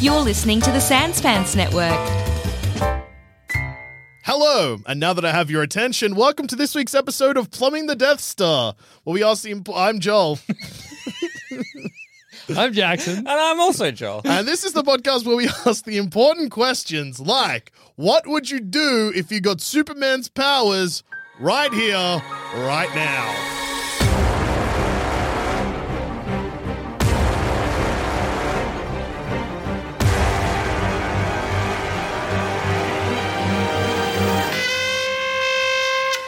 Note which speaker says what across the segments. Speaker 1: You're listening to the Sanspants Network.
Speaker 2: Hello, and now that I have your attention, welcome to this week's episode of Plumbing the Death Star, where we ask the. Imp- I'm Joel,
Speaker 3: I'm Jackson.
Speaker 4: And I'm also Joel.
Speaker 2: and this is the podcast where we ask the important questions like, what would you do if you got Superman's powers right here, right now?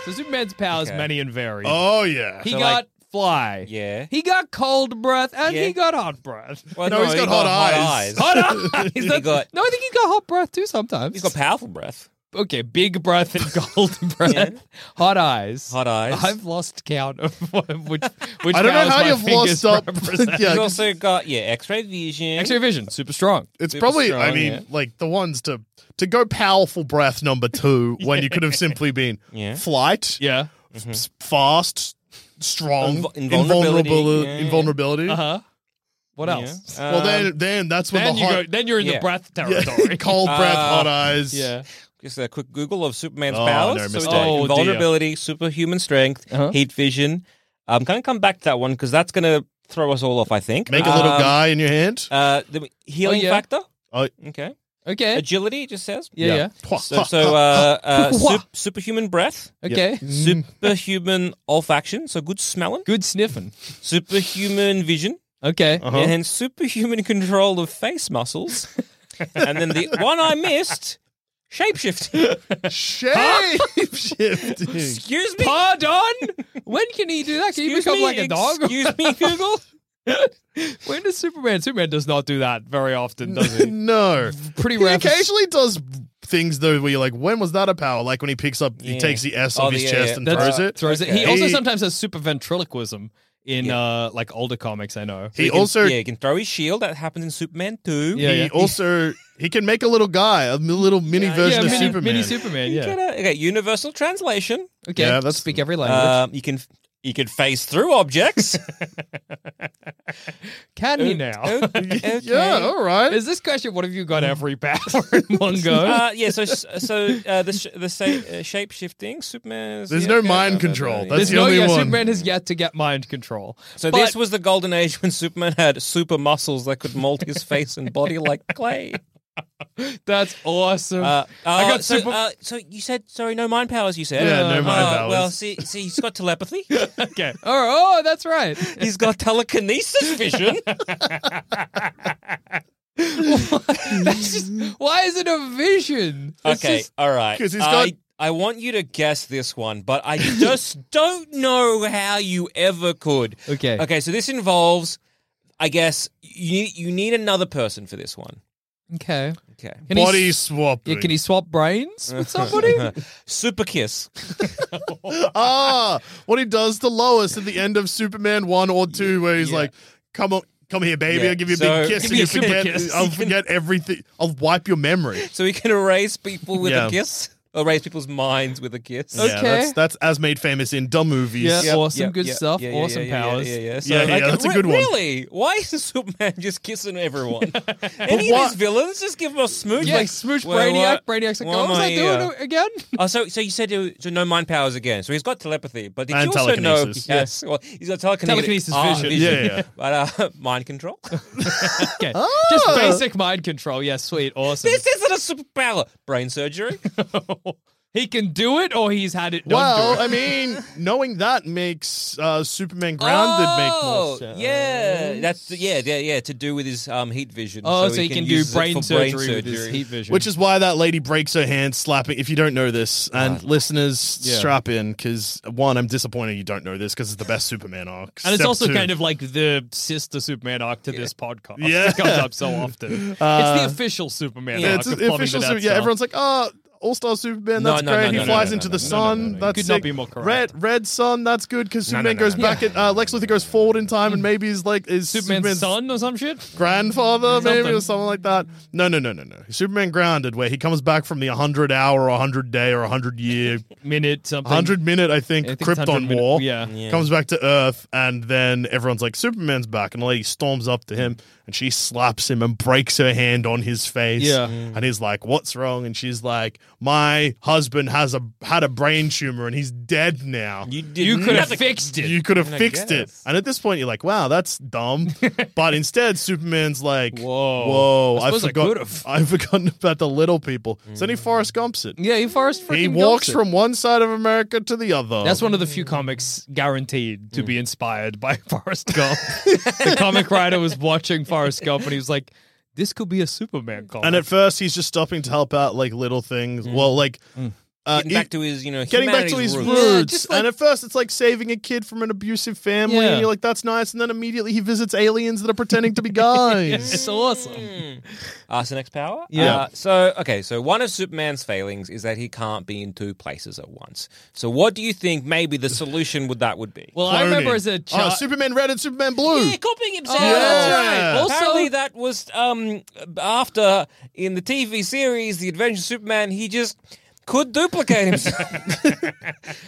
Speaker 3: So Superman's powers
Speaker 4: Okay.
Speaker 3: many and varied.
Speaker 2: Oh, yeah.
Speaker 3: he
Speaker 4: So,
Speaker 3: got
Speaker 4: like-
Speaker 3: fly.
Speaker 4: Yeah.
Speaker 3: He got cold breath and
Speaker 4: Yeah.
Speaker 3: he got hot breath.
Speaker 4: Well,
Speaker 2: No, he's
Speaker 4: he
Speaker 2: got hot eyes.
Speaker 3: Hot eyes.
Speaker 4: He
Speaker 3: That's-
Speaker 4: got-
Speaker 3: no, I think he got hot breath too sometimes.
Speaker 4: He's got powerful breath.
Speaker 3: okay, big breath and cold breath. Hot eyes.
Speaker 4: Hot eyes.
Speaker 3: I've lost count of what- which which
Speaker 2: I don't know
Speaker 3: powers
Speaker 2: how
Speaker 3: my
Speaker 2: you've lost
Speaker 3: fingers
Speaker 2: up.
Speaker 3: represent.
Speaker 2: yeah,
Speaker 4: He's
Speaker 2: 'cause
Speaker 4: also got, yeah, x ray vision.
Speaker 3: X-ray vision, super strong.
Speaker 2: it's
Speaker 4: super
Speaker 2: probably, I
Speaker 4: strong,
Speaker 2: mean,
Speaker 4: yeah.
Speaker 2: like the ones to to go powerful breath number two when you could have simply been
Speaker 4: Yeah.
Speaker 2: flight,
Speaker 3: Yeah.
Speaker 2: s- fast, strong,
Speaker 4: Invul-
Speaker 2: invulnerability,
Speaker 4: Mm-hmm. invulnerability,
Speaker 2: invulnerability.
Speaker 4: yeah.
Speaker 3: Uh-huh. What
Speaker 4: Yeah.
Speaker 3: else?
Speaker 2: Well,
Speaker 4: Um,
Speaker 2: then, then that's when
Speaker 3: Then
Speaker 2: the
Speaker 3: you
Speaker 2: hot,
Speaker 3: go then you're in the
Speaker 4: yeah.
Speaker 3: breath
Speaker 2: Yeah,
Speaker 3: territory.
Speaker 2: cold breath,
Speaker 4: Uh,
Speaker 2: hot eyes.
Speaker 3: yeah.
Speaker 4: Just a quick Google of Superman's
Speaker 2: Oh,
Speaker 4: powers.
Speaker 2: no
Speaker 4: So
Speaker 2: mistake.
Speaker 4: we've got
Speaker 3: Oh, dear.
Speaker 4: vulnerability, superhuman strength,
Speaker 3: Uh-huh.
Speaker 4: heat vision. I'm going to come back to that one because that's going to throw us all off, I think.
Speaker 2: Make a little
Speaker 4: Um,
Speaker 2: guy in your hand.
Speaker 4: Uh, the healing
Speaker 3: Oh, yeah.
Speaker 4: factor.
Speaker 2: Oh.
Speaker 4: Okay.
Speaker 3: Okay.
Speaker 4: Agility, it just says.
Speaker 3: Yeah, yeah.
Speaker 2: Pwah,
Speaker 4: So,
Speaker 2: ha,
Speaker 4: so
Speaker 2: ha.
Speaker 4: uh, uh,
Speaker 3: Wha-
Speaker 4: sup- superhuman breath,
Speaker 3: Okay.
Speaker 2: Mm.
Speaker 4: superhuman olfaction, so good smelling,
Speaker 3: Good sniffing.
Speaker 4: superhuman vision,
Speaker 3: Okay.
Speaker 2: Uh-huh.
Speaker 4: and superhuman control of face muscles. and then the one I missed, shapeshifting.
Speaker 2: shape shifting.
Speaker 4: Excuse me.
Speaker 3: Pardon? when can he do that? Can he
Speaker 4: Excuse
Speaker 3: become
Speaker 4: me,
Speaker 3: like a dog?
Speaker 4: Excuse me, Google.
Speaker 3: when does Superman? Superman does not do that very often, does he?
Speaker 2: no.
Speaker 3: Pretty
Speaker 2: He
Speaker 3: rare. for-
Speaker 2: occasionally does things though where you're like, when was that a power? Like when he picks up, he
Speaker 4: Yeah.
Speaker 2: takes the S
Speaker 4: Oh,
Speaker 2: off
Speaker 4: the-
Speaker 2: his
Speaker 4: yeah,
Speaker 2: chest
Speaker 4: yeah.
Speaker 2: and
Speaker 3: That's-
Speaker 2: throws it.
Speaker 3: throws it. He
Speaker 2: Okay.
Speaker 3: also
Speaker 2: He-
Speaker 3: sometimes has super ventriloquism in
Speaker 4: Yeah.
Speaker 3: uh like older comics. I know.
Speaker 2: He
Speaker 4: You can-
Speaker 2: also
Speaker 4: yeah, you can throw his shield. That happens in Superman 2.
Speaker 3: Yeah,
Speaker 2: he
Speaker 3: yeah.
Speaker 2: also he can make a little guy, a m- little mini
Speaker 4: Yeah,
Speaker 2: version of
Speaker 3: mini,
Speaker 2: Superman.
Speaker 3: mini Superman.
Speaker 4: You
Speaker 3: Yeah.
Speaker 4: get a- okay, universal translation.
Speaker 3: Okay.
Speaker 2: Yeah, that's- Uh,
Speaker 3: speak every language.
Speaker 4: Um, you can you can phase through objects.
Speaker 3: Can he now?
Speaker 4: okay.
Speaker 2: Yeah, all right.
Speaker 3: Is this question? What have you
Speaker 2: Hmm.
Speaker 3: got every power in one go?
Speaker 4: Uh, yeah, so so uh, the sh- the sa- uh, shape shifting Superman. is-
Speaker 2: There's
Speaker 4: yeah,
Speaker 2: no
Speaker 4: okay,
Speaker 2: mind
Speaker 4: no, no, no,
Speaker 2: control.
Speaker 4: yeah.
Speaker 2: That's
Speaker 3: There's
Speaker 2: the
Speaker 3: no.
Speaker 2: only
Speaker 3: Yeah,
Speaker 2: one.
Speaker 3: Superman has yet to get mind control.
Speaker 4: So
Speaker 3: But-
Speaker 4: this was the golden age when Superman had super muscles that could mold his face and body like clay.
Speaker 3: That's awesome.
Speaker 4: Uh,
Speaker 3: I got
Speaker 4: uh, so,
Speaker 3: super.
Speaker 4: uh, so you said sorry, no mind powers. You said
Speaker 2: Yeah, no
Speaker 4: Uh,
Speaker 2: mind powers.
Speaker 4: Well, see, see, he's got telepathy.
Speaker 3: okay. All right. Oh, that's right.
Speaker 4: he's got telekinesis vision.
Speaker 3: That's just why is it a vision? It's
Speaker 4: okay,
Speaker 3: just-
Speaker 4: all right.
Speaker 2: 'Cause he's got-
Speaker 4: I, I want you to guess this one, but I just don't know how you ever could.
Speaker 3: okay.
Speaker 4: Okay, so this involves, I guess, you you need another person for this one.
Speaker 3: Okay.
Speaker 4: Okay.
Speaker 3: Can
Speaker 2: Body
Speaker 3: He, s-
Speaker 2: swap.
Speaker 3: yeah, can he swap brains with somebody?
Speaker 4: Super kiss.
Speaker 2: ah, what he does to Lois at the end of Superman one or two, where he's
Speaker 4: Yeah.
Speaker 2: like, "Come on, come here, baby,
Speaker 4: Yeah.
Speaker 2: I'll give you a
Speaker 4: So-
Speaker 2: big kiss,
Speaker 4: Give
Speaker 2: and
Speaker 4: me
Speaker 2: you
Speaker 4: a super
Speaker 2: forget,
Speaker 4: kiss.
Speaker 2: I'll
Speaker 4: You can-
Speaker 2: forget everything. I'll wipe your memory."
Speaker 4: So he can erase people with
Speaker 2: Yeah.
Speaker 4: a kiss, erase people's minds with a kiss.
Speaker 3: Okay.
Speaker 2: Yeah, that's, that's as made famous in dumb movies.
Speaker 3: Yeah.
Speaker 4: Yep,
Speaker 3: Awesome,
Speaker 4: yep,
Speaker 3: good
Speaker 4: yep,
Speaker 3: stuff,
Speaker 4: yeah, yeah,
Speaker 3: awesome
Speaker 4: yeah, yeah,
Speaker 3: powers.
Speaker 4: Yeah, yeah, yeah. So,
Speaker 2: Yeah, yeah,
Speaker 4: okay,
Speaker 2: that's a
Speaker 4: re-
Speaker 2: good one.
Speaker 4: Really? Why is Superman just kissing everyone? Any of
Speaker 2: why-
Speaker 4: these villains just give him a smooch?
Speaker 3: Yeah,
Speaker 4: like
Speaker 3: like smooch
Speaker 4: well,
Speaker 3: Brainiac.
Speaker 4: what-
Speaker 3: Brainiac's like,
Speaker 4: why
Speaker 3: oh,
Speaker 4: am
Speaker 3: was I
Speaker 4: I,
Speaker 3: doing
Speaker 4: uh,
Speaker 3: it again?
Speaker 4: Oh, so so you said uh, so no mind powers again. So he's got telepathy, but did
Speaker 2: And
Speaker 4: you also know?
Speaker 2: telekinesis.
Speaker 4: Yes, well, he's got telekinesis,
Speaker 3: Telekinesis
Speaker 4: ah,
Speaker 3: vision.
Speaker 2: Yeah, yeah.
Speaker 4: but uh, mind control.
Speaker 3: Okay. Just basic mind control. Yeah, sweet. Awesome.
Speaker 4: this isn't a superpower. Brain surgery.
Speaker 3: he can do it or he's had it done
Speaker 2: Well,
Speaker 3: to
Speaker 2: I
Speaker 3: him.
Speaker 2: mean, knowing that makes uh, Superman grounded
Speaker 4: oh,
Speaker 2: make more sense.
Speaker 4: yeah, that's yeah, yeah, yeah. To do with his um heat vision.
Speaker 3: Oh, so, he can, do
Speaker 4: use it for
Speaker 3: brain surgery, with his heat vision.
Speaker 2: Which is why that lady breaks her hand slapping. If you don't know this, and listeners,
Speaker 3: Yeah.
Speaker 2: strap in because one, I'm disappointed you don't know this because it's the best Superman arc.
Speaker 3: and it's
Speaker 2: Step
Speaker 3: also
Speaker 2: two.
Speaker 3: kind of like the sister Superman arc to this podcast.
Speaker 2: Yeah.
Speaker 3: It comes up so often. it's the official Superman
Speaker 2: yeah,
Speaker 3: arc.
Speaker 2: it's
Speaker 3: of
Speaker 2: the
Speaker 3: Plumbing uh,
Speaker 2: official.
Speaker 3: the Death
Speaker 2: Super- yeah,
Speaker 3: Star.
Speaker 2: everyone's like, oh, All Star Superman,
Speaker 4: No,
Speaker 2: that's
Speaker 4: no,
Speaker 2: great.
Speaker 4: no,
Speaker 2: he
Speaker 4: no,
Speaker 2: flies
Speaker 4: no, no,
Speaker 2: into
Speaker 4: no,
Speaker 2: the
Speaker 4: no,
Speaker 2: sun.
Speaker 4: no, no, no.
Speaker 2: That's
Speaker 3: Could not
Speaker 2: sick.
Speaker 3: be more correct.
Speaker 2: Red, red sun. That's good because
Speaker 4: No,
Speaker 2: Superman
Speaker 4: no, no,
Speaker 2: goes
Speaker 4: no.
Speaker 2: back. At, uh, Lex Luthor goes forward in time, and maybe he's like is
Speaker 3: Mm.
Speaker 2: Superman's
Speaker 3: Superman's, son or some shit?
Speaker 2: grandfather, maybe
Speaker 3: Something.
Speaker 2: or something like that. No, no, no, no, no. Superman grounded, where he comes back from the hundred hour, or hundred day, or hundred year,
Speaker 3: Minute something.
Speaker 2: hundred minute, I think,
Speaker 3: I think it's
Speaker 2: Krypton
Speaker 3: 100 minute-
Speaker 2: war.
Speaker 3: Yeah.
Speaker 4: Yeah.
Speaker 2: Comes back to Earth, and then everyone's like, Superman's back. And the lady storms up to him, and she slaps him and breaks her hand on his face.
Speaker 3: Yeah.
Speaker 2: And he's like, What's wrong? And she's like, My husband has a had a brain tumor, and he's dead now.
Speaker 4: You, did
Speaker 3: You could have
Speaker 4: nothing.
Speaker 3: fixed it.
Speaker 2: You could have
Speaker 4: I
Speaker 2: fixed it.
Speaker 4: guess.
Speaker 2: And at this point, you're like, wow, that's dumb. but instead, Superman's like,
Speaker 3: Whoa.
Speaker 2: whoa,
Speaker 3: I suppose I
Speaker 2: forgot-
Speaker 3: could've.
Speaker 2: I've forgotten about the little people. So then he Forrest Gumps it.
Speaker 3: yeah, he Forrest freaking
Speaker 2: He walks
Speaker 3: gumps it.
Speaker 2: from one side of America to the other.
Speaker 3: That's one of the few comics guaranteed to
Speaker 2: Hmm.
Speaker 3: be inspired by Forrest Gump. the comic writer was watching Forrest Gump and he was like, this could be a Superman comic.
Speaker 2: and at first, he's just stopping to help out like little things. Well, like uh,
Speaker 4: Getting
Speaker 2: he-
Speaker 4: back to his, you know,
Speaker 2: getting back to
Speaker 4: humanity's
Speaker 2: his roots.
Speaker 4: roots.
Speaker 3: Yeah, just like-
Speaker 2: and at first, it's like saving a kid from an abusive family,
Speaker 3: Yeah.
Speaker 2: and you're like, that's nice. And then immediately, he visits aliens that are pretending to be guys.
Speaker 3: it's awesome.
Speaker 2: Hmm.
Speaker 4: Mm. Arsenic's power?
Speaker 3: Yeah.
Speaker 4: Uh, so, okay, so one of Superman's failings is that he can't be in two places at once. So, what do you think maybe the solution with that would be?
Speaker 3: Well, I remember
Speaker 2: Cloning.
Speaker 3: as a
Speaker 2: Oh,
Speaker 3: child.
Speaker 2: Superman red and Superman blue.
Speaker 4: yeah, copying himself.
Speaker 3: Oh,
Speaker 2: that's right.
Speaker 4: Also,
Speaker 3: Also-
Speaker 4: Apparently, that was um, after in the TV series, The Adventures of Superman, he just could duplicate himself.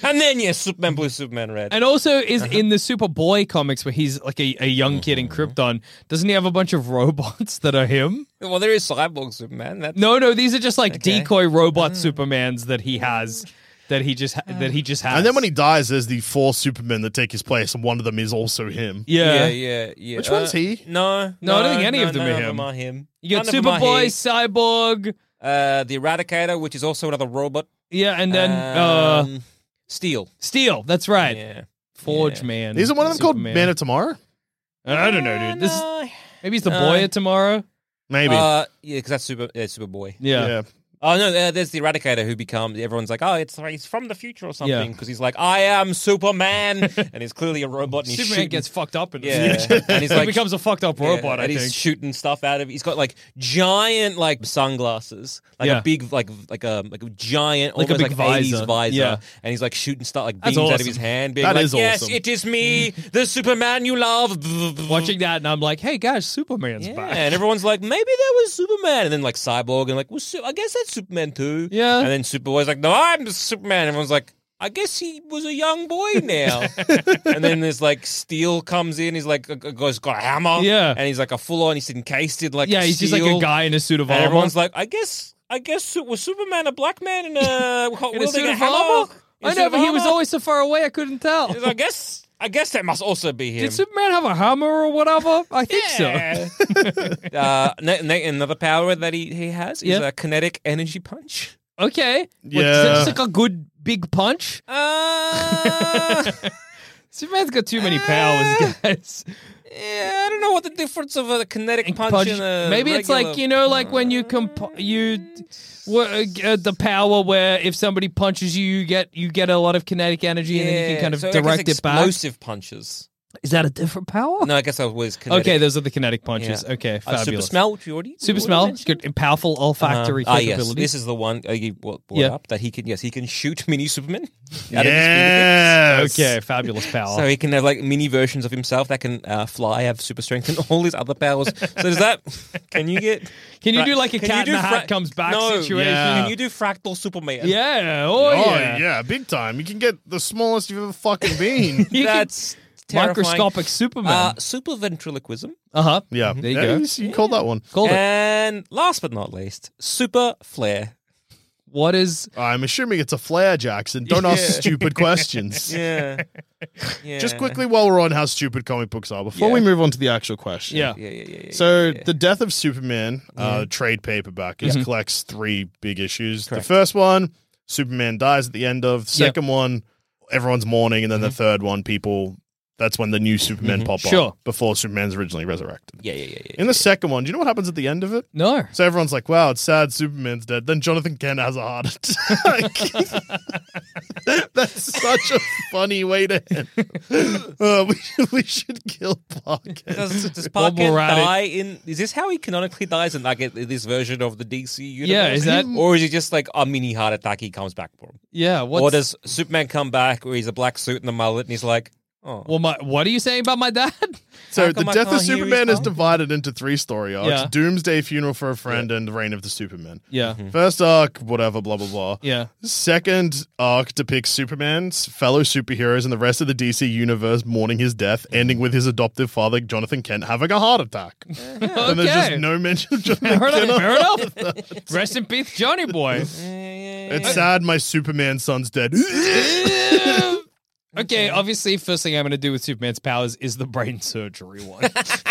Speaker 4: and then, yes, Superman Blue, Superman Red.
Speaker 3: and also is
Speaker 2: Uh-huh.
Speaker 3: in the Superboy comics where he's like a, a young kid
Speaker 2: Mm-hmm.
Speaker 3: in Krypton. Doesn't he have a bunch of robots that are him?
Speaker 4: well, there is Cyborg Superman. That's
Speaker 3: No, no, these are just like
Speaker 4: Okay.
Speaker 3: decoy robot
Speaker 2: Hmm.
Speaker 3: Supermans that he has, that he just ha- that he just has.
Speaker 2: And then when he dies, there's the four Supermen that take his place, and one of them is also him.
Speaker 3: yeah,
Speaker 4: Yeah, yeah, yeah. Uh,
Speaker 2: Which one's he?
Speaker 4: No,
Speaker 3: No, I don't think any of them
Speaker 4: none
Speaker 3: are
Speaker 4: Them
Speaker 3: him.
Speaker 4: are him.
Speaker 3: you got
Speaker 4: None of them are
Speaker 3: Superboy,
Speaker 4: he.
Speaker 3: Cyborg,
Speaker 4: uh, the Eradicator, which is also another robot.
Speaker 3: yeah, and then uh
Speaker 4: Um, Steel.
Speaker 3: Steel. That's right,
Speaker 4: Yeah.
Speaker 3: Forge
Speaker 4: yeah.
Speaker 3: Man.
Speaker 2: Isn't one of them called
Speaker 3: Superman.
Speaker 2: Man of Tomorrow?
Speaker 3: I don't know, dude. This is, maybe it's the boy
Speaker 4: Uh,
Speaker 3: of tomorrow.
Speaker 2: Maybe.
Speaker 4: Uh, yeah, because that's Super uh, Superboy.
Speaker 3: Yeah.
Speaker 2: yeah.
Speaker 4: Oh no, uh, there's the Eradicator who becomes. Everyone's like, oh, it's he's from the future or something
Speaker 3: Yeah.
Speaker 4: because he's like, I am Superman, and he's clearly a robot. And he's
Speaker 3: Superman
Speaker 4: shooting-
Speaker 3: gets fucked up in
Speaker 4: yeah,
Speaker 3: this.
Speaker 4: and he's
Speaker 3: he
Speaker 4: like
Speaker 3: becomes a fucked up
Speaker 4: yeah,
Speaker 3: robot. I
Speaker 4: and he's
Speaker 3: think.
Speaker 4: shooting stuff out of. He's got like giant like sunglasses, like
Speaker 3: Yeah.
Speaker 4: a big like like a like a giant
Speaker 3: Like a
Speaker 4: almost
Speaker 3: big
Speaker 4: like 80s
Speaker 3: visor.
Speaker 4: visor,
Speaker 3: Yeah.
Speaker 4: and he's like shooting stuff like
Speaker 3: That's
Speaker 4: beams out of his
Speaker 3: awesome.
Speaker 4: hand, being
Speaker 2: That
Speaker 4: like,
Speaker 2: is
Speaker 4: yes,
Speaker 2: awesome.
Speaker 4: it is me, the Superman you love.
Speaker 3: Watching that, and I'm like, hey guys, Superman's
Speaker 4: Yeah,
Speaker 3: back.
Speaker 4: and everyone's like, maybe that was Superman, and then like Cyborg, and like, well, Su- I guess that's Superman too.
Speaker 3: Yeah.
Speaker 4: and then Superboy's like, no, I'm Superman. Everyone's like, I guess he was a young boy now. and then there's like Steel comes in. He's like, a guy's got a hammer.
Speaker 3: Yeah.
Speaker 4: and he's like a full on. He's encased in like
Speaker 3: yeah, he's just like a
Speaker 4: steel.
Speaker 3: guy in a suit of
Speaker 4: And
Speaker 3: armor.
Speaker 4: everyone's like, I guess, I guess Su- was Superman a black man in a
Speaker 3: in a
Speaker 4: wielding
Speaker 3: suit
Speaker 4: a
Speaker 3: of
Speaker 4: hammer?
Speaker 3: armor.
Speaker 4: In a
Speaker 3: I
Speaker 4: suit
Speaker 3: know,
Speaker 4: of
Speaker 3: but he was
Speaker 4: armor?
Speaker 3: always so far away, I couldn't tell.
Speaker 4: He's like, I guess, I guess that must also be him.
Speaker 3: Did Superman have a hammer or whatever? I think so.
Speaker 4: Yeah. uh, na- na- another power that he, he has is
Speaker 3: Yeah.
Speaker 4: a kinetic energy punch.
Speaker 3: Okay. What,
Speaker 2: Yeah.
Speaker 3: is it just like a good big punch?
Speaker 4: Uh,
Speaker 3: Superman's got too many powers, guys.
Speaker 4: yeah, I don't know what the difference of a kinetic punch,
Speaker 3: Punch-
Speaker 4: and a
Speaker 3: Maybe it's like
Speaker 4: regular-
Speaker 3: you know, like when you comp- you wha- uh, the power where if somebody punches you, you get you get a lot of kinetic energy, and then you
Speaker 4: Yeah,
Speaker 3: can kind of
Speaker 4: so I guess
Speaker 3: direct it back.
Speaker 4: Explosive punches.
Speaker 3: Is that a different power?
Speaker 4: No, I guess I was kinetic.
Speaker 3: Okay, those are the kinetic punches.
Speaker 4: Yeah.
Speaker 3: Okay,
Speaker 4: Uh, super
Speaker 3: fabulous.
Speaker 4: smell, which you already
Speaker 3: Super
Speaker 4: already
Speaker 3: smell,
Speaker 4: mentioned.
Speaker 3: good, and powerful olfactory
Speaker 4: Uh, ah,
Speaker 3: capability.
Speaker 4: yes, this is the one uh, you brought brought
Speaker 3: Yeah.
Speaker 4: up that he can. Yes, he can shoot mini Superman. out of his
Speaker 2: Yes.
Speaker 4: fingertips.
Speaker 3: okay, fabulous power.
Speaker 4: So he can have like mini versions of himself that can uh, fly, have super strength, and all his other powers. So does that? Can you get?
Speaker 3: Can you do like a
Speaker 4: Can
Speaker 3: cat
Speaker 4: you
Speaker 3: in
Speaker 4: do
Speaker 3: the
Speaker 4: fra-
Speaker 3: hat comes back
Speaker 4: no,
Speaker 3: situation?
Speaker 2: yeah.
Speaker 4: Can you do fractal Superman?
Speaker 3: Yeah.
Speaker 2: Oh,
Speaker 3: Oh, yeah.
Speaker 2: yeah. big time. You can get the smallest you've ever fucking been.
Speaker 3: You can-
Speaker 4: that's terrifying.
Speaker 3: microscopic
Speaker 4: Uh,
Speaker 3: Superman.
Speaker 4: super ventriloquism,
Speaker 3: Uh huh.
Speaker 2: yeah.
Speaker 3: There you
Speaker 2: Yeah,
Speaker 3: go.
Speaker 2: You, you called that one.
Speaker 3: Called it.
Speaker 4: and last but not least, super flair.
Speaker 3: What is?
Speaker 2: I'm assuming it's a flare, Jackson. Don't ask
Speaker 4: Yeah.
Speaker 2: stupid questions.
Speaker 4: Yeah.
Speaker 2: Just quickly while we're on how stupid comic books are, before we
Speaker 4: Yeah.
Speaker 2: move on to the actual question.
Speaker 3: Yeah.
Speaker 4: Yeah, yeah, yeah. yeah
Speaker 2: So the death of Superman, uh, trade paperback, it collects three big issues.
Speaker 4: Correct.
Speaker 2: The first one, Superman dies at the end of. The
Speaker 3: Yep.
Speaker 2: second one, everyone's mourning, and then the third one, people That's when the new Superman pop up.
Speaker 3: Sure.
Speaker 2: Before Superman's originally resurrected.
Speaker 4: Yeah, yeah, yeah, yeah.
Speaker 2: In the second one, do you know what happens at the end of it?
Speaker 3: No.
Speaker 2: So everyone's like, wow, it's sad Superman's dead. Then Jonathan Kent has a heart attack. That's such a funny way to end. Uh, we, should, we should kill Parker.
Speaker 4: Does, does
Speaker 3: Bob
Speaker 4: Parker
Speaker 3: Moradic-
Speaker 4: die in? Is this how he canonically dies in like this version of the DC universe?
Speaker 3: Yeah, is that-
Speaker 4: or is he just like a mini heart attack? He comes back for him,
Speaker 3: Yeah. What's,
Speaker 4: or does Superman come back where he's a black suit and a mullet and he's like, oh,
Speaker 3: well, my, what are you saying about my dad?
Speaker 2: So
Speaker 4: How
Speaker 2: the
Speaker 4: come I
Speaker 2: death of
Speaker 4: can't hear his
Speaker 2: Superman is
Speaker 4: mouth?
Speaker 2: divided into three story arcs:
Speaker 3: Yeah.
Speaker 2: Doomsday, Funeral for a Friend, and Reign of the Superman.
Speaker 3: Yeah.
Speaker 4: Mm-hmm.
Speaker 2: First arc, whatever, blah blah blah.
Speaker 3: Yeah.
Speaker 2: Second arc depicts Superman's fellow superheroes and the rest of the DC universe mourning his death, ending with his adoptive father Jonathan Kent having a heart attack. And there's just
Speaker 3: Okay.
Speaker 2: no mention of Jonathan
Speaker 3: Fair
Speaker 2: Kent.
Speaker 3: enough. Fair enough. Rest in peace, Johnny boy.
Speaker 4: Mm-hmm.
Speaker 2: It's sad my Superman son's dead.
Speaker 3: Okay, obviously, first thing I'm going to do with Superman's powers is the brain surgery one. I,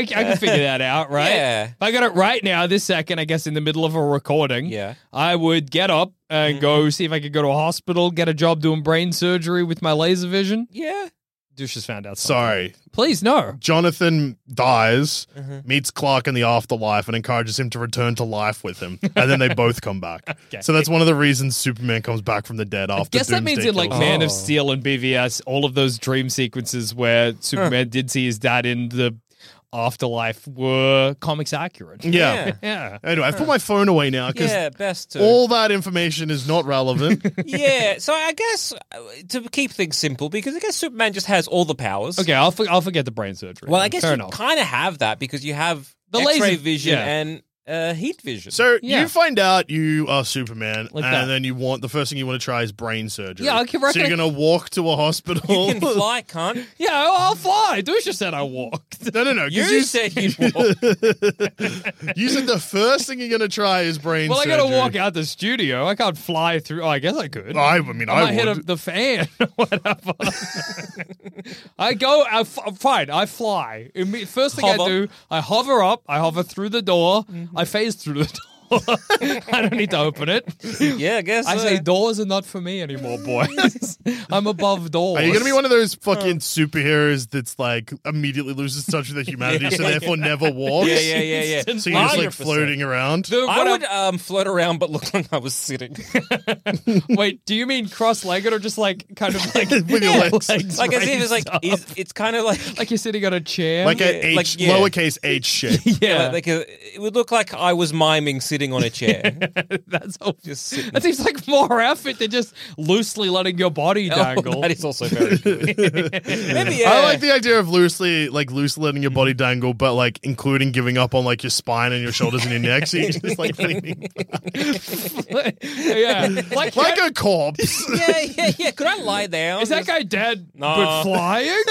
Speaker 3: I can figure that out, right?
Speaker 4: Yeah.
Speaker 3: If I got it right now, this second, I guess, in the middle of a recording,
Speaker 4: Yeah. Mm-hmm.
Speaker 3: I would get up and go see if I could go to a hospital, get a job doing brain surgery with my laser vision.
Speaker 4: yeah,
Speaker 3: Douche has found out. something.
Speaker 2: Sorry.
Speaker 3: Please, no.
Speaker 2: Jonathan dies,
Speaker 3: Mm-hmm.
Speaker 2: meets Clark in the afterlife, and encourages him to return to life with him. And then they both come back. So that's one of the reasons Superman comes back from the dead after
Speaker 3: Guess that means
Speaker 2: Doomsday
Speaker 3: in like
Speaker 2: kills him.
Speaker 3: Man of
Speaker 4: Oh.
Speaker 3: Steel and BVS, all of those dream sequences where Superman did see his dad in the afterlife were comics accurate.
Speaker 2: Yeah.
Speaker 4: Yeah.
Speaker 3: Yeah.
Speaker 2: Anyway, I've put my phone away now because
Speaker 4: yeah, best to.
Speaker 2: all that information is not relevant.
Speaker 4: yeah, so I guess uh, to keep things simple, because I guess Superman just has all the powers.
Speaker 3: Okay, I'll, for- I'll forget the brain surgery.
Speaker 4: Well, I
Speaker 3: then.
Speaker 4: guess
Speaker 3: Fair
Speaker 4: you
Speaker 3: enough.
Speaker 4: kind of have that because you have
Speaker 3: The
Speaker 4: X-ray
Speaker 3: laser-
Speaker 4: vision
Speaker 3: yeah.
Speaker 4: and uh, heat vision.
Speaker 2: so
Speaker 3: Yeah.
Speaker 2: you find out you are Superman,
Speaker 3: Like
Speaker 2: and
Speaker 3: that.
Speaker 2: then you want the first thing you want to try is brain surgery.
Speaker 3: Yeah, I can
Speaker 2: So
Speaker 3: reckon-
Speaker 2: you're gonna walk to a
Speaker 4: you
Speaker 2: hospital.
Speaker 4: can fly, cunt.
Speaker 3: Yeah, I'll I'll fly. Dusha said I walked.
Speaker 2: no, no, no. 'cause
Speaker 4: You,
Speaker 2: you
Speaker 4: said you'd walk.
Speaker 2: You said the first thing you're gonna try is brain
Speaker 3: Well, I
Speaker 2: surgery.
Speaker 3: gotta walk out the studio. I can't fly through. Oh, I guess I could.
Speaker 2: I, I mean,
Speaker 3: I,
Speaker 2: I,
Speaker 3: might hit
Speaker 2: would.
Speaker 3: a, the fan or whatever. I go, I f- fine, I fly. Imme- First thing I
Speaker 4: Hover.
Speaker 3: do, I hover up, I hover through the door,
Speaker 2: Mm-hmm.
Speaker 3: I phase through the door. I don't need to open it.
Speaker 4: yeah, I guess. uh,
Speaker 3: I
Speaker 4: so.
Speaker 3: say doors are not for me anymore, boys. I'm above doors.
Speaker 2: Are you gonna be one of those fucking superheroes that's like immediately loses touch with their humanity, so therefore never walks?
Speaker 4: yeah, yeah, yeah, yeah.
Speaker 2: So you're just like
Speaker 4: 100%.
Speaker 2: floating around.
Speaker 3: The-
Speaker 4: I
Speaker 3: what
Speaker 4: would um, float around, but look like I was sitting.
Speaker 3: Wait, do you mean cross-legged or just like kind of like
Speaker 2: With your legs.
Speaker 4: like as if it's like
Speaker 3: raised up?
Speaker 4: is, it's kind of like
Speaker 3: like you're sitting on a chair?
Speaker 2: like a
Speaker 4: yeah,
Speaker 2: H,
Speaker 4: like, yeah.
Speaker 2: lowercase H shape.
Speaker 3: yeah,
Speaker 4: Uh, like a, it would look like I was miming sitting on a chair.
Speaker 3: that's all.
Speaker 4: Just sitting.
Speaker 3: That seems like more effort than just loosely letting your body dangle.
Speaker 4: Oh, that is also very good. uh, Maybe yeah.
Speaker 2: I like the idea of loosely, like loosely letting your body dangle, but like including giving up on like your spine and your shoulders and your neck. So you're just like leaning
Speaker 3: yeah, like,
Speaker 2: like a corpse.
Speaker 4: yeah, yeah, yeah. Could I lie down?
Speaker 3: is that guy dead
Speaker 4: No.
Speaker 3: but flying?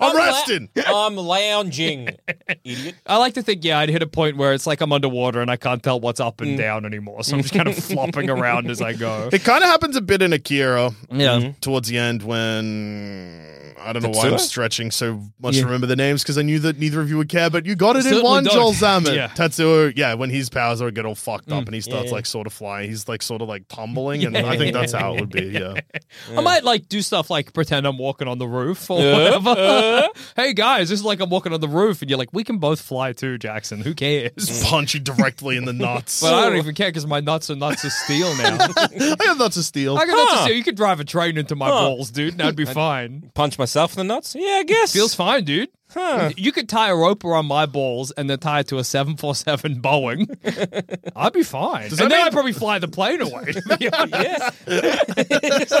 Speaker 2: I'm
Speaker 4: la-
Speaker 2: resting.
Speaker 4: I'm lounging, idiot.
Speaker 3: I like to think, yeah, I'd hit a point where it's like I'm underwater and I can't tell what's up and down anymore, so I'm just kind of flopping around as I go.
Speaker 2: It kind of happens a bit in Akira.
Speaker 3: Yeah.
Speaker 2: Towards the end, when I don't know why I'm
Speaker 4: Tetsuo?
Speaker 2: stretching so much
Speaker 3: Yeah.
Speaker 2: to remember the names because I knew that neither of you would care, but you got it in
Speaker 3: Certainly
Speaker 2: one,
Speaker 3: don't.
Speaker 2: Joel Zaman.
Speaker 3: Yeah.
Speaker 2: Tetsuo, yeah, when his powers are get all fucked
Speaker 3: Mm.
Speaker 2: up and he starts
Speaker 4: yeah.
Speaker 2: like sort of flying, he's like sort of like tumbling, and I think that's how it would be. Yeah.
Speaker 3: I might like do stuff like pretend I'm walking on the roof or whatever. hey guys, this is like I'm walking on the roof, and you're like, we can both fly too, Jackson. Who cares?
Speaker 2: Punch you directly in the nuts.
Speaker 3: But I don't even care because my nuts are nuts of steel now.
Speaker 2: I have nuts of steel.
Speaker 3: I got nuts of
Speaker 4: Huh.
Speaker 3: steel. You could drive a train into my balls, dude, and I'd be fine.
Speaker 4: Punch myself in the nuts? Yeah, I guess.
Speaker 3: Feels fine, dude.
Speaker 4: Huh.
Speaker 3: You could tie a rope around my balls and then tie it to a 747 Boeing. I'd be fine.
Speaker 2: Does that
Speaker 3: and then
Speaker 2: mean-
Speaker 3: I'd probably fly the plane away. to be honest.
Speaker 4: Yeah.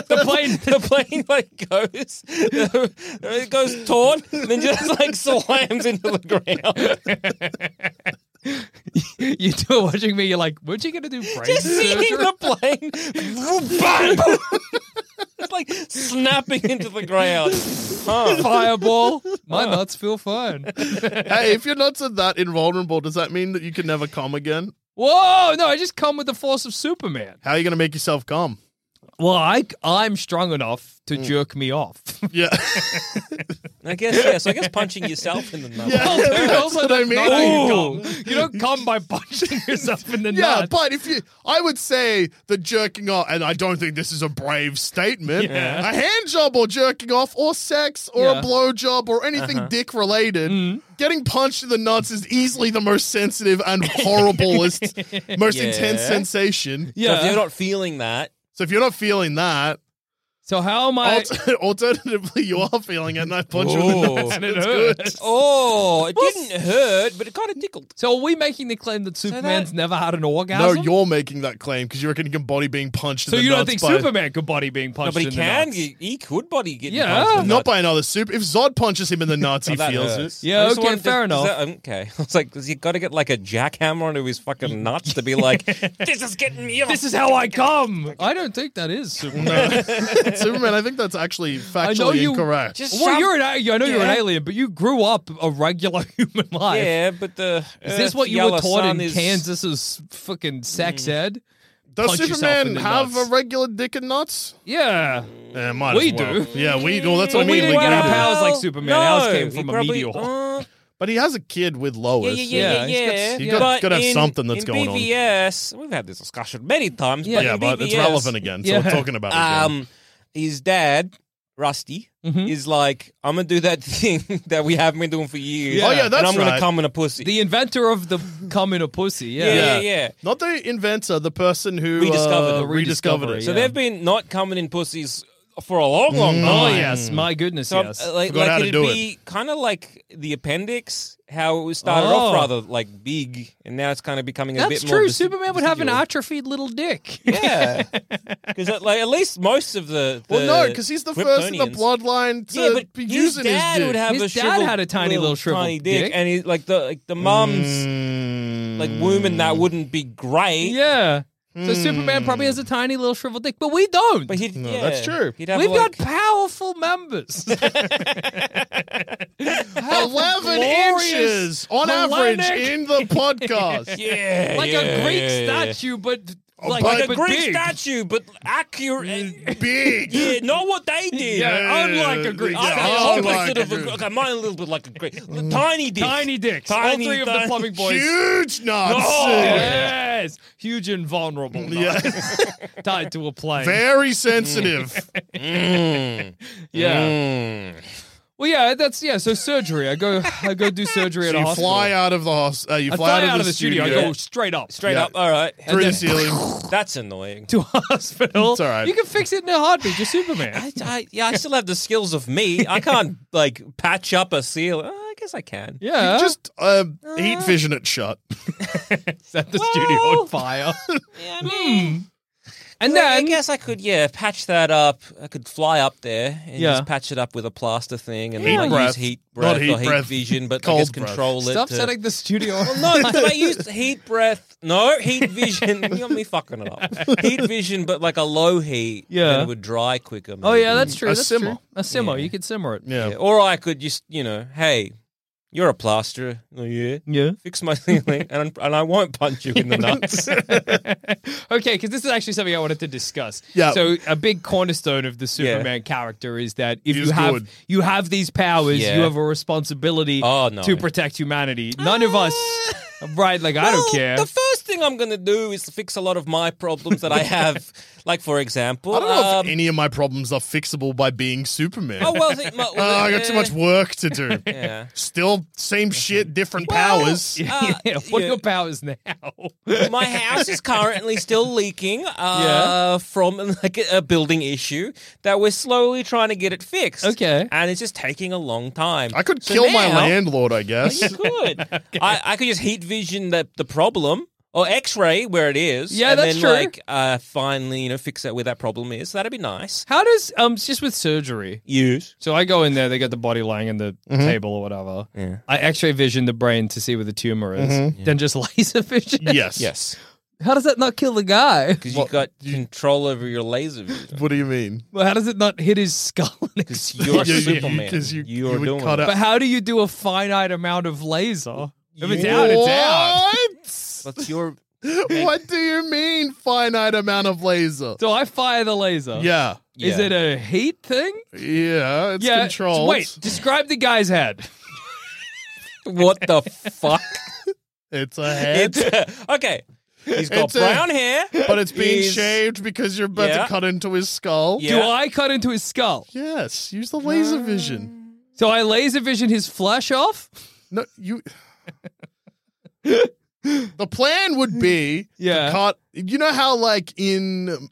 Speaker 3: the plane.
Speaker 4: the plane like goes, it goes taut, and then just like slams into the ground.
Speaker 3: You two are watching me. You're like, what you gonna do? Brain
Speaker 4: Just seeing
Speaker 3: surgery?
Speaker 4: the plane, bang! it's like snapping into the ground. Huh.
Speaker 3: Fireball. My nuts feel fine.
Speaker 2: hey, if your nuts are that invulnerable, does that mean that you can never come again?
Speaker 3: Whoa! No, I just come with the force of Superman.
Speaker 2: How are you going to make yourself come?
Speaker 3: Well, I I'm strong enough to jerk me off.
Speaker 2: Yeah.
Speaker 4: I guess yeah. So I guess punching yourself in the nuts.
Speaker 2: Yeah. That's what I mean.
Speaker 3: Not how you,
Speaker 4: Ooh.
Speaker 3: come. you don't come by punching yourself in the
Speaker 2: Yeah,
Speaker 3: nuts.
Speaker 2: but if you, I would say the jerking off, and I don't think this is a brave statement.
Speaker 3: Yeah.
Speaker 2: A hand job or jerking off or sex or
Speaker 3: Yeah. Uh-huh. Mm-hmm.
Speaker 2: a blow job or anything dick related, getting punched in the nuts is easily the most sensitive and horriblest, most
Speaker 4: Yeah.
Speaker 2: intense sensation.
Speaker 4: So if
Speaker 3: yeah.
Speaker 4: you're not feeling that,
Speaker 2: So if you're not feeling that,
Speaker 3: so how am I?
Speaker 2: alter- alternatively you are feeling it, and I punch you in the
Speaker 4: Oh.
Speaker 2: nuts.
Speaker 3: and it
Speaker 2: It's good.
Speaker 3: hurts.
Speaker 4: oh, it didn't hurt, but it kind of tickled.
Speaker 3: So are we making the claim that Superman's never had an
Speaker 2: No,
Speaker 3: orgasm?
Speaker 2: you're making that claim because you reckon you can body being punched.
Speaker 3: So
Speaker 2: in the
Speaker 3: you don't
Speaker 2: nuts
Speaker 3: think
Speaker 2: by-
Speaker 3: Superman could body being
Speaker 4: No,
Speaker 3: punched?
Speaker 4: but he
Speaker 3: in
Speaker 4: can.
Speaker 3: The nuts?
Speaker 4: He, he could body get.
Speaker 3: Yeah.
Speaker 2: Not by another super. If Zod punches him in the nuts, he
Speaker 4: Oh, That
Speaker 2: feels
Speaker 4: hurts.
Speaker 2: it.
Speaker 3: Yeah,
Speaker 4: I just
Speaker 3: okay,
Speaker 4: wanted
Speaker 3: fair
Speaker 4: is
Speaker 3: enough.
Speaker 4: that- okay, I was like, does he got to get like a jackhammer onto his fucking nuts to be like, this is getting me off?
Speaker 3: This is how I come. I don't think that is Superman.
Speaker 2: Superman, I think that's actually
Speaker 3: I
Speaker 2: factually
Speaker 3: know you
Speaker 2: incorrect.
Speaker 4: Just
Speaker 3: Well,
Speaker 4: shove-
Speaker 3: you're an alien. I know you're an
Speaker 4: Yeah.
Speaker 3: alien, but you grew up a regular human life.
Speaker 4: yeah, but the
Speaker 3: Is this
Speaker 4: Earth's
Speaker 3: what you were
Speaker 4: yellow
Speaker 3: taught in
Speaker 4: sun is- Mm.
Speaker 3: Kansas's fucking sex ed?
Speaker 2: Does
Speaker 3: punch yourself in
Speaker 2: Superman
Speaker 3: the
Speaker 2: have
Speaker 3: nuts.
Speaker 2: a regular dick and nuts?
Speaker 3: Yeah.
Speaker 2: Yeah, might
Speaker 3: We
Speaker 2: as well.
Speaker 3: do.
Speaker 2: Yeah, we. Well, that's what I
Speaker 3: But we
Speaker 2: mean.
Speaker 3: didn't get
Speaker 2: do.
Speaker 3: our powers like Superman. Ours came
Speaker 4: he
Speaker 3: from a
Speaker 4: probably-
Speaker 3: meteor.
Speaker 4: uh,
Speaker 2: But he has a kid with
Speaker 4: yeah,
Speaker 2: Lois.
Speaker 4: yeah, yeah,
Speaker 3: Yeah,
Speaker 4: yeah.
Speaker 3: he's got-
Speaker 4: yeah.
Speaker 2: he's got-
Speaker 4: But
Speaker 2: gotta have
Speaker 4: in-
Speaker 2: something that's
Speaker 4: in
Speaker 2: going on.
Speaker 4: BVS, we've had this discussion many times.
Speaker 3: Yeah,
Speaker 4: but, in
Speaker 2: but it's
Speaker 4: BVS,
Speaker 2: relevant again, so
Speaker 3: Yeah.
Speaker 2: we're talking about it again. Mm-hmm.
Speaker 4: Um, his dad, Rusty,
Speaker 3: Mhm.
Speaker 4: is like, I'm gonna do that thing that we haven't been doing for years.
Speaker 2: Oh, yeah, that's
Speaker 4: and I'm gonna
Speaker 2: right.
Speaker 4: come in a pussy.
Speaker 3: The inventor of the cum in a pussy. Yeah.
Speaker 4: yeah,
Speaker 2: Yeah.
Speaker 4: yeah, yeah.
Speaker 2: Not the inventor, the person who
Speaker 4: Rediscovered
Speaker 2: uh,
Speaker 4: it.
Speaker 2: rediscovered it.
Speaker 3: Rediscovery,
Speaker 4: So
Speaker 3: yeah.
Speaker 4: they've been not coming in pussies for a long, long
Speaker 2: Mm-hmm.
Speaker 4: time.
Speaker 3: Oh yes, my goodness,
Speaker 4: Mm. So,
Speaker 3: yes.
Speaker 4: uh, like,
Speaker 2: Forgot how
Speaker 4: like
Speaker 2: to
Speaker 4: it'd
Speaker 2: do
Speaker 4: be kind of like the appendix, how it was started
Speaker 3: Oh.
Speaker 4: off rather like big, and now it's kind of becoming
Speaker 3: That's
Speaker 4: a bit
Speaker 3: true.
Speaker 4: more. vis-
Speaker 3: Superman would have an
Speaker 4: vestigial.
Speaker 3: atrophied little dick.
Speaker 4: Yeah, because like at least most of the, the
Speaker 2: Well, no, because he's the first in the
Speaker 4: Kryptonians-
Speaker 2: bloodline to
Speaker 4: Yeah, but
Speaker 2: be
Speaker 4: his
Speaker 2: using
Speaker 4: dad
Speaker 2: his dick.
Speaker 4: would have
Speaker 3: His
Speaker 4: a
Speaker 3: dad
Speaker 4: shriveled
Speaker 3: had a tiny little shriveled
Speaker 4: tiny dick,
Speaker 3: dick.
Speaker 4: and he like the like the mom's
Speaker 2: Mm.
Speaker 4: like womb, and that wouldn't be great.
Speaker 3: yeah. So Superman probably has a tiny little shriveled dick, but we don't.
Speaker 4: Mm. but he'd,
Speaker 2: No,
Speaker 4: yeah,
Speaker 2: that's true.
Speaker 4: He'd have
Speaker 3: We've
Speaker 4: like,
Speaker 3: got powerful members.
Speaker 2: 11
Speaker 3: Glorious
Speaker 2: inches on
Speaker 3: melanic-
Speaker 2: average in the podcast.
Speaker 4: yeah,
Speaker 3: like a
Speaker 4: yeah,
Speaker 3: Greek
Speaker 4: yeah, yeah, yeah.
Speaker 3: statue, but
Speaker 2: Oh,
Speaker 3: like,
Speaker 2: but-
Speaker 4: like a
Speaker 3: but
Speaker 4: Greek
Speaker 3: big.
Speaker 4: statue, but accurate.
Speaker 2: Big.
Speaker 4: yeah, not what they did.
Speaker 3: Yeah, unlike a Greek
Speaker 2: Yeah, oh
Speaker 4: I-
Speaker 3: statue.
Speaker 4: I-
Speaker 2: unlike
Speaker 4: opposite
Speaker 2: a
Speaker 4: of a
Speaker 2: Greek.
Speaker 4: Greek- okay, mine a little bit like a Greek,
Speaker 2: Mm.
Speaker 4: tiny dick,
Speaker 3: Tiny dicks.
Speaker 4: Tiny,
Speaker 3: All three of the
Speaker 4: tiny-
Speaker 3: plumbing boys.
Speaker 2: Huge nuts.
Speaker 4: Oh,
Speaker 3: Yes. Huge and vulnerable.
Speaker 2: Yeah.
Speaker 3: Nice. Tied to a plane.
Speaker 2: Very sensitive.
Speaker 3: yeah.
Speaker 4: Mm.
Speaker 3: Well, yeah, that's yeah. So surgery. I go I go do surgery at
Speaker 2: So
Speaker 3: a
Speaker 2: you
Speaker 3: hospital.
Speaker 2: fly out of the hos- uh, you
Speaker 3: I
Speaker 2: fly,
Speaker 3: fly out of the studio. I go straight up.
Speaker 4: Straight
Speaker 2: Yeah.
Speaker 4: up, all right.
Speaker 2: through the ceiling.
Speaker 4: That's annoying.
Speaker 3: to a hospital.
Speaker 2: It's all right.
Speaker 3: You can fix it in a heartbeat. You're Superman.
Speaker 4: I, I, yeah, I still have the skills of me. I can't like patch up a seal. Uh, I guess I can.
Speaker 3: Yeah.
Speaker 2: Just uh, heat vision it shut.
Speaker 3: set the studio on
Speaker 4: Well.
Speaker 3: fire. Hmm.
Speaker 4: Yeah, I mean,
Speaker 3: And
Speaker 4: like, I
Speaker 3: then
Speaker 4: guess I could, yeah, patch that up. I could fly up there and
Speaker 3: Yeah.
Speaker 4: just patch it up with a plaster thing and
Speaker 2: Heat
Speaker 4: then I
Speaker 2: breath.
Speaker 4: use heat
Speaker 2: Not
Speaker 4: breath
Speaker 2: heat
Speaker 4: or heat
Speaker 2: breath.
Speaker 4: vision, but I
Speaker 2: Cold
Speaker 4: guess
Speaker 2: breath.
Speaker 4: control it. uh,
Speaker 3: stop
Speaker 4: to-
Speaker 3: setting the studio on
Speaker 4: No, because I used heat breath. No, heat vision. you got me fucking it up. Heat vision, but like a low heat.
Speaker 3: Yeah.
Speaker 4: And it would dry quicker.
Speaker 3: Oh yeah,
Speaker 4: maybe.
Speaker 3: that's true.
Speaker 2: A
Speaker 3: that's
Speaker 2: simmer.
Speaker 3: true. A simmer. You could simmer it.
Speaker 2: Yeah.
Speaker 4: Yeah, Or I could just, you know, hey, you're a plasterer. Oh, yeah.
Speaker 3: Yeah.
Speaker 4: Fix my ceiling and, and I won't punch you in the nuts.
Speaker 3: okay, because this is actually something I wanted to discuss.
Speaker 2: Yeah.
Speaker 3: So a big cornerstone of the Superman character is that if
Speaker 2: He's
Speaker 3: you have
Speaker 2: good.
Speaker 3: you have these powers,
Speaker 4: Yeah.
Speaker 3: you have a responsibility
Speaker 4: Oh, no.
Speaker 3: to protect humanity. None of us, right? Like I don't
Speaker 4: Well,
Speaker 3: care.
Speaker 4: The first thing I'm going to do is fix a lot of my problems that I have. like, for example,
Speaker 2: I don't know
Speaker 4: um,
Speaker 2: if any of my problems are fixable by being Superman.
Speaker 4: Oh, well, the, my,
Speaker 2: Oh, I got too much work to do.
Speaker 4: Yeah.
Speaker 2: Still, same shit, different
Speaker 4: Well,
Speaker 2: powers.
Speaker 4: uh,
Speaker 3: yeah. What are
Speaker 4: yeah.
Speaker 3: your powers now?
Speaker 4: My house is currently still leaking uh,
Speaker 3: Yeah.
Speaker 4: from like a, a building issue that we're slowly trying to get it fixed.
Speaker 3: Okay.
Speaker 4: and it's just taking a long time.
Speaker 2: I could
Speaker 4: So
Speaker 2: kill my
Speaker 4: now-
Speaker 2: landlord, I guess.
Speaker 4: You could. I, I could just heat vision the the problem. Or X-ray where it is,
Speaker 3: Yeah,
Speaker 4: and
Speaker 3: that's
Speaker 4: then
Speaker 3: true.
Speaker 4: like uh, finally you know fix out where that problem is. That'd be nice.
Speaker 3: How does um it's just with surgery?
Speaker 4: Use
Speaker 3: So I go in there, they got the body lying in the
Speaker 2: Mm-hmm.
Speaker 3: table or whatever.
Speaker 4: Yeah.
Speaker 3: I X-ray vision the brain to see where the tumor is, then just laser vision.
Speaker 2: Mm-hmm. yes.
Speaker 4: yes,
Speaker 3: How does that not kill the guy?
Speaker 4: because you got control over your laser vision.
Speaker 2: What do you mean?
Speaker 3: Well, how does it not hit his skull? and explode?
Speaker 4: You're
Speaker 2: You- you-
Speaker 4: Superman.
Speaker 2: 'cause you-
Speaker 4: You're
Speaker 2: you would
Speaker 4: doing
Speaker 2: cut
Speaker 4: it.
Speaker 2: out-
Speaker 3: But how do you do a finite amount of laser? If it's out, it's out.
Speaker 2: What?
Speaker 4: That's your
Speaker 2: what do you mean finite amount of laser?
Speaker 3: So I fire the laser.
Speaker 2: Yeah.
Speaker 3: Is
Speaker 4: Yeah.
Speaker 3: it a heat thing?
Speaker 2: Yeah, it's
Speaker 3: yeah.
Speaker 2: controlled.
Speaker 3: Wait, describe the guy's head.
Speaker 4: What the fuck?
Speaker 2: It's a head.
Speaker 4: It's, okay. He's got
Speaker 2: It's a-
Speaker 4: brown hair,
Speaker 2: but it's being
Speaker 4: He's-
Speaker 2: shaved because you're about
Speaker 4: Yeah.
Speaker 2: to cut into his skull.
Speaker 4: Yeah.
Speaker 3: Do I cut into his skull?
Speaker 2: Yes, use the laser vision.
Speaker 3: So I laser vision his flesh off?
Speaker 2: No, you. the plan would be
Speaker 3: Yeah.
Speaker 2: to cut. You know how, like in um,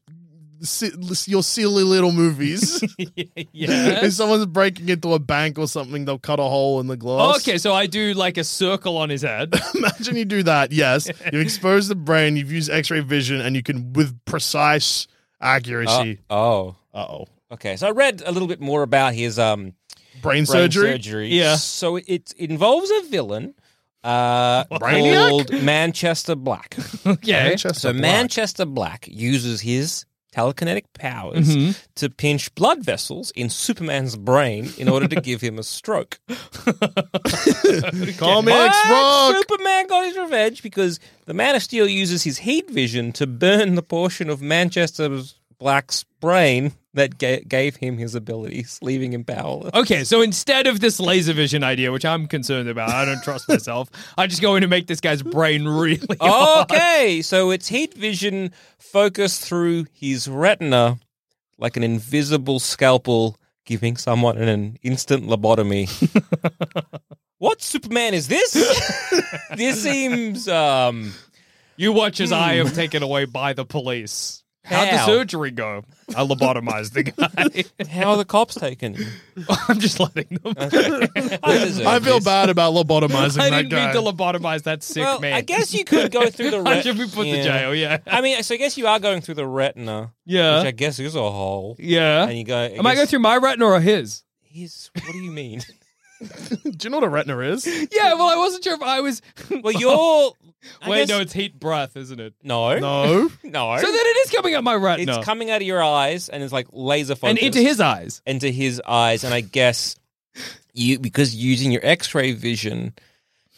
Speaker 2: si- your silly little movies, if
Speaker 3: Yes.
Speaker 2: someone's breaking into a bank or something, they'll cut a hole in the glass.
Speaker 3: okay, so I do like a circle on his head.
Speaker 2: Imagine you do that. Yes, you've exposed the brain. You've used X-ray vision, and you can, with precise accuracy.
Speaker 4: Uh, oh.
Speaker 2: Uh oh,
Speaker 4: Okay. So I read a little bit more about his um
Speaker 2: brain,
Speaker 4: brain
Speaker 2: surgery.
Speaker 4: surgery.
Speaker 3: Yeah.
Speaker 4: So it involves a villain uh,
Speaker 2: Brainiac?
Speaker 4: called Manchester Black.
Speaker 3: Okay.
Speaker 2: Manchester
Speaker 4: so
Speaker 2: Black.
Speaker 4: Manchester Black uses his telekinetic powers
Speaker 2: Mm-hmm.
Speaker 3: Mhm.
Speaker 4: to pinch blood vessels in Superman's brain in order to give him a stroke.
Speaker 2: Comics
Speaker 4: But
Speaker 2: rock.
Speaker 4: Superman got his revenge because the Man of Steel uses his heat vision to burn the portion of Manchester Black's brain that ga- gave him his abilities, leaving him powerless.
Speaker 3: Okay, so instead of this laser vision idea, which I'm concerned about, I don't trust myself, I just go in to make this guy's brain really
Speaker 2: Oh,
Speaker 3: hard.
Speaker 4: Okay, so it's heat vision focused through his retina like an invisible scalpel giving someone an instant lobotomy. what Superman is this? this seems um
Speaker 3: You watch as I am taken away by the police. How'd the
Speaker 4: Hmm. How?
Speaker 3: surgery go? I lobotomized the guy.
Speaker 4: how are the cops taking you?
Speaker 3: I'm just letting them.
Speaker 4: I, deserve
Speaker 2: I feel
Speaker 4: this.
Speaker 2: bad about lobotomizing
Speaker 3: I
Speaker 2: that
Speaker 3: didn't
Speaker 2: guy.
Speaker 3: mean to lobotomize that sick
Speaker 4: well,
Speaker 3: man.
Speaker 4: I guess you could go through the
Speaker 3: I
Speaker 4: retina.
Speaker 3: should be put to jail. Yeah.
Speaker 4: I mean, so I guess you are going through the retina,
Speaker 3: Yeah.
Speaker 4: which I guess is a hole.
Speaker 3: yeah.
Speaker 4: And you go. I
Speaker 3: Uh-huh. Am I going
Speaker 4: guess-
Speaker 3: through my retina or his?
Speaker 4: His, what do you mean?
Speaker 2: Do you know what a retina is?
Speaker 3: Yeah. Well, I wasn't sure if I was.
Speaker 4: Well, you're. I
Speaker 3: Wait,
Speaker 4: guess-
Speaker 3: no, it's heat breath, isn't it?
Speaker 4: No.
Speaker 2: No.
Speaker 4: No.
Speaker 3: So then it is coming out my
Speaker 4: it's
Speaker 3: retina
Speaker 4: coming out of your eyes and it's like laser
Speaker 3: and
Speaker 4: focused.
Speaker 3: into his eyes.
Speaker 4: into his eyes. And I guess you because using your x ray vision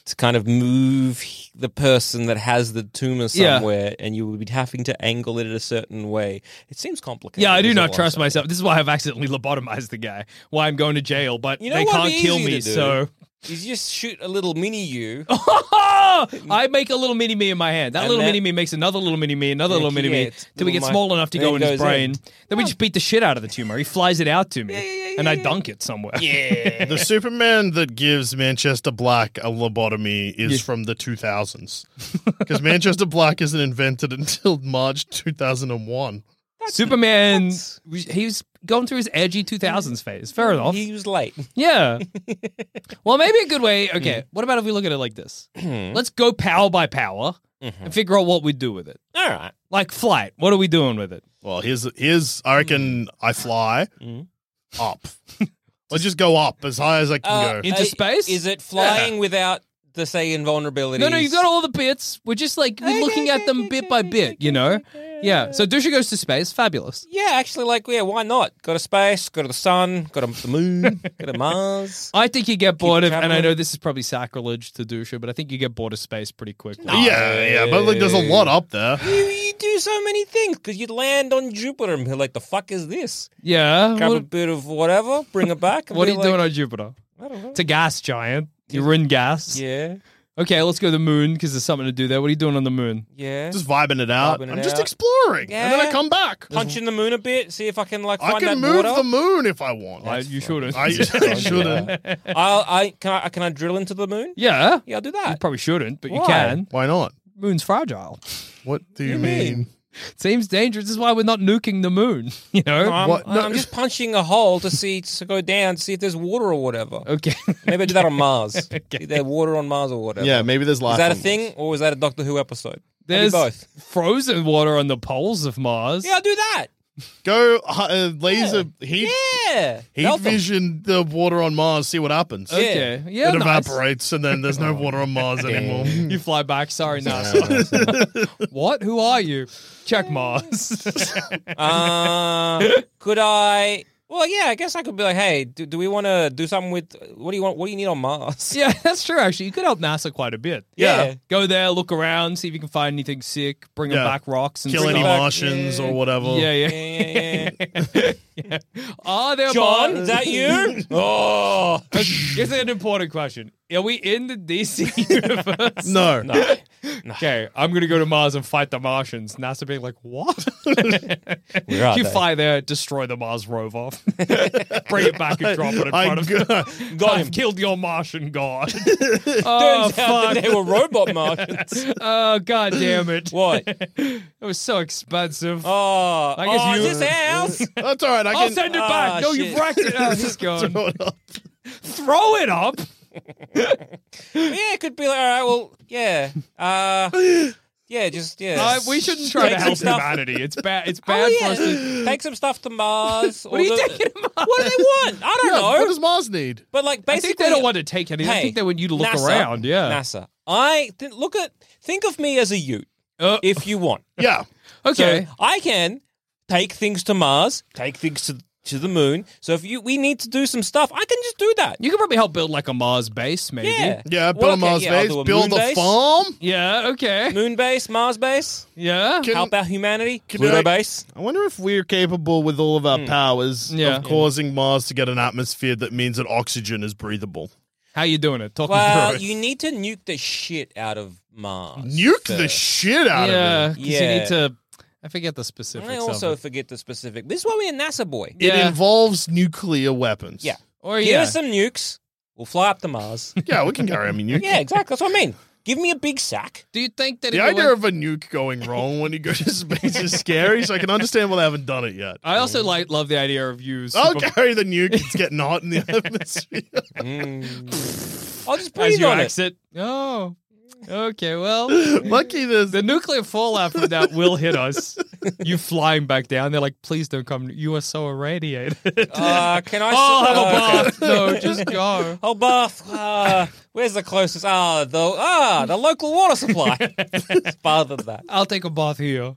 Speaker 4: to kind of move the person that has the tumor
Speaker 3: Yeah.
Speaker 4: somewhere and you would be having to angle it in a certain way. It seems complicated.
Speaker 3: Yeah, I do
Speaker 4: is all
Speaker 3: not
Speaker 4: I'm
Speaker 3: trust
Speaker 4: saying.
Speaker 3: myself. This is why I've accidentally lobotomized the guy. Why I'm going to jail, but
Speaker 4: You know
Speaker 3: they
Speaker 4: what'd
Speaker 3: can't
Speaker 4: be
Speaker 3: kill
Speaker 4: easy
Speaker 3: me.
Speaker 4: to do?
Speaker 3: So
Speaker 4: You just shoot a little mini you.
Speaker 3: I make a little mini me in my hand. That
Speaker 4: And
Speaker 3: little
Speaker 4: that-
Speaker 3: mini me makes another little mini me, another
Speaker 4: Yeah,
Speaker 3: little mini me,
Speaker 4: it's
Speaker 3: till we get
Speaker 4: little
Speaker 3: small
Speaker 4: mic-
Speaker 3: enough to
Speaker 4: then
Speaker 3: go
Speaker 4: it
Speaker 3: in his
Speaker 4: goes
Speaker 3: brain.
Speaker 4: in.
Speaker 3: Then we just beat the shit out of the tumor. He flies it out to me, and I dunk it somewhere.
Speaker 4: Yeah.
Speaker 2: The Superman that gives Manchester Black a lobotomy is
Speaker 3: Yeah.
Speaker 2: from the 2000s. Because Manchester Black isn't invented until March 2001.
Speaker 3: Superman, he's going through his edgy 2000s phase. Fair enough.
Speaker 4: He was late.
Speaker 3: Yeah. well, maybe a good way. Okay,
Speaker 4: Mm-hmm.
Speaker 3: what about if we look at it like this? Let's go power by power
Speaker 4: Mm-hmm.
Speaker 3: and figure out what we do with it.
Speaker 4: All right.
Speaker 3: Like flight, what are we doing with it?
Speaker 2: Well, here's, here's I reckon I fly
Speaker 4: Mm.
Speaker 2: up. I just go up as high as I can
Speaker 4: Uh,
Speaker 2: go.
Speaker 3: Into
Speaker 4: uh,
Speaker 3: space?
Speaker 4: Is it flying without the say invulnerability?
Speaker 3: No, no, you got all the bits. We're just like we're looking at them bit by bit, you know. Yeah. So Dusha goes to space. Fabulous.
Speaker 4: Yeah, actually, like, yeah, why not? Go to space, go to the sun, go to the moon, go to Mars.
Speaker 3: I think you get bored of, and I
Speaker 4: traveling.
Speaker 3: know this is probably sacrilege to Dusha, but I think you get bored of space pretty quickly.
Speaker 2: yeah, yeah, but like there's a lot up there.
Speaker 4: You, you do so many things because you'd land on Jupiter and be like, the fuck is this?
Speaker 3: Yeah.
Speaker 4: Grab a
Speaker 3: What,
Speaker 4: bit of whatever, bring it back. and
Speaker 3: what are
Speaker 4: be
Speaker 3: you
Speaker 4: like,
Speaker 3: doing on Jupiter?
Speaker 4: I don't know.
Speaker 3: It's a gas giant. You're in gas.
Speaker 4: Yeah,
Speaker 3: Okay, let's go to the moon because there's something to do there. What are you doing on the moon?
Speaker 4: yeah.
Speaker 2: Just vibing it out.
Speaker 4: Vibing it
Speaker 2: I'm just
Speaker 4: out.
Speaker 2: exploring. And then I
Speaker 4: Yeah.
Speaker 2: come back.
Speaker 4: Punch in the moon a bit, see if I can, like, find
Speaker 2: I can
Speaker 4: that
Speaker 2: move
Speaker 4: water.
Speaker 2: the moon if I want.
Speaker 3: I, you shouldn't.
Speaker 2: I, I shouldn't.
Speaker 4: I'll, I, can I Can I drill into the moon?
Speaker 3: yeah.
Speaker 4: Yeah, I'll do
Speaker 3: You
Speaker 4: that.
Speaker 3: probably shouldn't, but you
Speaker 4: Why?
Speaker 3: can.
Speaker 2: Why not?
Speaker 3: Moon's fragile.
Speaker 2: What do you,
Speaker 4: mean?
Speaker 2: mean?
Speaker 3: Seems dangerous. This is why we're not nuking the moon. You know.
Speaker 4: I'm,
Speaker 2: What? No.
Speaker 4: I'm just punching a hole to see to go down to see if there's water or whatever.
Speaker 3: Okay.
Speaker 4: Maybe I do that on Mars. Is there water on Mars or whatever?
Speaker 2: Yeah, maybe there's life.
Speaker 4: Is that a
Speaker 2: on
Speaker 4: thing or is that a Doctor Who episode? Maybe
Speaker 3: There's
Speaker 4: both.
Speaker 3: frozen water on the poles of Mars.
Speaker 4: Yeah, I'll do that.
Speaker 2: Go uh, laser heat
Speaker 4: Yeah.
Speaker 2: heat
Speaker 4: Melt them.
Speaker 2: vision the water on Mars, see what happens.
Speaker 4: Yeah.
Speaker 3: Okay. Yeah.
Speaker 2: it
Speaker 3: nice.
Speaker 2: evaporates, and then there's no water on Mars anymore.
Speaker 3: You fly back. Sorry, NASA. what? Who are you? Check Mars.
Speaker 4: Uh, could I Well, yeah, I guess I could be like, hey, do, do we want to do something with what do you want? What do you need on Mars?
Speaker 3: Yeah, that's true. Actually, you could help NASA quite a bit.
Speaker 4: Yeah.
Speaker 3: go there, look around, see if you can find anything sick. Bring 'em
Speaker 2: Yeah.
Speaker 3: back rocks and
Speaker 2: Kill any
Speaker 3: stuff.
Speaker 4: back-
Speaker 2: Martians or whatever.
Speaker 3: Yeah,
Speaker 4: yeah,
Speaker 3: yeah.
Speaker 4: yeah, yeah.
Speaker 3: yeah. Are there
Speaker 4: John,
Speaker 3: Mars-
Speaker 4: is that you? oh,
Speaker 3: Is it an important question? Are we in the DC universe?
Speaker 2: No.
Speaker 4: no.
Speaker 3: Okay, I'm gonna go to Mars and fight the Martians. NASA being like, what?
Speaker 4: Where are
Speaker 3: you
Speaker 4: they?
Speaker 3: fly there, destroy the Mars rover, bring it back and drop it in
Speaker 2: I-
Speaker 3: front of you.
Speaker 4: Got
Speaker 3: I've
Speaker 4: him.
Speaker 3: killed your Martian god. oh
Speaker 4: Turns out
Speaker 3: fuck!
Speaker 4: that they were robot Martians.
Speaker 3: Oh god damn it!
Speaker 4: What?
Speaker 3: It was so expensive.
Speaker 4: Oh,
Speaker 3: I guess
Speaker 4: oh,
Speaker 3: you-
Speaker 4: is this ours?
Speaker 2: That's all right. I
Speaker 3: I'll
Speaker 2: can
Speaker 3: send it
Speaker 4: Ah,
Speaker 3: back. no,
Speaker 4: shit.
Speaker 3: you've racked it out. He's gone.
Speaker 2: throw it up.
Speaker 3: Throw it up.
Speaker 4: yeah, it could be like, all right, well, yeah. Uh, yeah, just, yeah.
Speaker 3: Uh, we shouldn't try to
Speaker 4: Take some
Speaker 3: help
Speaker 4: stuff.
Speaker 3: humanity. It's bad. It's
Speaker 4: Oh,
Speaker 3: bad for
Speaker 4: yeah.
Speaker 3: us. To-
Speaker 4: Take some stuff to Mars.
Speaker 3: what are you
Speaker 4: the-
Speaker 3: taking? About?
Speaker 4: What do they want? I don't
Speaker 2: Yeah,
Speaker 4: know.
Speaker 2: What does Mars need?
Speaker 4: But like
Speaker 3: I
Speaker 4: basically,
Speaker 3: think they don't want to take anything. I
Speaker 4: Hey,
Speaker 3: think they want you to look
Speaker 4: NASA,
Speaker 3: around. Yeah.
Speaker 4: NASA. I th- look at think of me as a Ute
Speaker 3: Uh,
Speaker 4: if you want.
Speaker 2: Yeah.
Speaker 3: okay.
Speaker 4: So I can take things to Mars, take things to to the moon. So if you we need to do some stuff, I can just do that.
Speaker 3: you can probably help build like a Mars base, maybe.
Speaker 4: Yeah,
Speaker 2: Yeah. Build
Speaker 4: Well,
Speaker 2: a
Speaker 4: okay,
Speaker 2: Mars
Speaker 4: yeah, I'll
Speaker 2: base.
Speaker 4: do a
Speaker 2: Build
Speaker 4: moon
Speaker 2: a
Speaker 4: base, Hmm.
Speaker 2: farm.
Speaker 3: Yeah, okay.
Speaker 4: Moon base, Mars base.
Speaker 3: Yeah.
Speaker 2: Can-
Speaker 4: How about humanity?
Speaker 2: can
Speaker 4: Pluto
Speaker 2: I-
Speaker 4: base.
Speaker 2: I wonder if we're capable with all of our
Speaker 3: Hmm.
Speaker 2: powers
Speaker 3: Yeah.
Speaker 2: of causing Mars to get an atmosphere that means that oxygen is breathable.
Speaker 3: How you doing it? Talking
Speaker 4: Well,
Speaker 3: through it.
Speaker 4: you need to nuke the shit out of Mars.
Speaker 2: Nuke the
Speaker 4: first.
Speaker 2: shit out
Speaker 3: yeah,
Speaker 2: of it.
Speaker 3: 'cause
Speaker 4: Yeah.
Speaker 3: you need to. I forget the specifics.
Speaker 4: I
Speaker 3: of
Speaker 4: also
Speaker 3: it.
Speaker 4: forget the specific. This is why we're a NASA boy.
Speaker 2: It
Speaker 3: Yeah.
Speaker 2: involves nuclear weapons.
Speaker 4: Yeah.
Speaker 3: or
Speaker 4: Give
Speaker 3: Oh, yeah,
Speaker 4: us some nukes. We'll fly up to Mars.
Speaker 2: Yeah, we can carry. I mean, nuke.
Speaker 4: yeah, exactly. That's what I mean. Give me a big sack.
Speaker 3: do you think that
Speaker 2: The
Speaker 3: if it
Speaker 2: idea
Speaker 3: went-
Speaker 2: of a nuke going wrong when you go to space is scary, so I can understand why they haven't done it yet.
Speaker 3: I also like love the idea of you.
Speaker 2: I'll
Speaker 3: super-
Speaker 2: carry the nuke. It's getting hot in the atmosphere.
Speaker 4: Mm. I'll just
Speaker 3: as
Speaker 4: breathe
Speaker 3: you
Speaker 4: on it.
Speaker 3: exit. Oh, okay. Well,
Speaker 2: Lucky there's
Speaker 3: the nuclear fallout from that will hit us. You flying back down. They're like, please don't come. You are so irradiated.
Speaker 4: Uh, can I?
Speaker 3: I'll
Speaker 4: sit-
Speaker 3: have a
Speaker 4: oh, okay.
Speaker 3: bath. No, just go.
Speaker 4: Oh, bath. Uh, where's the closest? Ah, the ah, the local water supply. It's Farther than that.
Speaker 3: I'll take a bath here.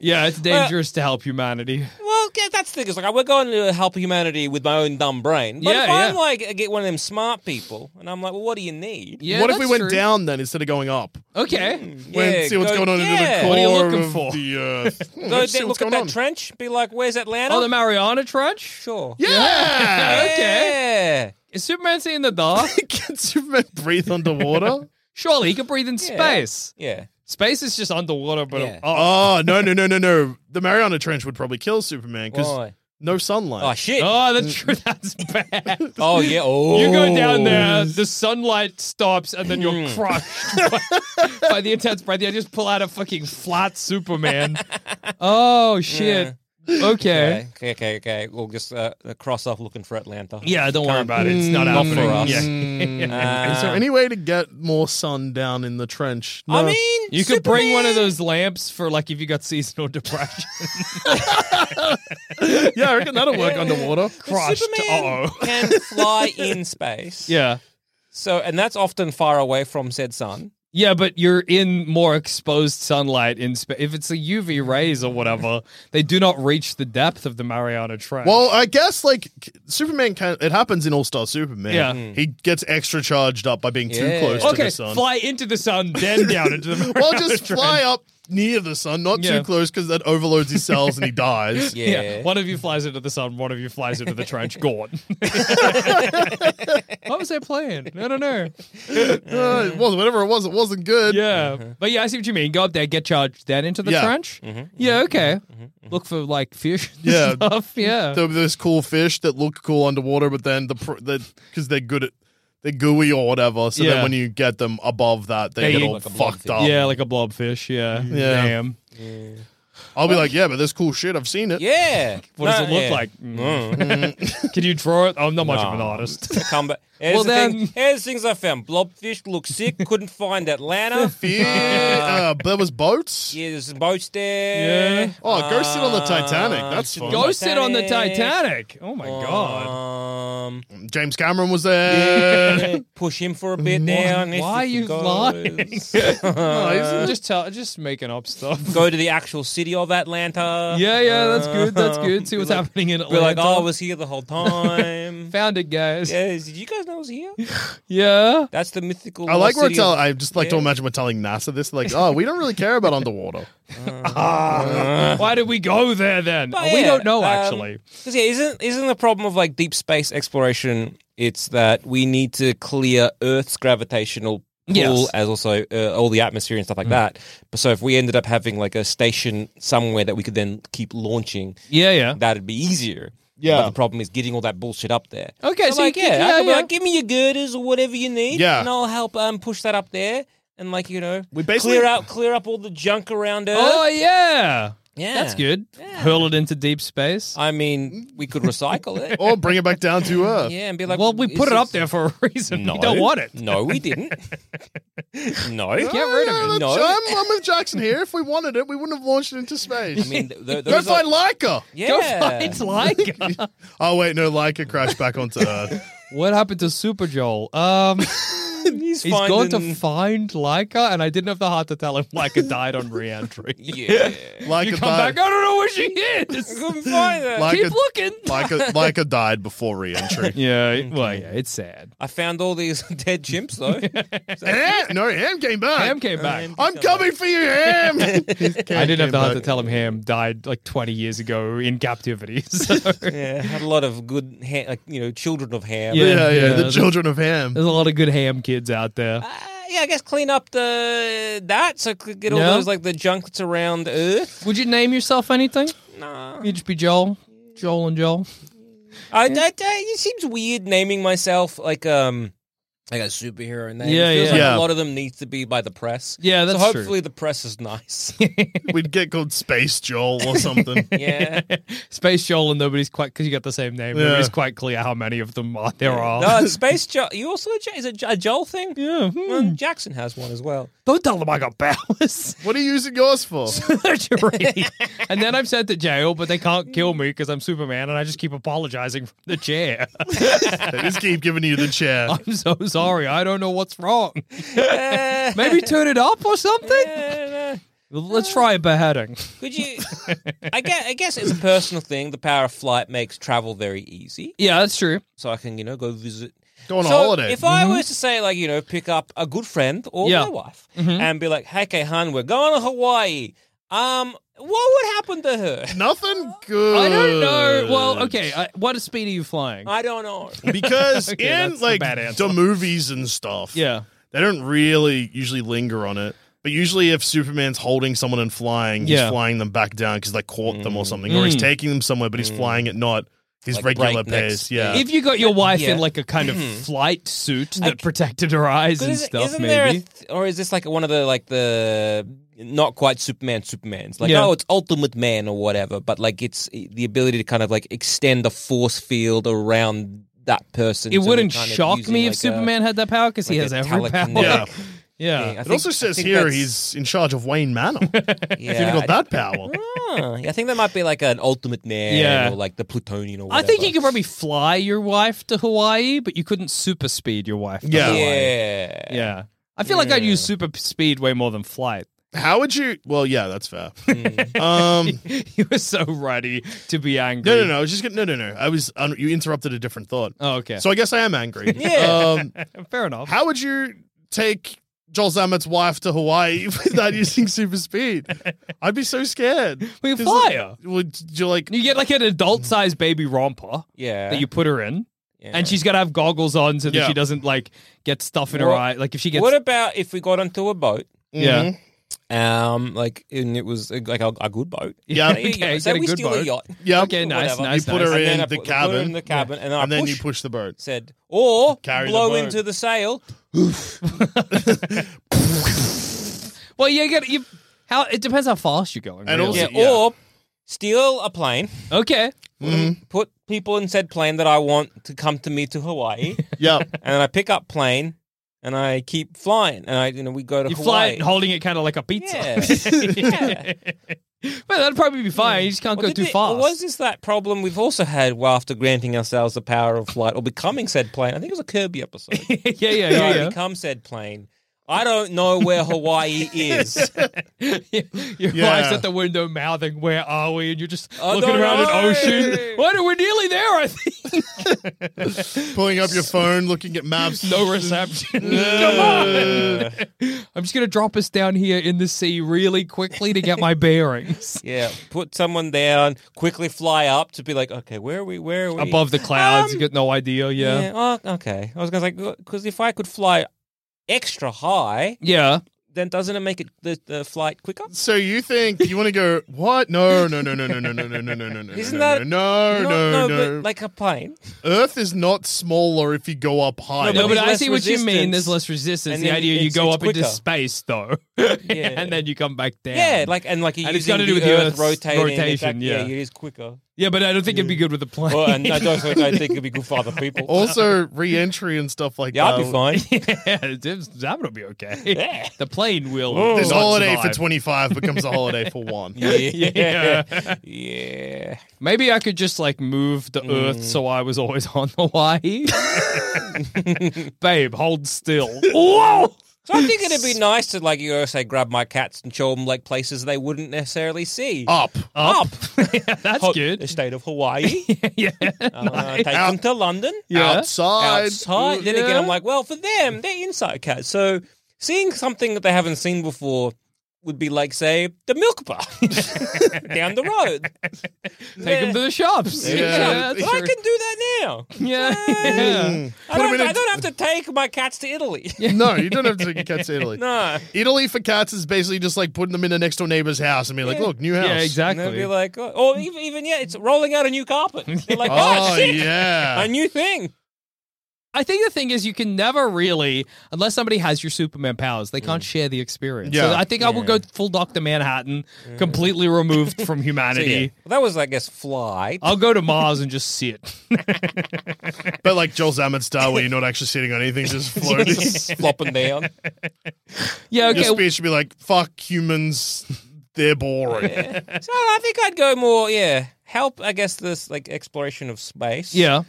Speaker 3: Yeah, it's dangerous to help humanity.
Speaker 4: Well, yeah, that's the thing. It's like we're going to uh, help humanity with my own dumb brain. But
Speaker 3: Yeah,
Speaker 4: if I'm
Speaker 3: yeah.
Speaker 4: like, I get one of them smart people, and I'm like, well, what do you need?
Speaker 3: Yeah,
Speaker 2: what if we
Speaker 3: that's
Speaker 2: went
Speaker 3: true.
Speaker 2: down then instead of going up?
Speaker 3: Okay.
Speaker 2: Went
Speaker 4: Yeah,
Speaker 2: see what's
Speaker 4: go-
Speaker 2: going on
Speaker 4: yeah.
Speaker 2: into the core
Speaker 3: What are you looking
Speaker 2: of
Speaker 3: for?
Speaker 2: the earth. Hmm,
Speaker 4: Go
Speaker 2: let's see
Speaker 4: there,
Speaker 2: what's
Speaker 4: look
Speaker 2: going
Speaker 4: at
Speaker 2: on.
Speaker 4: that trench. Be like, where's Atlanta?
Speaker 3: Oh, the Mariana Trench.
Speaker 4: sure.
Speaker 2: yeah.
Speaker 3: Okay.
Speaker 4: Yeah.
Speaker 3: Is Superman seeing the dark?
Speaker 2: Can Superman breathe underwater?
Speaker 3: Surely he can breathe in
Speaker 4: Yeah.
Speaker 3: space.
Speaker 4: Yeah.
Speaker 3: Space is just underwater, but
Speaker 4: Yeah.
Speaker 2: oh no no no no no! The Mariana Trench would probably kill Superman because
Speaker 4: Why?
Speaker 2: no sunlight.
Speaker 4: Oh shit. Oh,
Speaker 3: oh, that's true. That's bad.
Speaker 4: yeah. Oh.
Speaker 3: You go down there, the sunlight stops, and then you're
Speaker 4: Hmm.
Speaker 3: crushed by, by the intense breath. I just pull out a fucking flat Superman. Oh shit. Okay.
Speaker 4: Okay. Okay. Okay. okay. We'll just uh, cross off looking for Atlanta.
Speaker 3: Yeah, don't worry about it. It's not
Speaker 4: Not for
Speaker 3: happening.
Speaker 4: us.
Speaker 3: Yeah.
Speaker 2: Is there any way to get more sun down in the trench?
Speaker 4: Uh, I
Speaker 2: No.
Speaker 4: mean,
Speaker 3: You could bring one of
Speaker 4: Superman-
Speaker 3: those lamps for like if you got seasonal depression.
Speaker 2: yeah, I reckon that'll work underwater.
Speaker 3: crushed.
Speaker 4: Superman
Speaker 3: Uh-oh.
Speaker 4: can fly in space.
Speaker 3: yeah.
Speaker 4: So, and that's often far away from said sun.
Speaker 3: Yeah, but you're in more exposed sunlight in space. If it's a UV rays or whatever, they do not reach the depth of the Mariana Trench.
Speaker 2: Well, I guess like c- Superman can. It happens in All Star Superman.
Speaker 3: Yeah.
Speaker 2: he gets extra charged up by being
Speaker 4: Yeah.
Speaker 2: too close to
Speaker 3: okay,
Speaker 2: the sun.
Speaker 3: fly into the sun, then down into the Mariana
Speaker 2: well, just
Speaker 3: Trench.
Speaker 2: fly up near the sun, not
Speaker 3: Yeah.
Speaker 2: too close, because that overloads his cells and he dies.
Speaker 4: Yeah.
Speaker 3: Yeah. one of you flies into the sun, one of you flies into the trench. Gone. what was I playing? I don't know.
Speaker 2: Uh, it was whatever it was. It wasn't good.
Speaker 3: Yeah, but yeah, I see what you mean. Go up there, get charged, then into the
Speaker 2: Uh-huh. Yeah. Mm-hmm,
Speaker 3: trench. Yeah, okay. Look for like fish. and
Speaker 2: Yeah.
Speaker 3: stuff. yeah.
Speaker 2: There were those cool fish that look cool underwater, but then the because they're good at they're gooey or whatever. So
Speaker 3: Yeah.
Speaker 2: then when you get them above that, they
Speaker 3: They
Speaker 2: get
Speaker 3: eat
Speaker 2: all
Speaker 4: like a blob
Speaker 2: fucked
Speaker 4: fish.
Speaker 2: up.
Speaker 3: yeah, like a blobfish. Yeah.
Speaker 2: Yeah.
Speaker 3: Damn.
Speaker 2: I'll be like, yeah, but there's cool shit. I've seen it.
Speaker 4: Yeah.
Speaker 3: What does
Speaker 4: No,
Speaker 3: it look
Speaker 4: yeah.
Speaker 3: like? Mm. Can you draw it? I'm not much of an
Speaker 4: Nah.
Speaker 3: artist.
Speaker 4: It's a comeback. Here's
Speaker 3: Well,
Speaker 4: the thing-
Speaker 3: then-
Speaker 4: here's things I found. Blobfish looked sick. Couldn't find Atlanta.
Speaker 2: Fear. Uh, there was boats.
Speaker 4: Yeah, there's some boats there.
Speaker 3: Yeah.
Speaker 2: Oh, go sit on the Titanic.
Speaker 4: Uh,
Speaker 2: That's
Speaker 4: should
Speaker 2: fun.
Speaker 3: Go sit on the Titanic. Oh my god.
Speaker 4: Um,
Speaker 2: James Cameron was there.
Speaker 4: push him for a bit now. and if
Speaker 3: why are
Speaker 4: he
Speaker 3: you
Speaker 4: goes-
Speaker 3: lying? No, just tell, just making up stuff.
Speaker 4: Go to the actual city of Atlanta.
Speaker 3: Yeah, yeah, that's good. That's good. See
Speaker 4: Be
Speaker 3: what's
Speaker 4: like-
Speaker 3: happening in Atlanta.
Speaker 4: We're like, oh, I was here the whole time.
Speaker 3: found it, guys. Yeah.
Speaker 4: yeah, did you guys know I was here? That's the mythical.
Speaker 2: I like we're
Speaker 4: city
Speaker 2: telling.
Speaker 4: of-
Speaker 2: I just like to
Speaker 4: Yeah.
Speaker 2: imagine we're telling NASA this. Like, oh, we don't really care about underwater.
Speaker 3: Why did we go there then?
Speaker 4: But
Speaker 3: Oh, we
Speaker 4: yeah,
Speaker 3: don't know
Speaker 4: um,
Speaker 3: actually.
Speaker 4: 'cause, yeah, isn't isn't the problem of like deep space exploration? It's that we need to clear Earth's gravitational pull,
Speaker 3: Yes. Mm.
Speaker 4: as also uh, all the atmosphere and stuff like that. But so if we ended up having like a station somewhere that we could then keep launching,
Speaker 3: Yeah, yeah.
Speaker 4: that'd be easier.
Speaker 2: Yeah.
Speaker 4: But the problem is getting all that bullshit up there.
Speaker 3: Okay,
Speaker 4: I'm
Speaker 3: so you
Speaker 4: like,
Speaker 3: can-
Speaker 4: yeah,
Speaker 3: Oh, yeah,
Speaker 4: I could be
Speaker 3: yeah.
Speaker 4: like, give me your girders or whatever you need,
Speaker 2: Yeah.
Speaker 4: and I'll help um push that up there. And like you know,
Speaker 2: We basically-
Speaker 4: clear out, clear up all the junk around Earth.
Speaker 3: Oh yeah.
Speaker 4: yeah,
Speaker 3: that's good. Hurl it into deep space.
Speaker 4: I mean, we could recycle it.
Speaker 2: Or bring it back down to Earth.
Speaker 4: Yeah, and be like,
Speaker 3: well, we
Speaker 4: is
Speaker 3: put it
Speaker 4: this-
Speaker 3: up there for a reason.
Speaker 4: No,
Speaker 3: We don't want it.
Speaker 4: No, we didn't. no,
Speaker 2: Oh,
Speaker 3: Get rid of
Speaker 2: yeah,
Speaker 4: it.
Speaker 2: that's-
Speaker 4: No.
Speaker 2: I'm, I'm with Jackson here. If we wanted it, we wouldn't have launched it into space.
Speaker 4: I mean, th- th-
Speaker 2: Go
Speaker 4: those are-
Speaker 2: find Leica.
Speaker 4: yeah.
Speaker 3: Go find Leica.
Speaker 2: Oh wait, no, Leica crashed back onto Earth.
Speaker 3: what happened to Super Joel? Um,
Speaker 4: He's,
Speaker 3: he's going to
Speaker 4: finding-
Speaker 3: find Leica, and I didn't have the heart to tell him Leica died on re-entry.
Speaker 4: yeah.
Speaker 2: Leica
Speaker 3: you come
Speaker 2: died.
Speaker 3: back, I don't know where she is.
Speaker 4: Couldn't find that.
Speaker 2: Like-
Speaker 3: Keep looking.
Speaker 2: Leica, Leica died before re-entry.
Speaker 3: Yeah, well, yeah, it's sad.
Speaker 4: I found all these dead chimps though.
Speaker 2: Ham, no, Ham came back.
Speaker 3: Ham came back.
Speaker 2: I'm coming for you, Ham.
Speaker 3: I didn't have the heart to
Speaker 2: back.
Speaker 3: tell him Ham died like 20 years ago in captivity. So
Speaker 4: yeah, had a lot of good, ha- like, you know, children of ham.
Speaker 3: Yeah.
Speaker 2: yeah, yeah, the
Speaker 3: Yeah.
Speaker 2: children of Ham.
Speaker 3: there's a lot of good Ham kids out there.
Speaker 4: Uh, yeah, I guess clean up the that so could get all
Speaker 3: Yeah.
Speaker 4: those like the junk that's around Earth.
Speaker 3: Would you name yourself anything?
Speaker 4: Nah,
Speaker 3: You'd just be Joel. Joel and Joel.
Speaker 4: I, I, I, it seems weird naming myself like um like a superhero name.
Speaker 3: Yeah,
Speaker 4: it feels
Speaker 3: yeah.
Speaker 4: Like
Speaker 2: Yeah.
Speaker 4: A lot of them needs to be by the press.
Speaker 3: Yeah, that's
Speaker 4: so
Speaker 3: true.
Speaker 4: hopefully the press is nice.
Speaker 2: We'd get called Space Joel or something.
Speaker 4: yeah.
Speaker 3: Space Joel and nobody's quite, because you got the same name,
Speaker 2: Yeah.
Speaker 3: nobody's quite clear how many of them are, there are.
Speaker 4: No, space Joel. You also a, Jo- is it a Joel thing?
Speaker 3: Yeah, hmm.
Speaker 4: Well, Jackson has one as well.
Speaker 3: Don't tell them I got powers.
Speaker 2: What are you using yours for?
Speaker 3: Surgery. and then I'm sent to jail, but they can't kill me because I'm Superman and I just keep apologizing from the chair.
Speaker 2: they just keep giving you the chair.
Speaker 3: I'm so sorry. I don't know what's wrong.
Speaker 4: Uh,
Speaker 3: Maybe turn it up or something?
Speaker 4: uh,
Speaker 3: Let's try a beheading.
Speaker 4: could you? I guess, I guess it's a personal thing. The power of flight makes travel very easy,
Speaker 3: Yeah, that's true.
Speaker 4: so I can you know go visit
Speaker 2: Go on a
Speaker 4: So
Speaker 2: holiday.
Speaker 4: If I was to say, like, you know, pick up a good friend or
Speaker 3: Mm-hmm. Yeah. Mm-hmm.
Speaker 4: my wife and be like, hey, okay, hon, we're going to Hawaii. Um, what would happen to her?
Speaker 2: Nothing good.
Speaker 3: I don't know. Well, okay. I, what speed are you flying?
Speaker 4: I don't know.
Speaker 2: Because
Speaker 3: Okay,
Speaker 2: in
Speaker 3: that's a
Speaker 2: like
Speaker 3: bad answer.
Speaker 2: the movies and stuff,
Speaker 3: yeah.
Speaker 2: they don't really usually linger on it. But usually, if Superman's holding someone and flying,
Speaker 3: Yeah.
Speaker 2: he's flying them back down because they caught them or something, or he's
Speaker 3: Mm.
Speaker 2: taking them somewhere, but he's flying at not his
Speaker 4: Like
Speaker 2: regular
Speaker 4: breakneck
Speaker 2: pace.
Speaker 4: speed.
Speaker 2: Yeah,
Speaker 3: If you got your wife in
Speaker 4: Yeah. Mm-hmm.
Speaker 3: like a kind of flight suit that protected her eyes and
Speaker 4: Isn't-
Speaker 3: stuff,
Speaker 4: isn't there, a
Speaker 3: maybe.
Speaker 4: th- or is this like one of the like the not quite Superman Supermans? Like,
Speaker 3: Yeah.
Speaker 4: oh, it's Ultimate Man or whatever, but like it's the ability to kind of like extend a force field around that person.
Speaker 3: it
Speaker 4: so they're
Speaker 3: wouldn't
Speaker 4: kind of
Speaker 3: shock
Speaker 4: using,
Speaker 3: me if
Speaker 4: like, a-
Speaker 3: Superman had that power because he
Speaker 4: like
Speaker 3: has
Speaker 4: a
Speaker 3: every power.
Speaker 4: telekinetic
Speaker 2: Yeah.
Speaker 4: thing. I
Speaker 3: Yeah.
Speaker 2: it
Speaker 4: think-
Speaker 2: also
Speaker 4: I
Speaker 2: says
Speaker 4: think
Speaker 2: here
Speaker 4: that's-
Speaker 2: he's in charge of Wayne Manor.
Speaker 4: yeah,
Speaker 2: Should
Speaker 4: I
Speaker 2: have got that power.
Speaker 4: Ah, I think that might be like an ultimate man
Speaker 3: Yeah.
Speaker 4: or like the plutonian or
Speaker 3: I
Speaker 4: whatever.
Speaker 3: think you could probably fly your wife to Hawaii, but you couldn't super speed your wife. To
Speaker 2: Yeah.
Speaker 3: Hawaii.
Speaker 4: Yeah.
Speaker 3: Yeah. I feel like I'd use super speed way more than flight.
Speaker 2: How would you? Well, yeah, that's fair. um,
Speaker 3: you were so ready to be angry.
Speaker 2: no, no, no. I was just gonna, no, no, no. I was un- you interrupted a different thought.
Speaker 3: Oh, okay.
Speaker 2: So I guess I am angry.
Speaker 4: Yeah.
Speaker 2: Um,
Speaker 3: Fair enough.
Speaker 2: how would you take Joel Zammett's wife to Hawaii without using super speed? I'd be so scared.
Speaker 3: We
Speaker 2: 'Cause,
Speaker 3: fly
Speaker 2: like,
Speaker 3: her.
Speaker 2: Would you like?
Speaker 3: You get like an
Speaker 2: Mm.
Speaker 3: adult sized baby romper
Speaker 4: Yeah.
Speaker 3: that you put her in,
Speaker 4: Yeah.
Speaker 3: and she's got to have goggles on so that
Speaker 2: Yeah.
Speaker 3: she doesn't like get stuff in her
Speaker 4: What-
Speaker 3: eye. Like if she gets.
Speaker 4: What about if we got onto a boat?
Speaker 3: yeah.
Speaker 2: Mhm.
Speaker 4: Um, like and it was uh, like a, a good boat.
Speaker 2: Yeah.
Speaker 4: Like, you
Speaker 3: Okay,
Speaker 4: know, say
Speaker 3: get a
Speaker 4: we
Speaker 3: good
Speaker 4: steal a
Speaker 3: boat.
Speaker 4: yacht.
Speaker 2: Yeah.
Speaker 3: Okay, nice,
Speaker 4: Whatever.
Speaker 3: nice,
Speaker 2: You put
Speaker 3: nice.
Speaker 2: her
Speaker 4: And
Speaker 2: in
Speaker 4: then I
Speaker 2: the
Speaker 4: put- put her
Speaker 2: cabin,
Speaker 4: in the cabin, and then I
Speaker 2: and then
Speaker 4: push,
Speaker 2: you push the boat.
Speaker 4: Said or
Speaker 2: Carry the
Speaker 4: blow
Speaker 2: boat.
Speaker 4: into the sail.
Speaker 3: Well, you get you. How it depends how fast you're going.
Speaker 2: And
Speaker 3: really.
Speaker 2: also-
Speaker 4: Yeah.
Speaker 2: Yeah.
Speaker 4: Or steal a plane.
Speaker 2: Mm-hmm.
Speaker 3: okay.
Speaker 4: Put people in said plane that I want to come to me to Hawaii,
Speaker 2: Yeah.
Speaker 4: and I pick up plane and I keep flying, and I you know we go to
Speaker 3: You fly
Speaker 4: Hawaii.
Speaker 3: it holding it kind of like a pizza.
Speaker 4: Yeah.
Speaker 3: well, that'd probably be fine. You just can't go
Speaker 4: Well, did
Speaker 3: too
Speaker 4: it-
Speaker 3: fast.
Speaker 4: Was this that problem we've also had well, after granting ourselves the power of flight or becoming said plane? I think it was a Kirby episode.
Speaker 3: yeah, yeah,
Speaker 4: I
Speaker 3: yeah,
Speaker 4: become said plane. I don't know where Hawaii is.
Speaker 3: yeah. Your
Speaker 2: Yeah.
Speaker 3: wife's at the window mouthing, "Where are we?" And you're just
Speaker 4: I
Speaker 3: looking
Speaker 4: don't
Speaker 3: around
Speaker 4: know.
Speaker 3: an ocean. Why are we nearly there? I think
Speaker 2: Pulling up your phone, looking at maps.
Speaker 3: no reception. Come on.
Speaker 2: Uh,
Speaker 3: I'm just gonna drop us down here in the sea really quickly to get my bearings.
Speaker 4: Yeah, put someone down, quickly fly up to be like, okay, where are we? Where are we?
Speaker 3: Above the clouds,
Speaker 4: Um,
Speaker 3: you got no idea. Yeah,
Speaker 4: Yeah, oh, okay. I was going to say, because if I could fly extra high,
Speaker 3: yeah.
Speaker 4: then doesn't it make it the, the flight quicker?
Speaker 2: so you think you want to go? What? No, no, no, no, no, no, no, no, no, no, no, no.
Speaker 4: Isn't
Speaker 2: no,
Speaker 4: that-
Speaker 2: no,
Speaker 4: Not-
Speaker 2: no, no,
Speaker 4: but
Speaker 2: no?
Speaker 4: like a plane.
Speaker 2: Earth is not smaller if you go up higher.
Speaker 3: No,
Speaker 4: but
Speaker 3: but
Speaker 4: there's
Speaker 3: I
Speaker 4: less
Speaker 3: see what you mean.
Speaker 4: resistance,
Speaker 3: There's less resistance.
Speaker 4: and
Speaker 3: The
Speaker 4: then
Speaker 3: idea you
Speaker 4: it's-
Speaker 3: go
Speaker 4: it's
Speaker 3: up
Speaker 4: quicker.
Speaker 3: into space, though, and then you come back down.
Speaker 4: Yeah, like and like you
Speaker 3: And it's
Speaker 4: using
Speaker 3: gotta
Speaker 4: the
Speaker 3: do with the
Speaker 4: Earth
Speaker 3: Earth's
Speaker 4: rotating. it's
Speaker 3: rotation,
Speaker 4: like-
Speaker 3: yeah.
Speaker 4: it is quicker.
Speaker 3: yeah, but I don't think it'd be good with a plane.
Speaker 4: Well, and I don't think I think it'd be good for other people.
Speaker 2: also, re-entry and stuff like
Speaker 4: yeah,
Speaker 2: that.
Speaker 3: um,
Speaker 4: I'd be fine.
Speaker 3: yeah, Jim's- that would be okay.
Speaker 4: Yeah.
Speaker 3: The plane will.
Speaker 4: Whoa.
Speaker 2: This
Speaker 3: not
Speaker 2: holiday for
Speaker 3: survive.
Speaker 2: 25 becomes a holiday for one.
Speaker 4: Yeah.
Speaker 3: Yeah.
Speaker 4: yeah.
Speaker 3: Maybe I could just like move the Earth so I was always on Hawaii. Babe, hold still. Whoa!
Speaker 4: So I think it'd be nice to like you know, say grab my cats and show them like places they wouldn't necessarily see.
Speaker 2: Up.
Speaker 3: Up. yeah, Oh, that's
Speaker 4: Ho- The
Speaker 3: good.
Speaker 4: state of Hawaii.
Speaker 3: yeah.
Speaker 4: Uh, Take them to London.
Speaker 3: Yeah.
Speaker 2: Outside.
Speaker 4: Outside. Then again,
Speaker 3: Yeah.
Speaker 4: I'm like, well, for them, they're inside cats. So seeing something that they haven't seen before would be like, say, the milk bar down the road.
Speaker 3: Take them to the shops.
Speaker 2: Yeah.
Speaker 3: Yeah.
Speaker 4: But
Speaker 3: that's
Speaker 4: I
Speaker 3: true.
Speaker 4: can do that now.
Speaker 3: yeah. yeah.
Speaker 4: I
Speaker 2: Hmm. Put 'em
Speaker 4: don't,
Speaker 2: in a-
Speaker 4: I don't have to take my cats to Italy.
Speaker 2: No, you don't have to take cats to Italy.
Speaker 4: no.
Speaker 2: Italy for cats is basically just like putting them in the next door neighbor's house and being like,
Speaker 4: Yeah.
Speaker 2: look, new house.
Speaker 3: Yeah,
Speaker 4: And they'll be
Speaker 3: exactly.
Speaker 4: like, oh, or even, even yeah, it's rolling out a new carpet. They're like, oh,
Speaker 2: Oh,
Speaker 4: shit,
Speaker 2: yeah.
Speaker 4: a new thing.
Speaker 3: I think the thing is, you can never really, unless somebody has your Superman powers, they can't share the experience. So
Speaker 2: Yeah.
Speaker 3: I think I will go full Doctor Manhattan, completely removed from
Speaker 4: So,
Speaker 3: humanity.
Speaker 4: yeah. Well, that was, I guess, fly.
Speaker 3: I'll go to Mars and just sit.
Speaker 2: But like Joel Zammett style, where you're not actually sitting on anything, just floating.
Speaker 4: Just flopping down.
Speaker 3: yeah, okay.
Speaker 2: Your speech should be like, fuck humans, they're boring.
Speaker 4: So I think I'd go more, yeah. Help, I guess, this like exploration of space.
Speaker 3: yeah.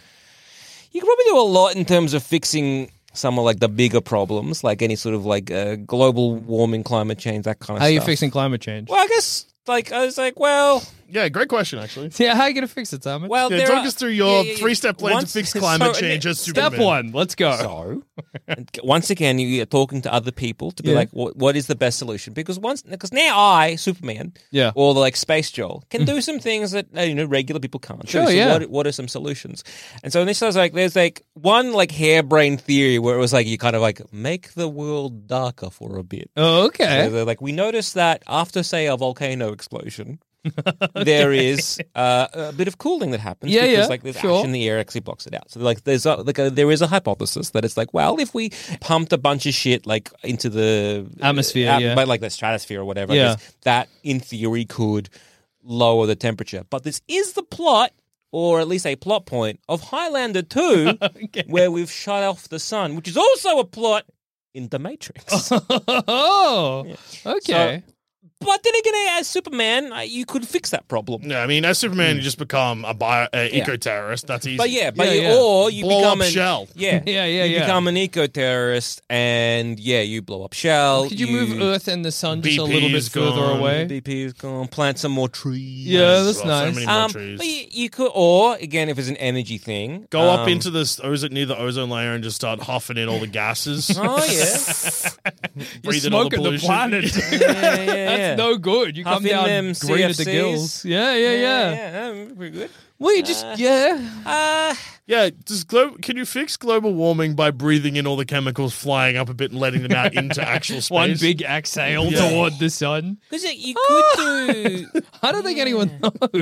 Speaker 4: you could probably do a lot in terms of fixing some of like the bigger problems, like any sort of like uh, global warming, climate change, that kind of
Speaker 3: How are
Speaker 4: stuff.
Speaker 3: you fixing climate change?
Speaker 4: Well, I guess like I was like, well,
Speaker 2: Yeah, great question, actually.
Speaker 3: Yeah, how are you going to fix it, Simon?
Speaker 4: well,
Speaker 2: Yeah,
Speaker 4: there
Speaker 2: talk
Speaker 4: are-
Speaker 2: us through your
Speaker 4: yeah, yeah, yeah.
Speaker 2: three-step plan
Speaker 4: Once-
Speaker 2: to fix climate
Speaker 4: so-
Speaker 2: change as
Speaker 3: Step
Speaker 2: Superman.
Speaker 3: one, let's go.
Speaker 4: So, and c- once again, you- you're talking to other people to be
Speaker 3: Yeah.
Speaker 4: like, what, what is the best solution? Because once, because now I, Superman,
Speaker 3: Yeah. Mm.
Speaker 4: or the, like Space Joel, can do some things that uh, you know regular people can't.
Speaker 3: Sure,
Speaker 4: do. So
Speaker 3: yeah.
Speaker 4: What, what are some solutions? And so initially, I was like, there's like one like harebrained theory where it was like you kind of like make the world darker for a bit.
Speaker 3: Oh,
Speaker 4: So
Speaker 3: okay.
Speaker 4: they're like, we noticed that after, say, a volcano explosion, there is uh, a bit of cooling that happens.
Speaker 3: Yeah,
Speaker 4: because,
Speaker 3: yeah,
Speaker 4: Like there's
Speaker 3: sure.
Speaker 4: ash in the air actually blocks it out. So like, there's a, like a, there is a hypothesis that it's like, well, if we pumped a bunch of shit like into the uh,
Speaker 3: Atmosphere, yeah.
Speaker 4: but like the stratosphere or whatever,
Speaker 3: Yeah.
Speaker 4: this- that in theory could lower the temperature. But this is the plot. Or at least a plot point of Highlander 2, where we've shut off the sun, which is also a plot in The Matrix.
Speaker 3: oh, okay.
Speaker 4: But then again, as Superman, uh, you could fix that problem.
Speaker 2: Yeah, I mean, as Superman, you just become a bio, uh, eco terrorist. That's easy.
Speaker 4: But yeah, but
Speaker 3: Yeah,
Speaker 4: you,
Speaker 3: yeah.
Speaker 4: or you
Speaker 2: Blow
Speaker 4: become
Speaker 2: up
Speaker 4: an,
Speaker 2: shell.
Speaker 4: Yeah,
Speaker 3: Yeah, yeah,
Speaker 4: You
Speaker 3: yeah.
Speaker 4: become an eco terrorist, and yeah, you blow up shell.
Speaker 3: Could you move Earth and the sun just a
Speaker 2: BP
Speaker 3: little bit
Speaker 2: is
Speaker 3: further
Speaker 2: gone.
Speaker 3: away?
Speaker 4: BP is gone. Plant some more trees.
Speaker 3: Yeah, that's
Speaker 2: Well,
Speaker 3: nice.
Speaker 2: So many more
Speaker 4: Um,
Speaker 2: trees.
Speaker 4: but you, you could, or again, if it's an energy thing,
Speaker 2: Go up
Speaker 4: um,
Speaker 2: into this ozone near the ozone layer and just start huffing in all the gases.
Speaker 4: Oh yeah,
Speaker 3: You're
Speaker 2: breathe in all the
Speaker 3: smoking the,
Speaker 2: pollution.
Speaker 3: planet.
Speaker 4: yeah, yeah,
Speaker 3: That's
Speaker 4: yeah.
Speaker 3: no good. You
Speaker 4: Huff
Speaker 3: come
Speaker 4: in
Speaker 3: down
Speaker 4: them
Speaker 3: green at the
Speaker 4: CFCs.
Speaker 3: gills. Yeah, yeah, yeah.
Speaker 4: yeah, um, pretty good.
Speaker 3: Well, you just yeah.
Speaker 4: Uh,
Speaker 2: Yeah, does glo- can you fix global warming by breathing in all the chemicals flying up a bit and letting them out into actual space?
Speaker 3: One big exhale
Speaker 2: Yeah.
Speaker 3: toward the sun.
Speaker 4: because you could do.
Speaker 3: I don't think anyone knows. I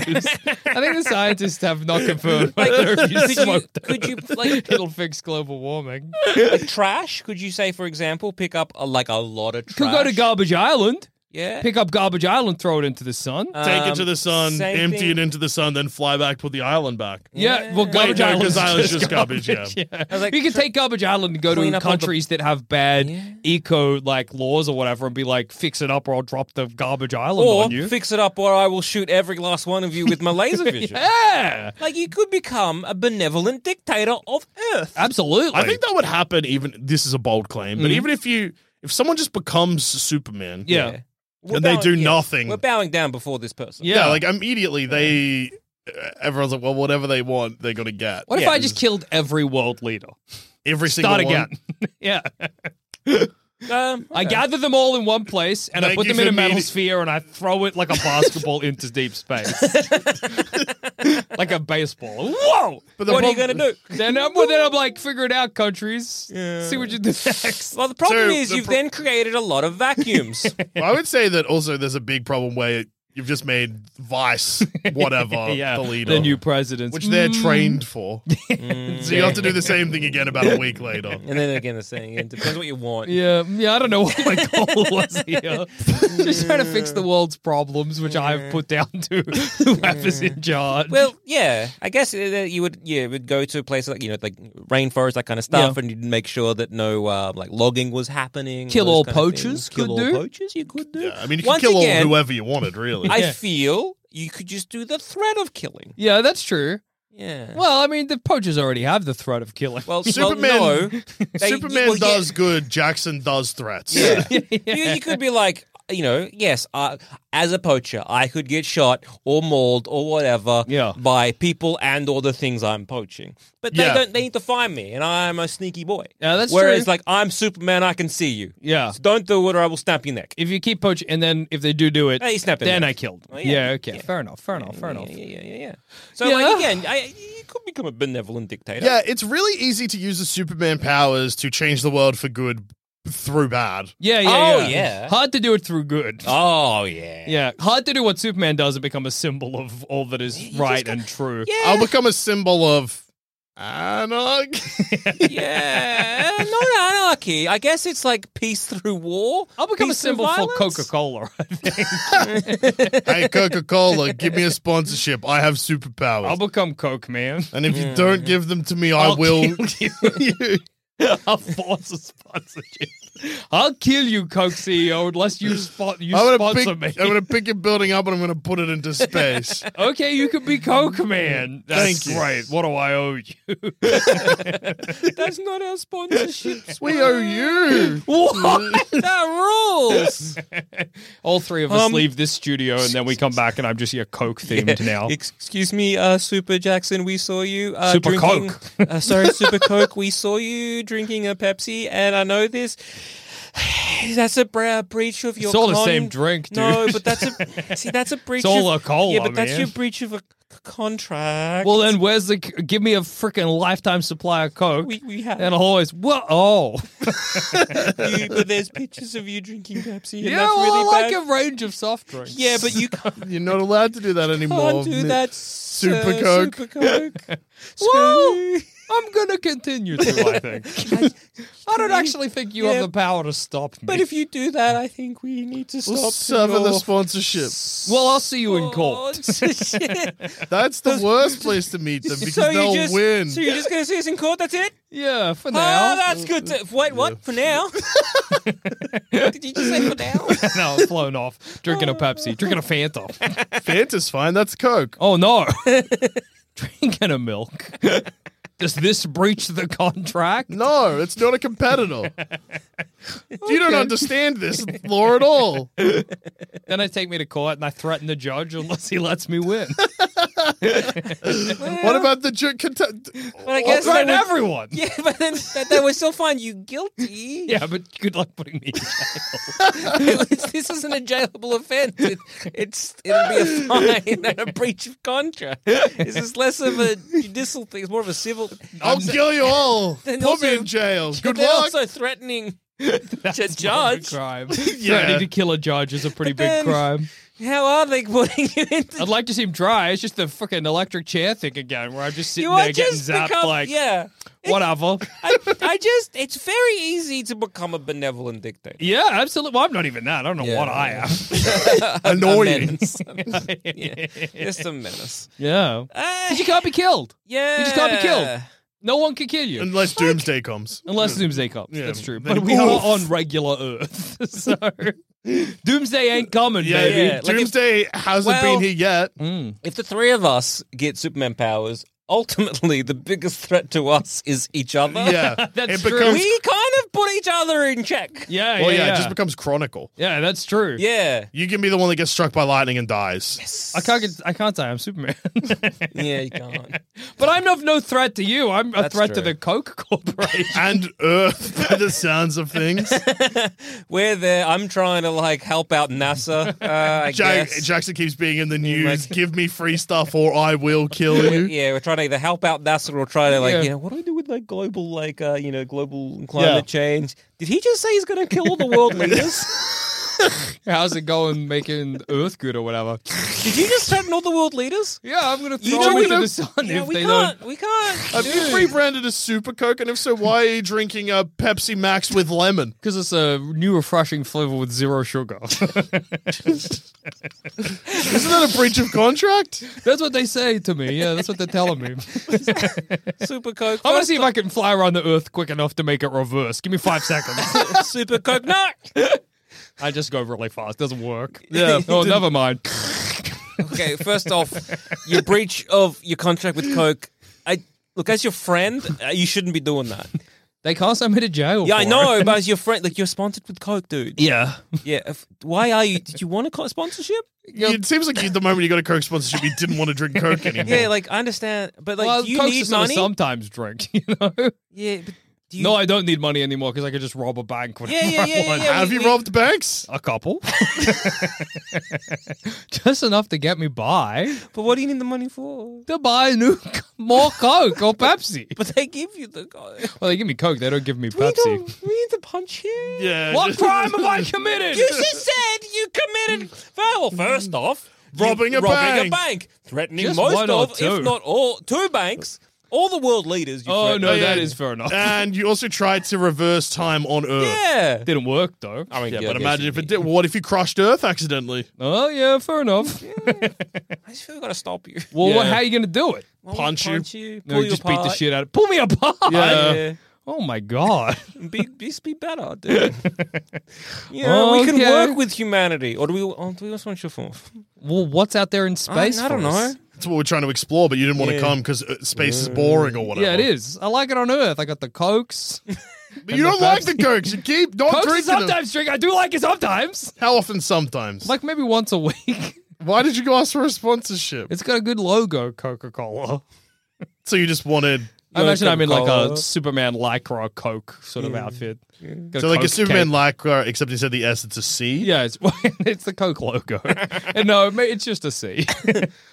Speaker 3: think the scientists have not confirmed whether if you
Speaker 4: could you-
Speaker 3: smoked
Speaker 4: could you,
Speaker 3: it,
Speaker 4: like-
Speaker 3: it'll fix global warming.
Speaker 4: like trash? Could you say, for example, pick up a, like a lot of trash?
Speaker 3: Could go to Garbage Island.
Speaker 4: Yeah.
Speaker 3: Pick up garbage island, throw it into the sun.
Speaker 2: Take
Speaker 4: Um,
Speaker 2: it to the sun,
Speaker 4: same
Speaker 2: empty
Speaker 4: thing-
Speaker 2: it into the sun, then fly back, put the island back.
Speaker 3: yeah, well,
Speaker 4: Wait,
Speaker 3: garbage
Speaker 2: no, 'cause
Speaker 3: island's
Speaker 2: island's
Speaker 3: just,
Speaker 2: just garbage, yeah.
Speaker 3: yeah.
Speaker 4: was like,
Speaker 3: you can
Speaker 4: try-
Speaker 3: take garbage island and go
Speaker 4: clean
Speaker 3: to
Speaker 4: up all the-
Speaker 3: countries that have bad
Speaker 4: Yeah.
Speaker 3: eco like laws or whatever, and be like, fix it up, or I'll drop the garbage island
Speaker 4: Or
Speaker 3: on you.
Speaker 4: fix it up, or I will shoot every last one of you with my laser vision.
Speaker 3: yeah,
Speaker 4: Like you could become a benevolent dictator of Earth.
Speaker 3: absolutely.
Speaker 2: I think that would happen even this is a bold claim, but
Speaker 3: Mhm.
Speaker 2: even if you if someone just becomes Superman,
Speaker 3: yeah.
Speaker 4: Yeah.
Speaker 2: And they do nothing.
Speaker 4: We're bowing down before this person.
Speaker 2: yeah,
Speaker 3: Yeah.
Speaker 2: like immediately they everyone's like, well, whatever they want, they're gonna get.
Speaker 3: What if
Speaker 4: Yeah.
Speaker 3: I just killed every world leader?
Speaker 2: every single
Speaker 3: Start
Speaker 2: one?
Speaker 3: again. yeah.
Speaker 4: Um,
Speaker 3: I gather them all in one place and I
Speaker 2: Like
Speaker 3: put
Speaker 2: you
Speaker 3: them in a
Speaker 2: can
Speaker 3: metal
Speaker 2: meet-
Speaker 3: sphere and I throw it like a basketball into deep space. like a baseball. Whoa!
Speaker 2: But the
Speaker 4: what are you
Speaker 2: prob-
Speaker 4: going to do?
Speaker 3: Then I'm, well, then I'm like, figure it out, countries.
Speaker 4: Yeah.
Speaker 3: See what you do next.
Speaker 4: Well, the problem
Speaker 2: So,
Speaker 4: is
Speaker 2: the
Speaker 4: you've
Speaker 2: pro-
Speaker 4: then created a lot of vacuums.
Speaker 2: Well, I would say that also there's a big problem where you've just made Vice whatever the leader,
Speaker 3: new presidents.
Speaker 2: which they're
Speaker 3: Mm.
Speaker 2: trained for. so you have to do the same thing again about a week later.
Speaker 4: and then again, the saying it depends what you want.
Speaker 3: Yeah, yeah, I don't know what my goal was here. Just trying to fix the world's problems, which I've put down to whoever's in charge.
Speaker 4: Well, yeah, I guess uh, you would. Yeah, would go to a place like you know, like rainforest, that kind of stuff, and you'd make sure that no uh, like logging was happening.
Speaker 3: Kill
Speaker 4: those
Speaker 3: all
Speaker 4: kind of
Speaker 3: poachers
Speaker 4: things.
Speaker 3: could
Speaker 4: Kill
Speaker 3: do.
Speaker 4: all poachers. You could do.
Speaker 2: Yeah, I mean, you could
Speaker 4: Once
Speaker 2: kill
Speaker 4: again,
Speaker 2: all whoever you wanted, really.
Speaker 4: I
Speaker 3: Yeah.
Speaker 4: feel you could just do the threat of killing.
Speaker 3: yeah, that's true.
Speaker 4: Yeah.
Speaker 3: Well, I mean, the poachers already have the threat of killing.
Speaker 4: well,
Speaker 2: Superman-
Speaker 4: Well, no. They-
Speaker 2: Superman
Speaker 4: well, yeah.
Speaker 2: does good. Jackson does threats.
Speaker 4: Yeah.
Speaker 3: Yeah.
Speaker 4: You, you could be like, you know, yes, uh, as a poacher, I could get shot or mauled or whatever
Speaker 3: Yeah.
Speaker 4: by people and or the things I'm poaching. But they
Speaker 2: Yeah.
Speaker 4: don't. They need to find me, and I'm a sneaky boy.
Speaker 3: Yeah, that's
Speaker 4: Whereas,
Speaker 3: true.
Speaker 4: like, I'm Superman, I can see you.
Speaker 3: yeah.
Speaker 4: So don't do it, or I will snap your neck.
Speaker 3: If you keep poaching, and then if they do do it,
Speaker 4: Hey, snap it
Speaker 3: then
Speaker 4: back.
Speaker 3: I killed. them.
Speaker 4: Oh, yeah.
Speaker 3: yeah. okay, fair enough, fair enough, fair enough.
Speaker 4: Yeah, yeah, yeah, yeah. So,
Speaker 3: Yeah.
Speaker 4: like, again, I, you could become a benevolent dictator.
Speaker 2: Yeah, it's really easy to use the Superman powers to change the world for good through bad.
Speaker 3: Yeah, yeah,
Speaker 4: Oh,
Speaker 3: yeah.
Speaker 4: yeah.
Speaker 3: Hard to do it through good.
Speaker 4: Oh yeah.
Speaker 3: Yeah, hard to do what Superman does and become a symbol of all that is
Speaker 4: You just
Speaker 3: right
Speaker 4: got-
Speaker 3: and true.
Speaker 4: Yeah.
Speaker 2: I'll become a symbol of anarchy.
Speaker 4: yeah. Not anarchy. I guess it's like peace through war.
Speaker 3: I'll become
Speaker 4: peace
Speaker 3: a
Speaker 4: through
Speaker 3: symbol for
Speaker 4: violence.
Speaker 3: Coca Cola.
Speaker 2: hey, Coca Cola, give me a sponsorship. I have superpowers.
Speaker 3: I'll become Coke Man.
Speaker 2: and if you don't give them to me, I
Speaker 3: I'll
Speaker 2: will.
Speaker 3: kill you. I'll force a sponsorship. I'll kill you, Coke CEO, unless you spot you
Speaker 2: I'm gonna,
Speaker 3: sponsor
Speaker 2: pick,
Speaker 3: me.
Speaker 2: I'm gonna pick your building up and I'm gonna put it into space.
Speaker 3: Okay, you could be Coke Man. That's
Speaker 2: Thank you.
Speaker 3: great. What do I owe you?
Speaker 4: That's not our sponsorship.
Speaker 2: we owe you.
Speaker 4: what? that rules.
Speaker 3: All three of us
Speaker 4: Um,
Speaker 3: leave this studio and then we come back and I'm just here Coke themed now.
Speaker 4: Excuse me, uh, Super Jackson. We saw you uh,
Speaker 3: Super
Speaker 4: drinking-
Speaker 3: Coke.
Speaker 4: uh, sorry, Super Coke. We saw you drinking a Pepsi, and I know this. That's a bre- breach of your.
Speaker 3: It's all the
Speaker 4: con-
Speaker 3: same drink, dude.
Speaker 4: No, but that's a see. That's a breach.
Speaker 3: all
Speaker 4: of,
Speaker 3: a cola,
Speaker 4: Yeah, but that's
Speaker 3: man.
Speaker 4: your breach of a c- contract.
Speaker 3: Well, then where's the give me a freaking lifetime supply of Coke?
Speaker 4: we we have.
Speaker 3: and I'll always what? Oh,
Speaker 4: you, but there's pictures of you drinking Pepsi. And
Speaker 3: yeah,
Speaker 4: that's
Speaker 3: well,
Speaker 4: really
Speaker 3: I like
Speaker 4: bad.
Speaker 3: a range of soft drinks.
Speaker 4: Yeah, but you can't
Speaker 2: You're not allowed to do that anymore.
Speaker 4: do that. Super
Speaker 2: Super Coke.
Speaker 4: Super Coke.
Speaker 3: Whoa! I'm gonna continue to. I think. I don't actually think you
Speaker 4: Yeah.
Speaker 3: have the power to stop me.
Speaker 4: But if you do that, I think we need to stop.
Speaker 2: We'll
Speaker 4: to
Speaker 2: sever the
Speaker 4: your
Speaker 2: sponsorship.
Speaker 3: well, I'll see you in
Speaker 4: Oh,
Speaker 3: court.
Speaker 4: sponsorship.
Speaker 2: That's the worst place to meet them because
Speaker 4: so
Speaker 2: they'll
Speaker 4: you just,
Speaker 2: win.
Speaker 4: So you're just gonna see us in court? That's it?
Speaker 3: Yeah, for
Speaker 4: Oh,
Speaker 3: now.
Speaker 4: that's good. To, wait, what? For now? Did you just say for now?
Speaker 3: no, I'm flown off. Drinking
Speaker 4: Oh.
Speaker 3: a Pepsi, drinking a Fanta.
Speaker 2: Fanta's fine. That's Coke.
Speaker 3: Oh no, drinking a milk. Does this breach the contract?
Speaker 2: No, it's not a competitor. You don't understand this law at all.
Speaker 3: Then they take me to court and I threaten the judge unless he lets me win.
Speaker 2: What about the ju- content?
Speaker 4: But I guess
Speaker 3: threaten
Speaker 4: they would-
Speaker 3: everyone.
Speaker 4: Yeah, but then that, that would still find you guilty.
Speaker 3: Yeah, but good luck putting me. in jail.
Speaker 4: this isn't a jailable offense. It, it's it'll be a fine and a breach of contract. This is less of a judicial thing. It's more of a civil.
Speaker 2: I'll kill you all.
Speaker 4: Then
Speaker 2: Put
Speaker 4: also-
Speaker 2: me in jail. Good
Speaker 4: They're
Speaker 2: luck.
Speaker 4: also threatening to
Speaker 3: It's more of a
Speaker 4: judge.
Speaker 3: crime.
Speaker 2: Yeah.
Speaker 3: Threatening to kill a judge is a pretty
Speaker 4: But
Speaker 3: big
Speaker 4: then-
Speaker 3: crime.
Speaker 4: How are they putting you into?
Speaker 3: I'd like to see him try. It's just the fucking electric chair thing again, where I'm just sitting
Speaker 4: You are
Speaker 3: there getting
Speaker 4: just
Speaker 3: zapped
Speaker 4: become
Speaker 3: like
Speaker 4: yeah.
Speaker 3: whatever.
Speaker 4: I, I just it's very easy to become a benevolent dictator.
Speaker 3: yeah, absolutely. Well, I'm not even that. I don't know
Speaker 4: Yeah.
Speaker 3: what I am.
Speaker 2: Annoying.
Speaker 4: yeah, just a menace.
Speaker 3: yeah,
Speaker 4: Uh,
Speaker 3: because you can't be killed.
Speaker 4: yeah,
Speaker 3: You just can't be killed. No one can kill you.
Speaker 2: Unless Doomsday comes.
Speaker 3: Unless Doomsday comes. That's true.
Speaker 2: Then
Speaker 3: But we
Speaker 2: oof.
Speaker 3: are on regular Earth. so Doomsday ain't coming,
Speaker 2: Yeah,
Speaker 3: baby.
Speaker 4: yeah. like if-
Speaker 2: Doomsday hasn't
Speaker 4: Well-
Speaker 2: been here yet.
Speaker 3: Mm.
Speaker 4: If the three of us get Superman powers, ultimately the biggest threat to us is each other.
Speaker 2: Yeah,
Speaker 3: That's
Speaker 2: it
Speaker 3: true.
Speaker 2: becomes.
Speaker 4: we kind of put each other in check.
Speaker 3: Yeah,
Speaker 2: well,
Speaker 3: yeah,
Speaker 2: yeah,
Speaker 3: yeah.
Speaker 2: it just becomes chronicle.
Speaker 3: Yeah, that's true.
Speaker 4: Yeah,
Speaker 2: You can be the one that gets struck by lightning and dies.
Speaker 3: I can't get, I can't say I'm Superman.
Speaker 4: yeah, you can't.
Speaker 3: but I'm of no threat to you. I'm a
Speaker 4: That's
Speaker 3: threat to
Speaker 4: true.
Speaker 3: the Coke Corporation.
Speaker 2: And Earth, by the sounds of things.
Speaker 4: We're there. I'm trying to like help out NASA. Uh, I
Speaker 2: Jack,
Speaker 4: guess.
Speaker 2: Jackson keeps being in the news.
Speaker 4: like-
Speaker 2: Give me free stuff or I will kill you.
Speaker 4: yeah, we're trying to either help out NASA or try to like,
Speaker 3: Hmm? Yeah.
Speaker 4: you know, what do we do with like global, like, uh, you know, global climate
Speaker 3: Yeah.
Speaker 4: change? Did he just say he's going to kill all the world leaders?
Speaker 3: How's it going making Earth good or whatever?
Speaker 4: Did you just threaten all the world leaders?
Speaker 3: Yeah, I'm gonna throw
Speaker 4: You know
Speaker 3: them
Speaker 4: we
Speaker 3: into
Speaker 4: don't-
Speaker 3: the sun
Speaker 4: Yeah,
Speaker 3: if
Speaker 4: we
Speaker 3: they
Speaker 4: can't.
Speaker 3: don't.
Speaker 4: We can't.
Speaker 2: Have you rebranded as Super Coke? And if so, why are you drinking a Pepsi Max with lemon?
Speaker 3: Because it's a new refreshing flavor with zero sugar.
Speaker 2: Isn't that a breach of contract?
Speaker 3: that's what they say to me. Yeah, that's what they're telling me.
Speaker 4: Super Coke.
Speaker 3: I want to see if I can fly around the Earth quick enough to make it reverse. Give me five seconds.
Speaker 4: Super Coke. No.
Speaker 3: I just go really fast. Doesn't work.
Speaker 4: Yeah.
Speaker 3: oh, never mind.
Speaker 4: Okay, first off, your breach of your contract with Coke. I Look, as your friend, uh, you shouldn't be doing that.
Speaker 3: They can't send me to jail.
Speaker 4: Yeah, I
Speaker 3: for it.
Speaker 4: know, but as your friend, like, you're sponsored with Coke, dude.
Speaker 3: Yeah.
Speaker 4: Yeah. If, why are you? Did you want a co- sponsorship?
Speaker 2: It seems like you, the moment you got a Coke sponsorship, you didn't want to drink Coke anymore.
Speaker 4: Yeah, like I understand, but like
Speaker 3: well,
Speaker 4: do you
Speaker 3: Coke's
Speaker 4: need
Speaker 3: just what I
Speaker 4: money.
Speaker 3: sometimes drink, you know?
Speaker 4: Yeah, but do you?
Speaker 3: No, I don't need money anymore because I could just rob a bank whenever
Speaker 4: yeah, yeah,
Speaker 3: I
Speaker 4: yeah,
Speaker 3: want.
Speaker 4: yeah.
Speaker 2: Have
Speaker 4: we-
Speaker 2: you
Speaker 4: we-
Speaker 2: robbed banks?
Speaker 3: A couple. just enough to get me by.
Speaker 4: But what do you need the money for?
Speaker 3: To buy new more Coke or Pepsi.
Speaker 4: But they give you the Coke.
Speaker 3: Well, they give me Coke, they don't give me
Speaker 4: We
Speaker 3: Pepsi.
Speaker 4: don't. We need the punch here.
Speaker 2: Yeah.
Speaker 3: What
Speaker 2: just-
Speaker 3: crime have I committed?
Speaker 4: You just said you committed. Well, first
Speaker 3: Mm.
Speaker 4: off, you-
Speaker 2: Robbing a
Speaker 4: robbing a
Speaker 2: bank.
Speaker 4: bank, threatening
Speaker 3: Just
Speaker 4: most
Speaker 3: one or
Speaker 4: of,
Speaker 3: two.
Speaker 4: if not all, two banks, all the world leaders. You
Speaker 3: oh,
Speaker 4: threatened.
Speaker 3: no,
Speaker 2: yeah.
Speaker 3: that is fair enough.
Speaker 2: And you also tried to reverse time on Earth.
Speaker 4: Yeah.
Speaker 3: Didn't work, though.
Speaker 4: I mean,
Speaker 2: Yeah,
Speaker 4: yeah,
Speaker 2: but
Speaker 4: I guess
Speaker 2: imagine
Speaker 4: you
Speaker 2: if it
Speaker 4: need-
Speaker 2: did. What if you crushed Earth accidentally?
Speaker 3: Oh, yeah, fair enough.
Speaker 4: I just feel we gotta stop you.
Speaker 3: Well, what,
Speaker 2: Yeah.
Speaker 3: how are you going to do it?
Speaker 4: Well,
Speaker 2: punch you.
Speaker 4: punch you.
Speaker 3: No,
Speaker 4: pull
Speaker 3: you
Speaker 4: you
Speaker 3: just beat the
Speaker 4: apart.
Speaker 3: shit out of Pull me apart.
Speaker 2: Yeah.
Speaker 4: Yeah.
Speaker 3: Oh, my God.
Speaker 4: be just be better, dude. you know, we can
Speaker 3: Okay.
Speaker 4: work with humanity, or do we? Or do we want to form?
Speaker 3: well, what's out there in
Speaker 4: I,
Speaker 3: space?
Speaker 4: Ah, I don't
Speaker 3: for us?
Speaker 4: know.
Speaker 2: That's what we're trying to explore, but you didn't want
Speaker 4: Yeah.
Speaker 2: to come because space is boring or whatever.
Speaker 3: Yeah, it is. I like it on Earth. I got the Cokes.
Speaker 2: But you
Speaker 3: And the
Speaker 2: don't like the
Speaker 3: Pepsi.
Speaker 2: Cokes. You keep not
Speaker 3: Cokes is
Speaker 2: drinking them.
Speaker 3: sometimes drink. I do like it sometimes.
Speaker 2: How often? Sometimes.
Speaker 3: Like maybe once a week.
Speaker 2: Why did you go ask for a sponsorship?
Speaker 3: It's got a good logo, Coca Cola.
Speaker 2: So you just wanted.
Speaker 3: I imagine I'm in like a
Speaker 4: Coca-Cola.
Speaker 3: Superman lycra Coke sort of outfit. Got
Speaker 2: So like a
Speaker 3: Coke
Speaker 2: Superman
Speaker 3: cape.
Speaker 2: lycra, except he said the S, it's a C.
Speaker 3: Yeah, it's, it's the Coke logo. and no, ma- it's just a C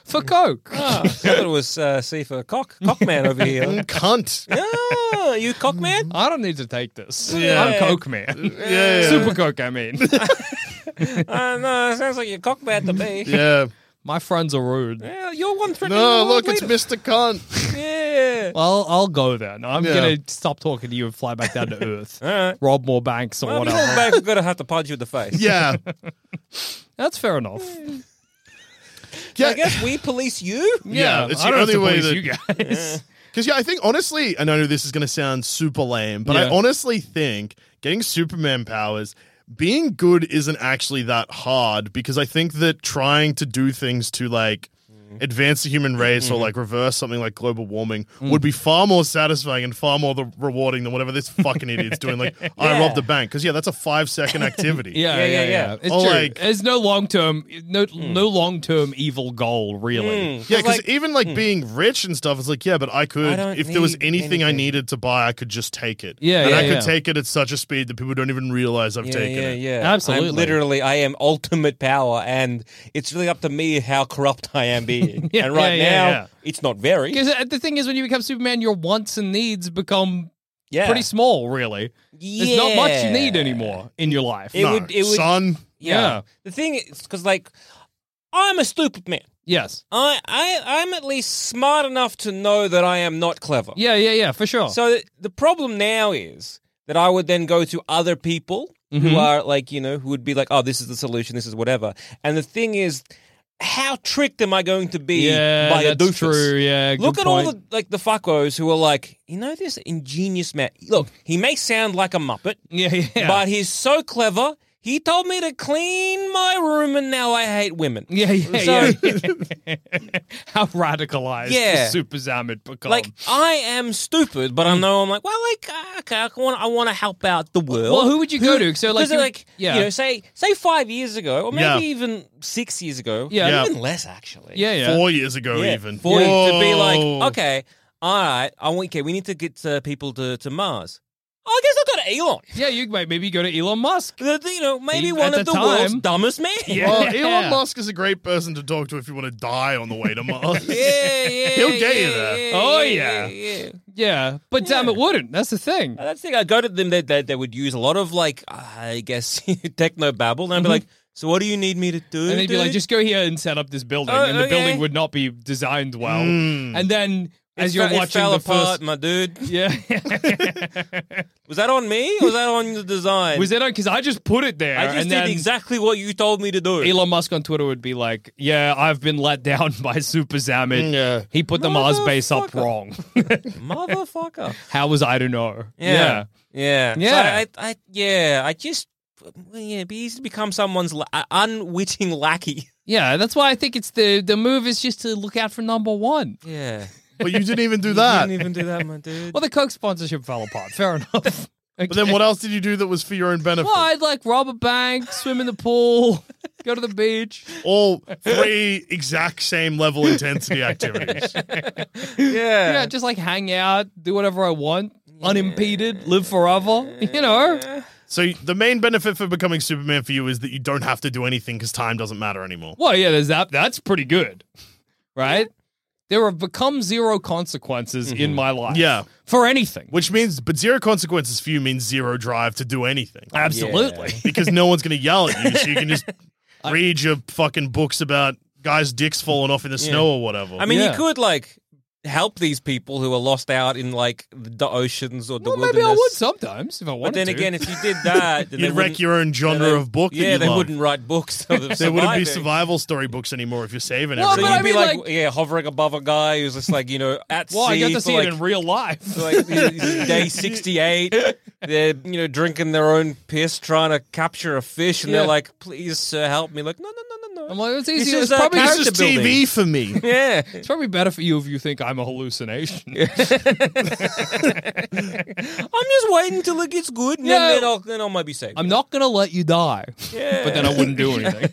Speaker 3: for Coke.
Speaker 4: Ah, I thought it was uh, C for cock, cockman over here.
Speaker 2: Mm, Cunt.
Speaker 4: Ah, you cockman?
Speaker 3: I don't need to take this.
Speaker 2: Yeah.
Speaker 3: I'm Coke man.
Speaker 2: Yeah. yeah.
Speaker 3: Super Coke, I mean.
Speaker 4: Uh, no, it sounds like you're cockman to me.
Speaker 2: Yeah.
Speaker 3: My friends are rude.
Speaker 4: Yeah, you're one threatening.
Speaker 2: No,
Speaker 4: the world
Speaker 2: look, it's
Speaker 4: leader.
Speaker 2: Mr. Cunt.
Speaker 4: Yeah.
Speaker 3: I'll, I'll go then. I'm
Speaker 2: Yeah.
Speaker 3: going to stop talking to you and fly back down to Earth.
Speaker 4: All right.
Speaker 3: Rob more banks or
Speaker 4: Well, if you
Speaker 3: whatever.
Speaker 4: go back, we're gonna have to punch you in the face.
Speaker 2: Yeah.
Speaker 3: That's fair enough.
Speaker 2: Yeah.
Speaker 4: I guess we police you.
Speaker 2: Yeah, it's the
Speaker 3: I don't have
Speaker 2: only
Speaker 3: to
Speaker 2: way
Speaker 3: police
Speaker 2: that-
Speaker 3: you guys.
Speaker 2: Because, yeah, I think honestly, and I know this is going to sound super lame, but I
Speaker 3: Yeah.
Speaker 2: honestly think getting Superman powers, being good isn't actually that hard because I think that trying to do things to like
Speaker 3: Mm-hmm.
Speaker 2: advance the human race or like reverse something like global warming
Speaker 3: Mm.
Speaker 2: would be far more satisfying and far more the rewarding than whatever this fucking idiot's doing. Like, I
Speaker 4: Yeah.
Speaker 2: robbed a bank. Because, yeah, that's a five second activity.
Speaker 3: Yeah, yeah,
Speaker 4: Yeah,
Speaker 3: yeah.
Speaker 4: yeah, yeah. Hmm.
Speaker 3: It's
Speaker 2: Or
Speaker 3: true.
Speaker 2: like-
Speaker 3: There's no long term, no no long term evil goal really.
Speaker 4: Mm.
Speaker 2: Yeah, because
Speaker 4: like,
Speaker 2: even like being rich and stuff, it's like, yeah, but I
Speaker 4: I
Speaker 2: could,
Speaker 4: don't
Speaker 2: if there was
Speaker 4: need
Speaker 2: anything I
Speaker 4: anything.
Speaker 2: needed to buy, I could just take it.
Speaker 3: Yeah,
Speaker 2: And
Speaker 3: yeah,
Speaker 2: I could
Speaker 3: yeah.
Speaker 2: take it at such a speed that people don't even realize I've
Speaker 4: yeah,
Speaker 2: taken
Speaker 4: yeah,
Speaker 2: it.
Speaker 4: yeah.
Speaker 3: Absolutely.
Speaker 4: I'm literally, I am ultimate power, and it's really up to me how corrupt I am being.
Speaker 3: Yeah,
Speaker 4: and right
Speaker 3: yeah, yeah,
Speaker 4: now,
Speaker 3: yeah.
Speaker 4: it's not very.
Speaker 3: Because uh, the thing is, when you become Superman, your wants and needs become
Speaker 4: Yeah.
Speaker 3: pretty small. Really, there's not much you need
Speaker 4: Yeah.
Speaker 3: anymore in your life.
Speaker 4: It
Speaker 2: No,
Speaker 4: would- it would-
Speaker 2: son.
Speaker 4: Yeah.
Speaker 3: Yeah.
Speaker 4: The thing is, because like I'm a stupid man.
Speaker 3: Yes.
Speaker 4: I, I, I'm at least smart enough to know that I am not clever.
Speaker 3: Yeah, yeah, yeah, for sure.
Speaker 4: So th- the problem now is that I would then go to other people
Speaker 3: Mhm.
Speaker 4: who are like, you know, who would be like, oh, this is the solution, this is whatever. And the thing is, how tricked am I going to be
Speaker 3: yeah,
Speaker 4: by a
Speaker 3: that's
Speaker 4: doofus?
Speaker 3: true. Yeah, good
Speaker 4: Look at all
Speaker 3: point.
Speaker 4: the like the fuckos who are like, you know, this ingenious man. Look, he may sound like a muppet,
Speaker 3: Yeah, yeah.
Speaker 4: but he's so clever. He told me to clean my room, and now I hate women.
Speaker 3: yeah, yeah,
Speaker 4: So-
Speaker 3: yeah. How radicalized
Speaker 4: Yeah.
Speaker 3: is Super Zamet become?
Speaker 4: Like I am stupid, but I
Speaker 3: Hmm.
Speaker 4: know I'm like, well, like uh, okay, I want I want to help out the world.
Speaker 3: well, who would you go to? So, like,
Speaker 4: Because
Speaker 3: you,
Speaker 4: like
Speaker 3: yeah,
Speaker 4: you know, say say five years ago, or maybe
Speaker 2: Yeah.
Speaker 4: even six years ago,
Speaker 3: Yeah. Yeah.
Speaker 4: even less actually.
Speaker 3: yeah, yeah.
Speaker 2: Four years ago,
Speaker 4: Yeah,
Speaker 2: Oh, even.
Speaker 4: for you to be
Speaker 2: Whoa.
Speaker 4: like, okay, all right, I want okay, we need to get uh, people to, to Mars. Oh, I guess I'll go to Elon.
Speaker 3: yeah, you might maybe go to Elon Musk.
Speaker 4: The- the- you know, maybe
Speaker 3: At
Speaker 4: one
Speaker 3: the
Speaker 4: of the world's
Speaker 3: time-
Speaker 4: dumbest men.
Speaker 3: Yeah.
Speaker 2: Well, Elon Musk is a great person to talk to if you want to die on the way to Mars.
Speaker 4: yeah, yeah,
Speaker 2: He'll get
Speaker 4: yeah,
Speaker 2: you there.
Speaker 4: yeah,
Speaker 3: Oh, yeah.
Speaker 4: yeah, yeah, yeah.
Speaker 3: Yeah, but damn, it wouldn't. That's the thing.
Speaker 4: Uh, That's the thing. I go to them. They, they, they would use a lot of like, I guess, techno babble, and I'd be like, "So what do you need me to do?"
Speaker 3: Mm-hmm. And they'd be like,
Speaker 4: dude?"
Speaker 3: just go here and set up this building,
Speaker 4: Oh,
Speaker 3: and the
Speaker 4: okay.
Speaker 3: building would not be designed well.
Speaker 2: Mm.
Speaker 3: And then, as
Speaker 4: It
Speaker 3: you're
Speaker 4: fe- it
Speaker 3: watching
Speaker 4: fell
Speaker 3: the
Speaker 4: apart,
Speaker 3: first,
Speaker 4: my dude.
Speaker 3: yeah,
Speaker 4: Was that on me? or Was that on the design?
Speaker 3: was it on? Because I just put it there,
Speaker 4: I just
Speaker 3: and
Speaker 4: did
Speaker 3: then
Speaker 4: exactly what you told me to do.
Speaker 3: Elon Musk on Twitter would be like, "Yeah, I've been let down by Super Zamet.
Speaker 2: yeah.
Speaker 3: He put the Mars base up
Speaker 4: Mm, Motherfucker.
Speaker 3: wrong.
Speaker 4: Motherfucker.
Speaker 3: How was I to know?
Speaker 4: Yeah. Yeah. So
Speaker 3: Yeah.
Speaker 4: I, I, yeah. I just. Yeah, it'd be easy to become someone's la- uh, unwitting lackey.
Speaker 3: yeah, That's why I think it's the the move is just to look out for number one.
Speaker 4: Yeah.
Speaker 2: But you didn't even do
Speaker 4: You
Speaker 2: that.
Speaker 4: didn't even do that, my dude.
Speaker 3: Well, the Coke sponsorship fell apart. Fair enough.
Speaker 2: But then what else did you do that was for your own benefit?
Speaker 3: Well, I'd like rob a bank, swim in the pool, go to the beach.
Speaker 2: All three exact same level intensity activities.
Speaker 4: yeah.
Speaker 3: Yeah, just like hang out, do whatever I want, unimpeded, live forever. You know
Speaker 2: So the main benefit for becoming Superman for you is that you don't have to do anything because time doesn't matter anymore.
Speaker 3: Well, yeah, there's that. That's pretty good, right? There have become zero consequences
Speaker 4: Mm-hmm.
Speaker 3: in my life.
Speaker 2: Yeah.
Speaker 3: for anything.
Speaker 2: Which means, but zero consequences for you means zero drive to do anything
Speaker 3: Absolutely.
Speaker 2: because no one's going to yell at you. So you can just read your fucking books about guys' dicks falling off in the snow or whatever.
Speaker 4: I mean,
Speaker 3: Yeah.
Speaker 4: you could like help these people who are lost out in like the oceans or the
Speaker 3: Well,
Speaker 4: wilderness.
Speaker 3: maybe I would sometimes if I
Speaker 4: But
Speaker 3: wanted
Speaker 4: then
Speaker 3: to.
Speaker 4: again, if you did that, then they
Speaker 2: you'd wreck
Speaker 4: wouldn't-
Speaker 2: your own
Speaker 4: then
Speaker 2: genre
Speaker 4: they-
Speaker 2: of book. that
Speaker 4: Yeah,
Speaker 2: you
Speaker 4: they
Speaker 2: love.
Speaker 4: wouldn't write books. Of them
Speaker 2: There wouldn't be
Speaker 4: surviving.
Speaker 2: survival story books anymore if you're saving
Speaker 3: Well,
Speaker 4: So
Speaker 3: but
Speaker 4: you'd
Speaker 2: everything.
Speaker 3: I
Speaker 4: be
Speaker 3: mean,
Speaker 4: like,
Speaker 3: like-
Speaker 4: yeah, hovering above a guy who's just like you know at
Speaker 3: well, I
Speaker 4: sea
Speaker 3: got to
Speaker 4: for
Speaker 3: see
Speaker 4: like
Speaker 3: it in real life.
Speaker 4: So, like day 68 they're you know drinking their own piss trying to capture a fish and
Speaker 3: Yeah.
Speaker 4: they're like please sir help me like no no no no no
Speaker 3: I'm like, it's
Speaker 4: This
Speaker 3: easy. It's
Speaker 4: is, uh,
Speaker 3: probably,
Speaker 4: character
Speaker 2: this is
Speaker 4: building.
Speaker 2: TV for me.
Speaker 4: yeah
Speaker 3: it's probably better for you if you think I'm a hallucination.
Speaker 4: i'm just waiting till it gets good and
Speaker 3: Yeah.
Speaker 4: then, then I'll, then I'll maybe save
Speaker 3: I'm not gonna let you die,
Speaker 4: Yeah.
Speaker 3: but then I wouldn't do anything.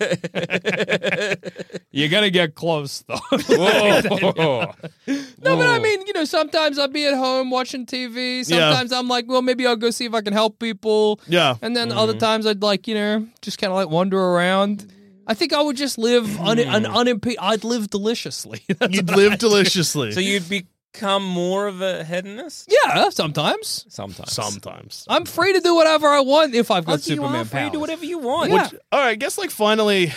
Speaker 3: You're gonna get close though.
Speaker 4: Whoa.
Speaker 3: No, but I mean, you know, sometimes I'll be at home watching TV. Sometimes I'm like, well, maybe I'll go see if I can help people.
Speaker 2: Yeah.
Speaker 3: And then other times I'd like, you know, just kind of like wander around. I think I would just live un- an unimpeded. I'd live deliciously.
Speaker 2: You'd live deliciously.
Speaker 4: so you'd become more of a hedonist
Speaker 3: yeah, sometimes
Speaker 4: sometimes
Speaker 2: Sometimes.
Speaker 3: I'm free to do whatever I want if I've got
Speaker 4: Fuck, you
Speaker 3: Superman
Speaker 4: are free to
Speaker 3: powers.
Speaker 4: do whatever you want
Speaker 3: Yeah.
Speaker 2: All right, I guess like finally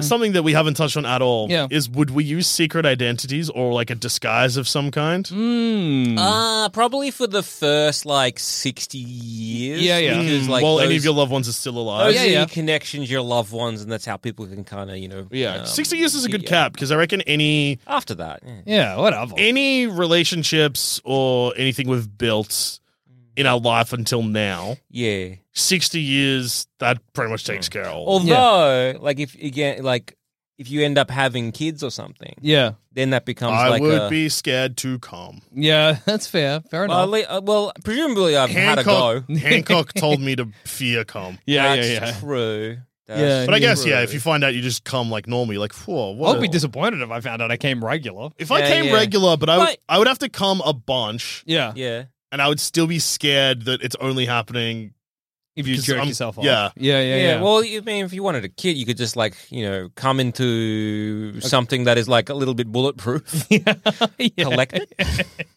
Speaker 2: something that we haven't touched on at all
Speaker 3: Yeah.
Speaker 2: is would we use secret identities or like a disguise of some kind?
Speaker 3: Mm.
Speaker 4: uh, probably for the first like 60 years
Speaker 3: Yeah, yeah.
Speaker 4: because, like,
Speaker 2: Mm. While any
Speaker 4: those- Oh,
Speaker 2: of your loved ones are still alive.
Speaker 4: Those
Speaker 3: Yeah,
Speaker 4: are
Speaker 3: yeah.
Speaker 4: your connections, your loved ones, and that's how people can kind of, you know. um,
Speaker 2: 60 years is a good
Speaker 4: yeah.
Speaker 2: cap because I reckon any
Speaker 4: After that, yeah.
Speaker 3: Yeah, whatever.
Speaker 2: any relationships or anything we've built in our life until now,
Speaker 4: yeah.
Speaker 2: 60 years that pretty much
Speaker 4: Hmm.
Speaker 2: takes care of. all.
Speaker 4: Although, like if again, like if you end up having kids or something,
Speaker 3: yeah,
Speaker 4: then that becomes
Speaker 2: I
Speaker 4: like
Speaker 2: would
Speaker 4: a.
Speaker 2: be scared to come.
Speaker 3: yeah, that's fair. Fair
Speaker 4: well, at
Speaker 3: enough.
Speaker 4: lea- uh, well, presumably I've
Speaker 2: Hancock,
Speaker 4: had a go.
Speaker 2: Hancock told me to fear come.
Speaker 3: yeah,
Speaker 4: that's
Speaker 3: yeah, yeah.
Speaker 4: true. That's
Speaker 3: Yeah,
Speaker 2: But I guess,
Speaker 4: true.
Speaker 2: yeah, if you find out you just come like normal, you're like, whoa, what?
Speaker 3: I'd be disappointed if I found out I came regular.
Speaker 2: If I
Speaker 4: Yeah,
Speaker 2: came
Speaker 4: yeah.
Speaker 2: regular, but I would,
Speaker 4: But-
Speaker 2: I would have to come a bunch,
Speaker 3: Yeah,
Speaker 4: yeah,
Speaker 2: and I would still be scared that it's only happening
Speaker 3: if you
Speaker 2: Because
Speaker 3: jerk
Speaker 2: I'm-
Speaker 3: yourself off.
Speaker 2: yeah.
Speaker 3: yeah, yeah,
Speaker 4: Yeah,
Speaker 3: yeah.
Speaker 4: well, you mean if you wanted a kid, you could just like you know come into something that is like a little bit bulletproof.
Speaker 3: Yeah.
Speaker 4: Collect it.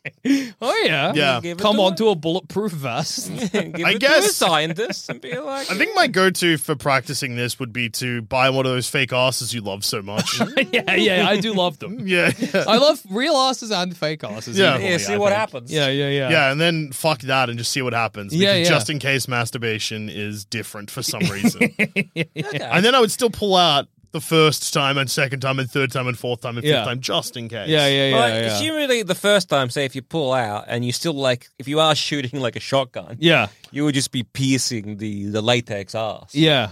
Speaker 3: Oh yeah,
Speaker 2: Yeah.
Speaker 4: Give it
Speaker 3: Come
Speaker 4: to
Speaker 3: onto a bulletproof vest.
Speaker 4: Give
Speaker 2: I
Speaker 4: it to a
Speaker 2: guess-
Speaker 4: scientist and be like,
Speaker 2: I think my go-to for practicing this would be to buy one of those fake asses you love so much.
Speaker 3: yeah, yeah. I do love them.
Speaker 2: yeah, yeah.
Speaker 3: I love real asses and fake asses.
Speaker 2: Yeah.
Speaker 3: equally,
Speaker 4: yeah, see
Speaker 3: I
Speaker 4: what
Speaker 3: think.
Speaker 4: happens.
Speaker 3: Yeah, yeah, yeah.
Speaker 2: Yeah, and then fuck that and just see what happens.
Speaker 3: Yeah,
Speaker 2: because
Speaker 3: yeah.
Speaker 2: Just in case masturbation is different for some reason.
Speaker 4: Okay.
Speaker 2: and then I would still pull out the first time and second time and third time and fourth time and
Speaker 3: Yeah.
Speaker 2: fifth time just in case.
Speaker 3: Yeah, yeah, yeah,
Speaker 4: Well,
Speaker 3: yeah.
Speaker 4: it's usually the first time, say, if you pull out and you still like, if you are shooting like a shotgun,
Speaker 3: yeah,
Speaker 4: you would just be piercing the, the latex ass.
Speaker 3: yeah.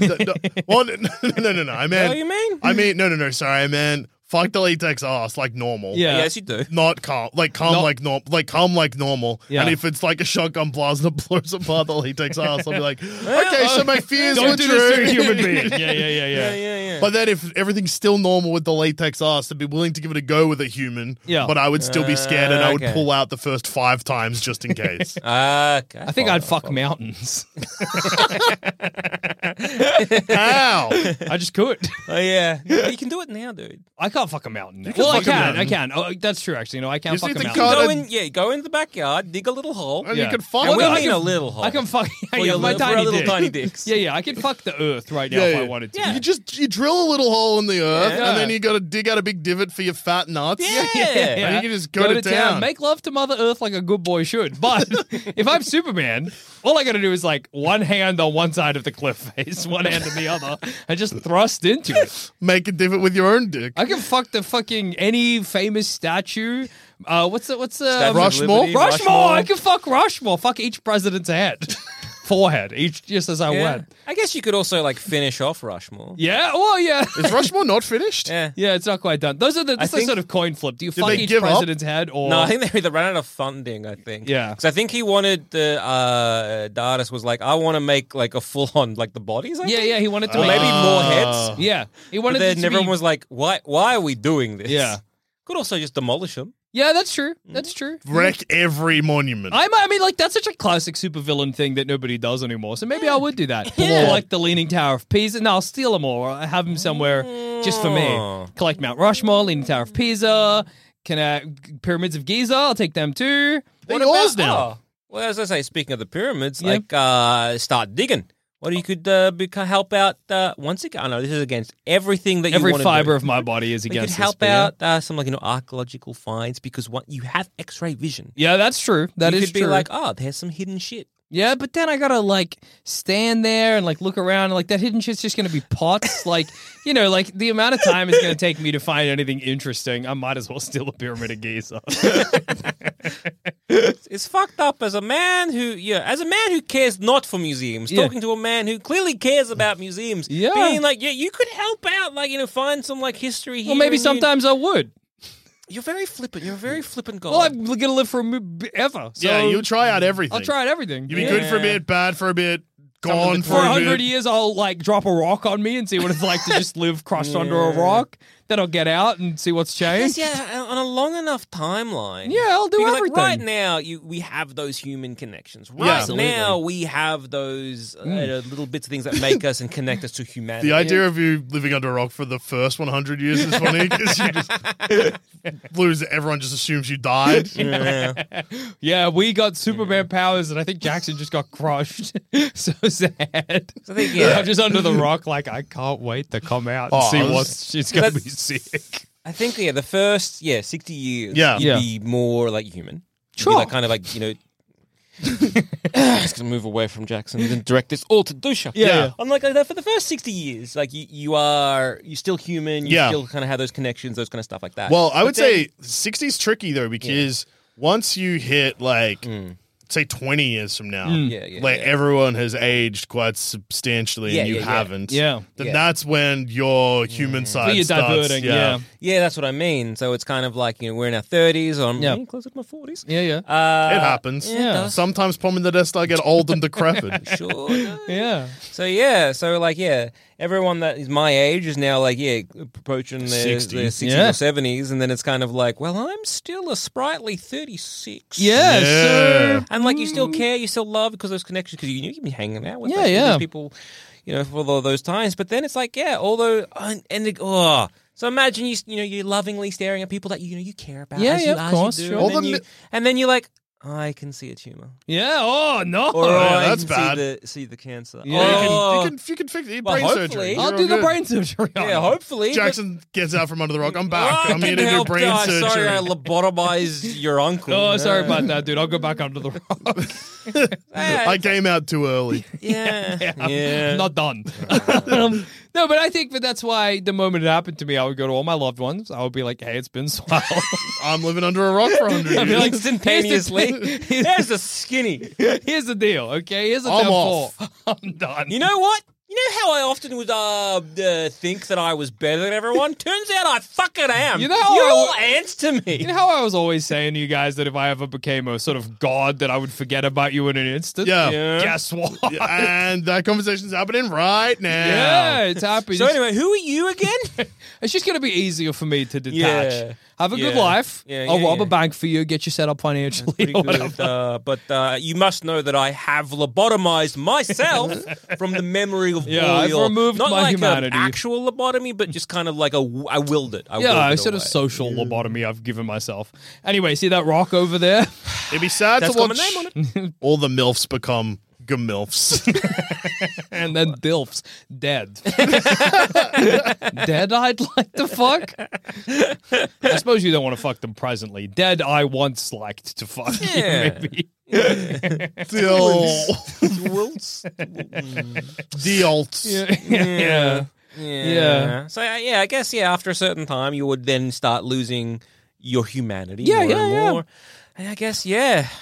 Speaker 2: No, no, well, no, no, no, no. I
Speaker 4: You know
Speaker 2: meant,
Speaker 4: what Oh, you mean?
Speaker 2: I mean, no, no, no. Sorry, I meant fuck the latex ass like normal.
Speaker 3: Yeah.
Speaker 4: Yes, you do.
Speaker 2: Not calm, like calm,
Speaker 3: Not-
Speaker 2: like normal, like calm, like normal.
Speaker 3: Yeah.
Speaker 2: And if it's like a shotgun blast that blows apart the latex ass, I'll be like, okay, so my fears were
Speaker 3: Don't do
Speaker 2: true.
Speaker 3: this to a human being. Yeah, yeah, yeah,
Speaker 4: Yeah,
Speaker 3: yeah.
Speaker 4: yeah, yeah.
Speaker 2: But then, if everything's still normal with the latex ass, I'd be willing to give it a go with a human.
Speaker 3: Yeah.
Speaker 2: But I would still be scared, and I would
Speaker 4: Okay.
Speaker 2: pull out the first five times just in case.
Speaker 4: okay.
Speaker 3: I think I'd fuck mountains.
Speaker 2: How?
Speaker 3: I just could.
Speaker 4: Oh, yeah. you can do it now, dude.
Speaker 3: I can't fuck a mountain. now.
Speaker 2: can
Speaker 3: Well, I
Speaker 2: fuck a
Speaker 3: can. I
Speaker 2: mountain.
Speaker 3: can. Oh, that's true. Actually, no, I can't
Speaker 2: You
Speaker 3: fuck
Speaker 2: see
Speaker 3: a
Speaker 2: the
Speaker 3: mountain.
Speaker 2: God,
Speaker 4: Go
Speaker 2: I-
Speaker 4: in, yeah, go in the backyard, dig a little hole.
Speaker 2: And
Speaker 3: Yeah.
Speaker 2: you could fuck.
Speaker 4: And we
Speaker 3: Well, Oh, I
Speaker 4: mean
Speaker 3: can-
Speaker 4: a little hole.
Speaker 3: I can fuck
Speaker 4: For
Speaker 3: yeah,
Speaker 4: your-
Speaker 3: my
Speaker 4: for
Speaker 3: tiny
Speaker 4: our little
Speaker 3: dick.
Speaker 4: tiny dicks.
Speaker 3: Yeah, yeah, I could fuck the earth right now
Speaker 2: Yeah,
Speaker 3: if
Speaker 2: yeah.
Speaker 3: I wanted to.
Speaker 2: You just you drill a little hole in the earth,
Speaker 3: Yeah.
Speaker 2: and then you got to dig out a big divot for your fat nuts.
Speaker 4: Yeah.
Speaker 3: Yeah,
Speaker 2: And you can just go to town.
Speaker 3: Make love to Mother Earth like a good boy should. But if I'm Superman, all I got to do is like one hand on one side of the cliff face, one hand on the other, and just thrust into it.
Speaker 2: Make a divot with your own dick.
Speaker 3: I can fuck the fucking any famous statue. Uh, what's the what's the
Speaker 4: Statue of
Speaker 2: Rushmore?
Speaker 4: Liberty,
Speaker 3: Rushmore. I can fuck Rushmore. Fuck each president's head, forehead, each just as I
Speaker 4: Yeah.
Speaker 3: went.
Speaker 4: I guess you could also like finish off Rushmore.
Speaker 3: Yeah. Well, yeah.
Speaker 2: Is Rushmore not finished?
Speaker 4: Yeah.
Speaker 3: Yeah, it's not quite done. Those are the this is
Speaker 4: think-
Speaker 3: sort of coin flip. Do you fuck
Speaker 2: they
Speaker 3: each
Speaker 2: give up?
Speaker 3: president's head or
Speaker 4: No, I think they, they ran out of funding. I think.
Speaker 3: Yeah.
Speaker 4: because I think he wanted the uh, the artist was like, I want to make like a full on like the bodies. I
Speaker 3: Yeah,
Speaker 4: think?
Speaker 3: yeah, he wanted to
Speaker 4: or
Speaker 3: make-
Speaker 4: maybe more
Speaker 2: Ah.
Speaker 4: heads.
Speaker 3: Yeah, he
Speaker 4: Uh-huh. But
Speaker 3: wanted it
Speaker 4: then
Speaker 3: to
Speaker 4: everyone
Speaker 3: be-
Speaker 4: was like, why? Why are we doing this?
Speaker 3: Yeah.
Speaker 4: could also just demolish them.
Speaker 3: Yeah, that's true.
Speaker 4: Mm.
Speaker 3: That's true.
Speaker 2: Wreck every monument.
Speaker 3: I'm, I mean, like that's such a classic supervillain thing that nobody does anymore. So maybe I would do that.
Speaker 4: Yeah.
Speaker 3: Or like the Leaning Tower of Pisa. No, I'll steal them all. Or have them somewhere just for
Speaker 4: Oh.
Speaker 3: me. Collect Mount Rushmore, Leaning Tower of Pisa. Can I pyramids of Giza? I'll take them too.
Speaker 2: They're
Speaker 3: What about-
Speaker 2: yours now.
Speaker 4: Oh. Well, as I say, speaking of the pyramids,
Speaker 3: Yeah.
Speaker 4: like uh, start digging. What you could uh, beca- help out uh, once again. I know this is against everything that
Speaker 3: Every
Speaker 4: you want
Speaker 3: fiber
Speaker 4: do.
Speaker 3: of my body is
Speaker 4: But You
Speaker 3: against
Speaker 4: could
Speaker 3: this,
Speaker 4: help
Speaker 3: but yeah.
Speaker 4: out uh, some like you know archaeological finds because what you have X-ray vision.
Speaker 3: Yeah, that's true. That
Speaker 4: you
Speaker 3: is
Speaker 4: could be
Speaker 3: true.
Speaker 4: like, oh, there's some hidden shit.
Speaker 3: Yeah, but then I gotta like stand there and like look around and like that hidden shit's just gonna be pots. like you know, like the amount of time it's gonna take me to find anything interesting, I might as well steal a pyramid of Giza.
Speaker 4: It's fucked up as a man who, yeah, as a man who cares not for museums,
Speaker 3: Yeah.
Speaker 4: talking to a man who clearly cares about museums,
Speaker 3: Yeah.
Speaker 4: being like, yeah, you could help out, like, you know, find some like history here.
Speaker 3: well, maybe
Speaker 4: and you-
Speaker 3: sometimes I would.
Speaker 4: you're very flippant. You're a very flippant guy.
Speaker 3: Well, I'm gonna live for a mo- ever. So
Speaker 2: yeah, you try out everything.
Speaker 3: I'll try everything.
Speaker 2: You be
Speaker 3: Yeah.
Speaker 2: good for a
Speaker 4: Yeah.
Speaker 2: bit, bad for a bit,
Speaker 4: Something
Speaker 2: gone
Speaker 4: to
Speaker 2: for
Speaker 3: for a
Speaker 2: a
Speaker 3: hundred
Speaker 2: bit.
Speaker 3: years, I'll like drop a rock on me and see what it's like to just live crushed under a
Speaker 4: Yeah.
Speaker 3: rock. Then I'll get out and see what's
Speaker 4: Yes,
Speaker 3: changed.
Speaker 4: yeah, on a long enough timeline.
Speaker 3: Yeah, I'll do
Speaker 4: Because,
Speaker 3: everything.
Speaker 4: Like, right now, you, we have those human connections. Right
Speaker 2: Absolutely.
Speaker 4: now, we have those uh,
Speaker 3: Mm.
Speaker 4: little bits of things that make us and connect us to humanity.
Speaker 2: The idea of you living under a rock for the first 100 years is funny because you just lose. Everyone just assumes you died.
Speaker 4: Yeah.
Speaker 3: Yeah, we got Superman powers, and I think Jackson just got crushed. so sad.
Speaker 4: I think, yeah.
Speaker 3: I'm just under the rock, like I can't wait to come out and
Speaker 2: Oh,
Speaker 3: see
Speaker 2: I was-
Speaker 3: what's it's gonna be
Speaker 4: That's-
Speaker 3: sick.
Speaker 4: I think yeah, the first yeah sixty years
Speaker 2: Yeah.
Speaker 4: you'd
Speaker 3: Yeah.
Speaker 4: be more like human. You'd
Speaker 3: Sure.
Speaker 4: be like, kind of like you know. I'm just gonna move away from Jackson and direct this all to Dusha.
Speaker 3: Yeah. Yeah.
Speaker 4: I'm like that for the first sixty years. Like you, you are you're still human. You
Speaker 2: Yeah.
Speaker 4: still kind of have those connections, those kind of stuff like that.
Speaker 2: Well, I
Speaker 4: But
Speaker 2: would
Speaker 4: then-
Speaker 2: say 60s tricky though because once you hit like
Speaker 3: Mm.
Speaker 2: say 20 years from now,
Speaker 4: Yeah, yeah,
Speaker 2: like
Speaker 4: yeah.
Speaker 2: everyone has aged quite substantially
Speaker 4: Yeah,
Speaker 2: and you
Speaker 4: yeah, yeah.
Speaker 2: haven't.
Speaker 3: Yeah.
Speaker 2: Then
Speaker 4: Yeah.
Speaker 2: that's when your human side
Speaker 3: So you're
Speaker 2: starts.
Speaker 3: diverting,
Speaker 2: yeah.
Speaker 3: yeah.
Speaker 4: yeah, that's what I mean. So it's kind of like you know we're in our thirties or I'm
Speaker 3: Yeah.
Speaker 4: yeah. closer to my forties.
Speaker 3: Yeah, yeah.
Speaker 4: Uh,
Speaker 2: It happens.
Speaker 3: yeah.
Speaker 2: Sometimes Pomodoro I get old and decrepit.
Speaker 4: Sure.
Speaker 3: Yeah.
Speaker 4: So yeah, so like yeah, everyone that is my age is now like, yeah, approaching their
Speaker 2: 60.
Speaker 4: their 60s
Speaker 3: Yeah.
Speaker 4: or 70s. And then it's kind of like, well, I'm still a sprightly 36.
Speaker 3: Yeah,
Speaker 2: Yeah.
Speaker 3: so-
Speaker 4: And like, you still care, you still love because those connections, because you knew you'd be hanging out with
Speaker 3: Hmm. Yeah,
Speaker 4: those- with
Speaker 3: yeah.
Speaker 4: those people, you know, for all those times. But then it's like, yeah, although, and, and it- oh. So imagine you, you know, you're lovingly staring at people that you know you care about.
Speaker 3: Yeah,
Speaker 4: as
Speaker 3: yeah,
Speaker 4: you,
Speaker 3: of
Speaker 4: as
Speaker 3: course,
Speaker 4: You do,
Speaker 3: sure.
Speaker 2: All
Speaker 4: and, then
Speaker 2: the
Speaker 4: you,
Speaker 2: mi-
Speaker 4: and then you're like, I can see a tumor.
Speaker 3: Yeah. Oh no.
Speaker 4: Or
Speaker 2: yeah,
Speaker 4: I
Speaker 2: that's
Speaker 4: can
Speaker 2: bad.
Speaker 4: See the, see the cancer.
Speaker 3: Yeah.
Speaker 2: You
Speaker 4: Oh.
Speaker 2: can, you can, you can fix it.
Speaker 4: Well,
Speaker 2: brain
Speaker 4: hopefully.
Speaker 2: surgery.
Speaker 3: I'll
Speaker 2: You're
Speaker 3: do
Speaker 2: all
Speaker 3: the
Speaker 2: good.
Speaker 3: brain surgery. on
Speaker 4: Yeah,
Speaker 3: it.
Speaker 4: hopefully. but-
Speaker 2: Jackson gets out from under the rock. I'm back.
Speaker 4: Oh, I
Speaker 2: I'm here to
Speaker 4: couldn't
Speaker 2: do
Speaker 4: help
Speaker 2: brain
Speaker 4: die.
Speaker 2: surgery.
Speaker 4: Sorry, I lobotomized your uncle.
Speaker 3: Oh, sorry
Speaker 4: Yeah.
Speaker 3: about that, dude. I'll go back under the rock.
Speaker 4: Eh,
Speaker 2: I came out too early.
Speaker 4: yeah,
Speaker 3: I'm-
Speaker 4: yeah.
Speaker 3: I'm not done. um, no, but I think that that's why the moment it happened to me, I would go to all my loved ones. I would be like, "Hey, it's been so while."
Speaker 2: I'm living under a rock for 100
Speaker 3: I'd
Speaker 2: years.
Speaker 3: be like,
Speaker 4: instantaneously.
Speaker 3: "Here's the thing.
Speaker 4: There's a skinny.
Speaker 3: Here's the deal, okay? Here's the
Speaker 2: I'm
Speaker 3: deal.
Speaker 2: off.
Speaker 3: I'm done.
Speaker 4: You know what? You know how I often would uh, uh, think that I was better than everyone. Turns out I fucking am.
Speaker 3: You know how
Speaker 4: you're
Speaker 3: I
Speaker 4: all
Speaker 3: would-
Speaker 4: ants to me.
Speaker 3: You know how I was always saying to you guys that if I ever became a sort of god, that I would forget about you in an instant.
Speaker 2: Yeah.
Speaker 4: Yeah.
Speaker 3: Guess what? Yeah,
Speaker 2: and that conversation's happening right now.
Speaker 3: it's happening.
Speaker 4: so anyway, who are you again?
Speaker 3: It's just going to be easier for me to detach.
Speaker 4: Yeah.
Speaker 3: Have a good
Speaker 4: Yeah.
Speaker 3: life.
Speaker 4: Yeah,
Speaker 3: I'll
Speaker 4: yeah,
Speaker 3: rob
Speaker 4: yeah.
Speaker 3: a bank for you. Get you set up financially.
Speaker 4: Pretty
Speaker 3: Or whatever.
Speaker 4: good. Uh, but uh, you must know that I have lobotomized myself from the memory of
Speaker 3: Yeah,
Speaker 4: all
Speaker 3: I've
Speaker 4: your-
Speaker 3: removed
Speaker 4: not
Speaker 3: my
Speaker 4: like
Speaker 3: humanity.
Speaker 4: an actual lobotomy, but just kind of like a w- I willed it. I
Speaker 3: Yeah,
Speaker 4: willed
Speaker 3: I
Speaker 4: it
Speaker 3: sort of
Speaker 4: away.
Speaker 3: social lobotomy I've given myself. Anyway, see that rock over there?
Speaker 2: It'd be sad
Speaker 4: That's
Speaker 2: to
Speaker 4: got my
Speaker 2: watch
Speaker 4: name on it.
Speaker 2: all the MILFs become GMILFs.
Speaker 3: and then Dilf's dead. dead, I'd like to fuck. I suppose you don't want to fuck them presently. Dead, I once liked to fuck.
Speaker 4: Yeah.
Speaker 3: Maybe.
Speaker 2: Dill.
Speaker 4: Wilts.
Speaker 2: Diolts.
Speaker 3: Yeah. yeah.
Speaker 4: Yeah.
Speaker 3: Yeah.
Speaker 4: So uh, yeah, I guess yeah. After a certain time, you would then start losing your humanity.
Speaker 3: Yeah,
Speaker 4: more and
Speaker 3: yeah, yeah.
Speaker 4: more. And I guess yeah.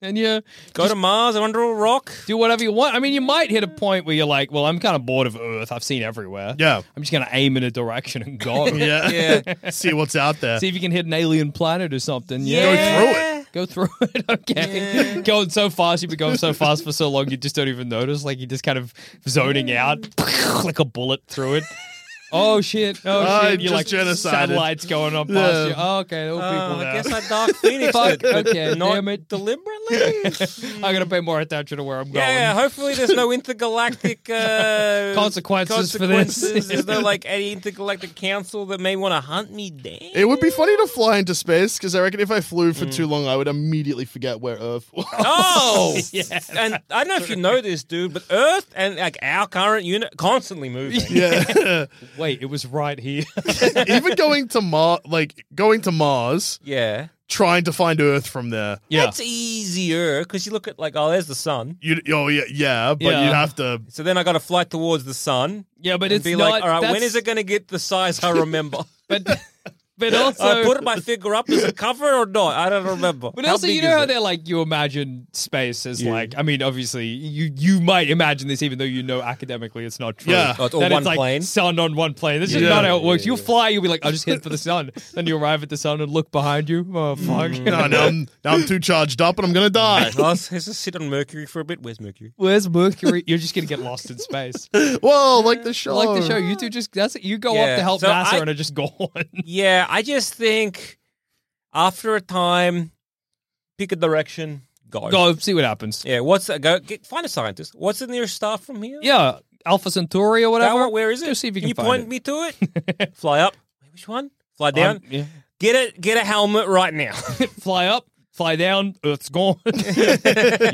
Speaker 3: And you
Speaker 4: Go to Mars and under a rock.
Speaker 3: do whatever you want. I mean, you might hit a point where you're like, well, I'm kind of bored of Earth. I've seen everywhere.
Speaker 2: Yeah.
Speaker 3: I'm just going to aim in a direction and go.
Speaker 2: Yeah.
Speaker 4: Yeah.
Speaker 2: See what's out there.
Speaker 3: See if you can hit an alien planet or something.
Speaker 2: Go
Speaker 3: Yeah.
Speaker 2: through it.
Speaker 3: Go through it, okay? Going so fast, you've been going so fast for so long, you just don't even notice. Like you're just kind of zoning out, like a bullet through it. Oh shit! Oh
Speaker 2: I
Speaker 3: shit! You're
Speaker 2: just
Speaker 3: like
Speaker 2: genocided.
Speaker 3: satellites going on past
Speaker 2: Yeah.
Speaker 3: you. Oh, okay, there were
Speaker 4: Oh,
Speaker 3: people
Speaker 4: I
Speaker 3: there.
Speaker 4: guess I dark phoenix.
Speaker 3: Fuck. Okay,
Speaker 4: not
Speaker 3: damn it.
Speaker 4: deliberately.
Speaker 3: I'm gonna pay more attention to where I'm going.
Speaker 4: Yeah, hopefully there's no intergalactic uh,
Speaker 3: Consequences for this.
Speaker 4: consequences. there's no like any intergalactic council that may want to hunt me down.
Speaker 2: It would be funny to fly into space because I reckon if I flew for
Speaker 3: Mm.
Speaker 2: too long, I would immediately forget where Earth was.
Speaker 4: Oh,
Speaker 3: Yeah.
Speaker 4: and I don't know if you know this, dude, but Earth and like our current unit constantly moving.
Speaker 2: Yeah.
Speaker 3: Wait, it was right here.
Speaker 2: Even going to Mars, like going to Mars,
Speaker 4: Yeah.
Speaker 2: trying to find Earth from there.
Speaker 3: yeah,
Speaker 4: That's easier because you look at like, oh, there's the sun.
Speaker 2: You, oh yeah, yeah, but
Speaker 3: Yeah.
Speaker 2: you'd have to.
Speaker 4: So then I got to flight towards the sun.
Speaker 3: yeah, but
Speaker 4: And
Speaker 3: it's
Speaker 4: be
Speaker 3: not.
Speaker 4: like, all right, when
Speaker 3: that's-
Speaker 4: is it going to get the size I remember?
Speaker 3: But but also,
Speaker 4: I put my finger up as a cover or not? I don't remember.
Speaker 3: But
Speaker 4: How
Speaker 3: also, you
Speaker 4: big
Speaker 3: know
Speaker 4: is
Speaker 3: how
Speaker 4: it?
Speaker 3: they're like you imagine space as
Speaker 4: Yeah.
Speaker 3: like I mean, obviously you you might imagine this even though you know academically it's not true.
Speaker 2: Yeah.
Speaker 4: Oh, it's all
Speaker 3: That
Speaker 4: one
Speaker 3: like
Speaker 4: plane?
Speaker 3: sun on one plane. This
Speaker 2: Yeah.
Speaker 3: is not how it works.
Speaker 4: Yeah,
Speaker 3: you fly, you'll be like, I'll just hit for the sun. then you arrive at the sun and look behind you. Oh fuck.
Speaker 2: No, now I'm, now I'm too charged up and I'm gonna die.
Speaker 4: Well, let's, let's just sit on Mercury for a bit. Where's Mercury?
Speaker 3: Where's Mercury? You're just gonna get lost in space.
Speaker 2: Whoa, like the show.
Speaker 3: Like the show, you two just that's it. You go up
Speaker 4: Yeah.
Speaker 3: to help
Speaker 4: So
Speaker 3: NASA
Speaker 4: I-
Speaker 3: and are just gone.
Speaker 4: Yeah, I just think after a time, pick a direction, go.
Speaker 3: go see what happens.
Speaker 4: Yeah, what's that? Go get, find a scientist. What's the nearest star from here?
Speaker 3: Yeah. Alpha Centauri or
Speaker 4: That
Speaker 3: whatever.
Speaker 4: one, where is it?
Speaker 3: Go see if you can
Speaker 4: can you
Speaker 3: find
Speaker 4: point
Speaker 3: it.
Speaker 4: me to it? Fly up. Which one? Fly down.
Speaker 3: I'm- yeah.
Speaker 4: Get it. Get a helmet right now.
Speaker 3: fly up, fly down, Earth's gone.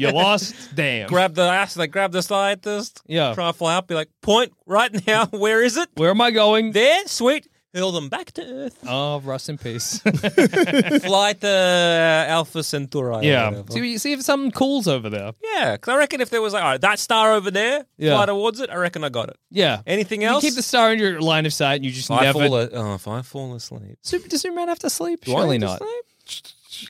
Speaker 3: you lost. Damn.
Speaker 4: grab the ass. Like grab the scientist.
Speaker 3: Yeah.
Speaker 4: Try to fly up. Be like, point right now. Where is it?
Speaker 3: Where am I going?
Speaker 4: There. Sweet. Hurl them back to Earth.
Speaker 3: Oh, rest in peace.
Speaker 4: Fly to uh, Alpha Centauri. or
Speaker 3: yeah.
Speaker 4: whatever.
Speaker 3: See, see if something cool's over there.
Speaker 4: Yeah, because I reckon if there was like, all right, that star over there,
Speaker 3: Yeah.
Speaker 4: fly towards it, I reckon I got it.
Speaker 3: Yeah.
Speaker 4: Anything
Speaker 3: You
Speaker 4: else?
Speaker 3: keep the star in your line of sight and you just
Speaker 4: if, I
Speaker 3: never.
Speaker 4: fall a- oh, if I fall asleep.
Speaker 3: Super, does Superman have to sleep?
Speaker 4: Do I
Speaker 3: Surely
Speaker 4: need to
Speaker 3: not.
Speaker 4: sleep?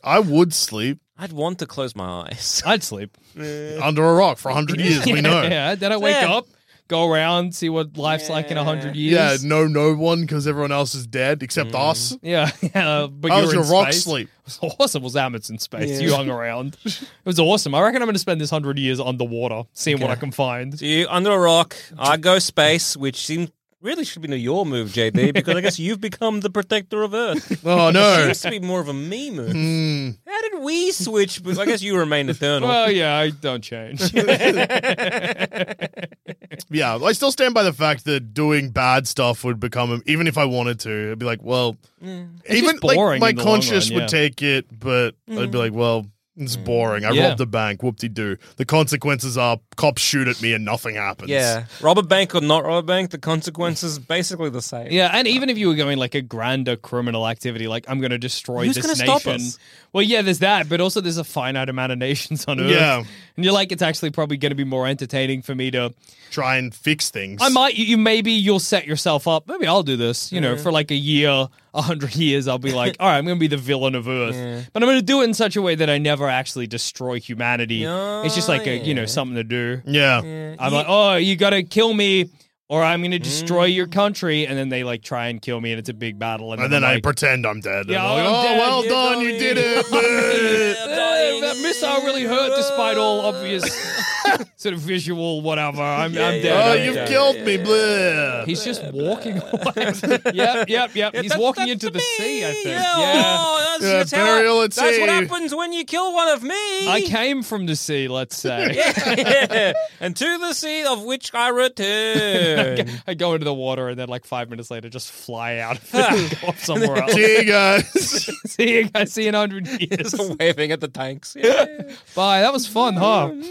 Speaker 2: I would sleep
Speaker 4: I'd want to close my eyes.
Speaker 3: I'd sleep.
Speaker 2: under a rock for 100 years, we know.
Speaker 3: yeah. Then I wake
Speaker 4: Yeah.
Speaker 3: up, go around, see what life's like in a hundred years.
Speaker 2: Yeah, no, no one because everyone else is dead except
Speaker 3: Mm.
Speaker 2: us.
Speaker 3: Yeah, yeah, but
Speaker 2: How
Speaker 3: you
Speaker 2: was
Speaker 3: were in
Speaker 2: your rock
Speaker 3: space.
Speaker 2: sleep?
Speaker 3: It was awesome. It was Amit's in space.
Speaker 4: Yeah.
Speaker 3: You hung around. It was awesome. I reckon I'm going to spend this hundred years underwater, seeing what I can find.
Speaker 4: So you under a rock. I go space, which seems really should be your move, JD, because I guess you've become the protector of Earth.
Speaker 2: Oh no!
Speaker 4: Seems to be more of a me move.
Speaker 2: Hmm.
Speaker 4: How did we switch? But I guess you remain eternal.
Speaker 3: Well, yeah, I don't change.
Speaker 2: yeah, I still stand by the fact that doing bad stuff would become even if I wanted to, I'd be like, well, even
Speaker 3: just
Speaker 2: like,
Speaker 3: boring
Speaker 2: my
Speaker 3: in the long
Speaker 2: conscience
Speaker 3: run,
Speaker 2: would
Speaker 3: yeah. Mm.
Speaker 2: take it, but I'd be like, well, it's boring. I
Speaker 3: Yeah.
Speaker 2: robbed the bank. Whoop de doo. The consequences are cops shoot at me and nothing happens.
Speaker 4: yeah, rob a bank or not rob a bank, the consequences basically the same.
Speaker 3: Yeah, and even if you were going like a grander criminal activity, like I'm going to destroy
Speaker 4: Who's
Speaker 3: this
Speaker 4: gonna
Speaker 3: nation.
Speaker 4: stop us?
Speaker 3: Well, yeah, there's that, but also there's a finite amount of nations on earth.
Speaker 2: Yeah.
Speaker 3: and you're like, it's actually probably going to be more entertaining for me to.
Speaker 2: Try and fix things.
Speaker 3: I might, you maybe you'll set yourself up. Maybe I'll do this. You know, for like a year, a hundred years, I'll be like, all right, I'm going to be the villain of earth, but I'm going to do it in such a way that I never actually destroy humanity. it's just like a you know something to do.
Speaker 2: Yeah.
Speaker 3: I'm like, oh, you gotta kill me, or I'm gonna destroy
Speaker 4: Mm.
Speaker 3: your country, and then they like try and kill me, and it's a big battle, and,
Speaker 2: And then I
Speaker 3: I'm like,
Speaker 2: pretend I'm dead.
Speaker 3: Yeah,
Speaker 2: Yeah, like,
Speaker 3: I'm
Speaker 2: oh,
Speaker 3: dead.
Speaker 2: well
Speaker 3: You're
Speaker 2: done. You
Speaker 4: dying.
Speaker 2: did it.
Speaker 3: "Eh, that missile really hurt, despite all obvious sort of visual whatever. I'm, I'm dead.
Speaker 2: oh,
Speaker 3: I'm
Speaker 2: you've
Speaker 3: dead.
Speaker 2: killed me. Blah.
Speaker 3: He's just walking away. yep, yep, yep. He's
Speaker 4: That's-
Speaker 3: walking
Speaker 4: that's
Speaker 3: into the
Speaker 4: me.
Speaker 3: sea. I think.
Speaker 4: Yeah,
Speaker 3: yeah.
Speaker 4: oh, that's,
Speaker 2: Yeah,
Speaker 4: that's how-
Speaker 2: burial at
Speaker 4: that's what
Speaker 2: sea.
Speaker 4: happens when you kill one of me.
Speaker 3: I came from the sea. Let's say.
Speaker 4: yeah. And to the sea of which I return.
Speaker 3: I go into the water and then, like five minutes later, just fly out of it and go off somewhere else.
Speaker 2: See you guys.
Speaker 3: see you guys. See you in a hundred years.
Speaker 4: waving at the tanks. Yeah.
Speaker 3: Bye. That was fun, huh? Uh, yeah.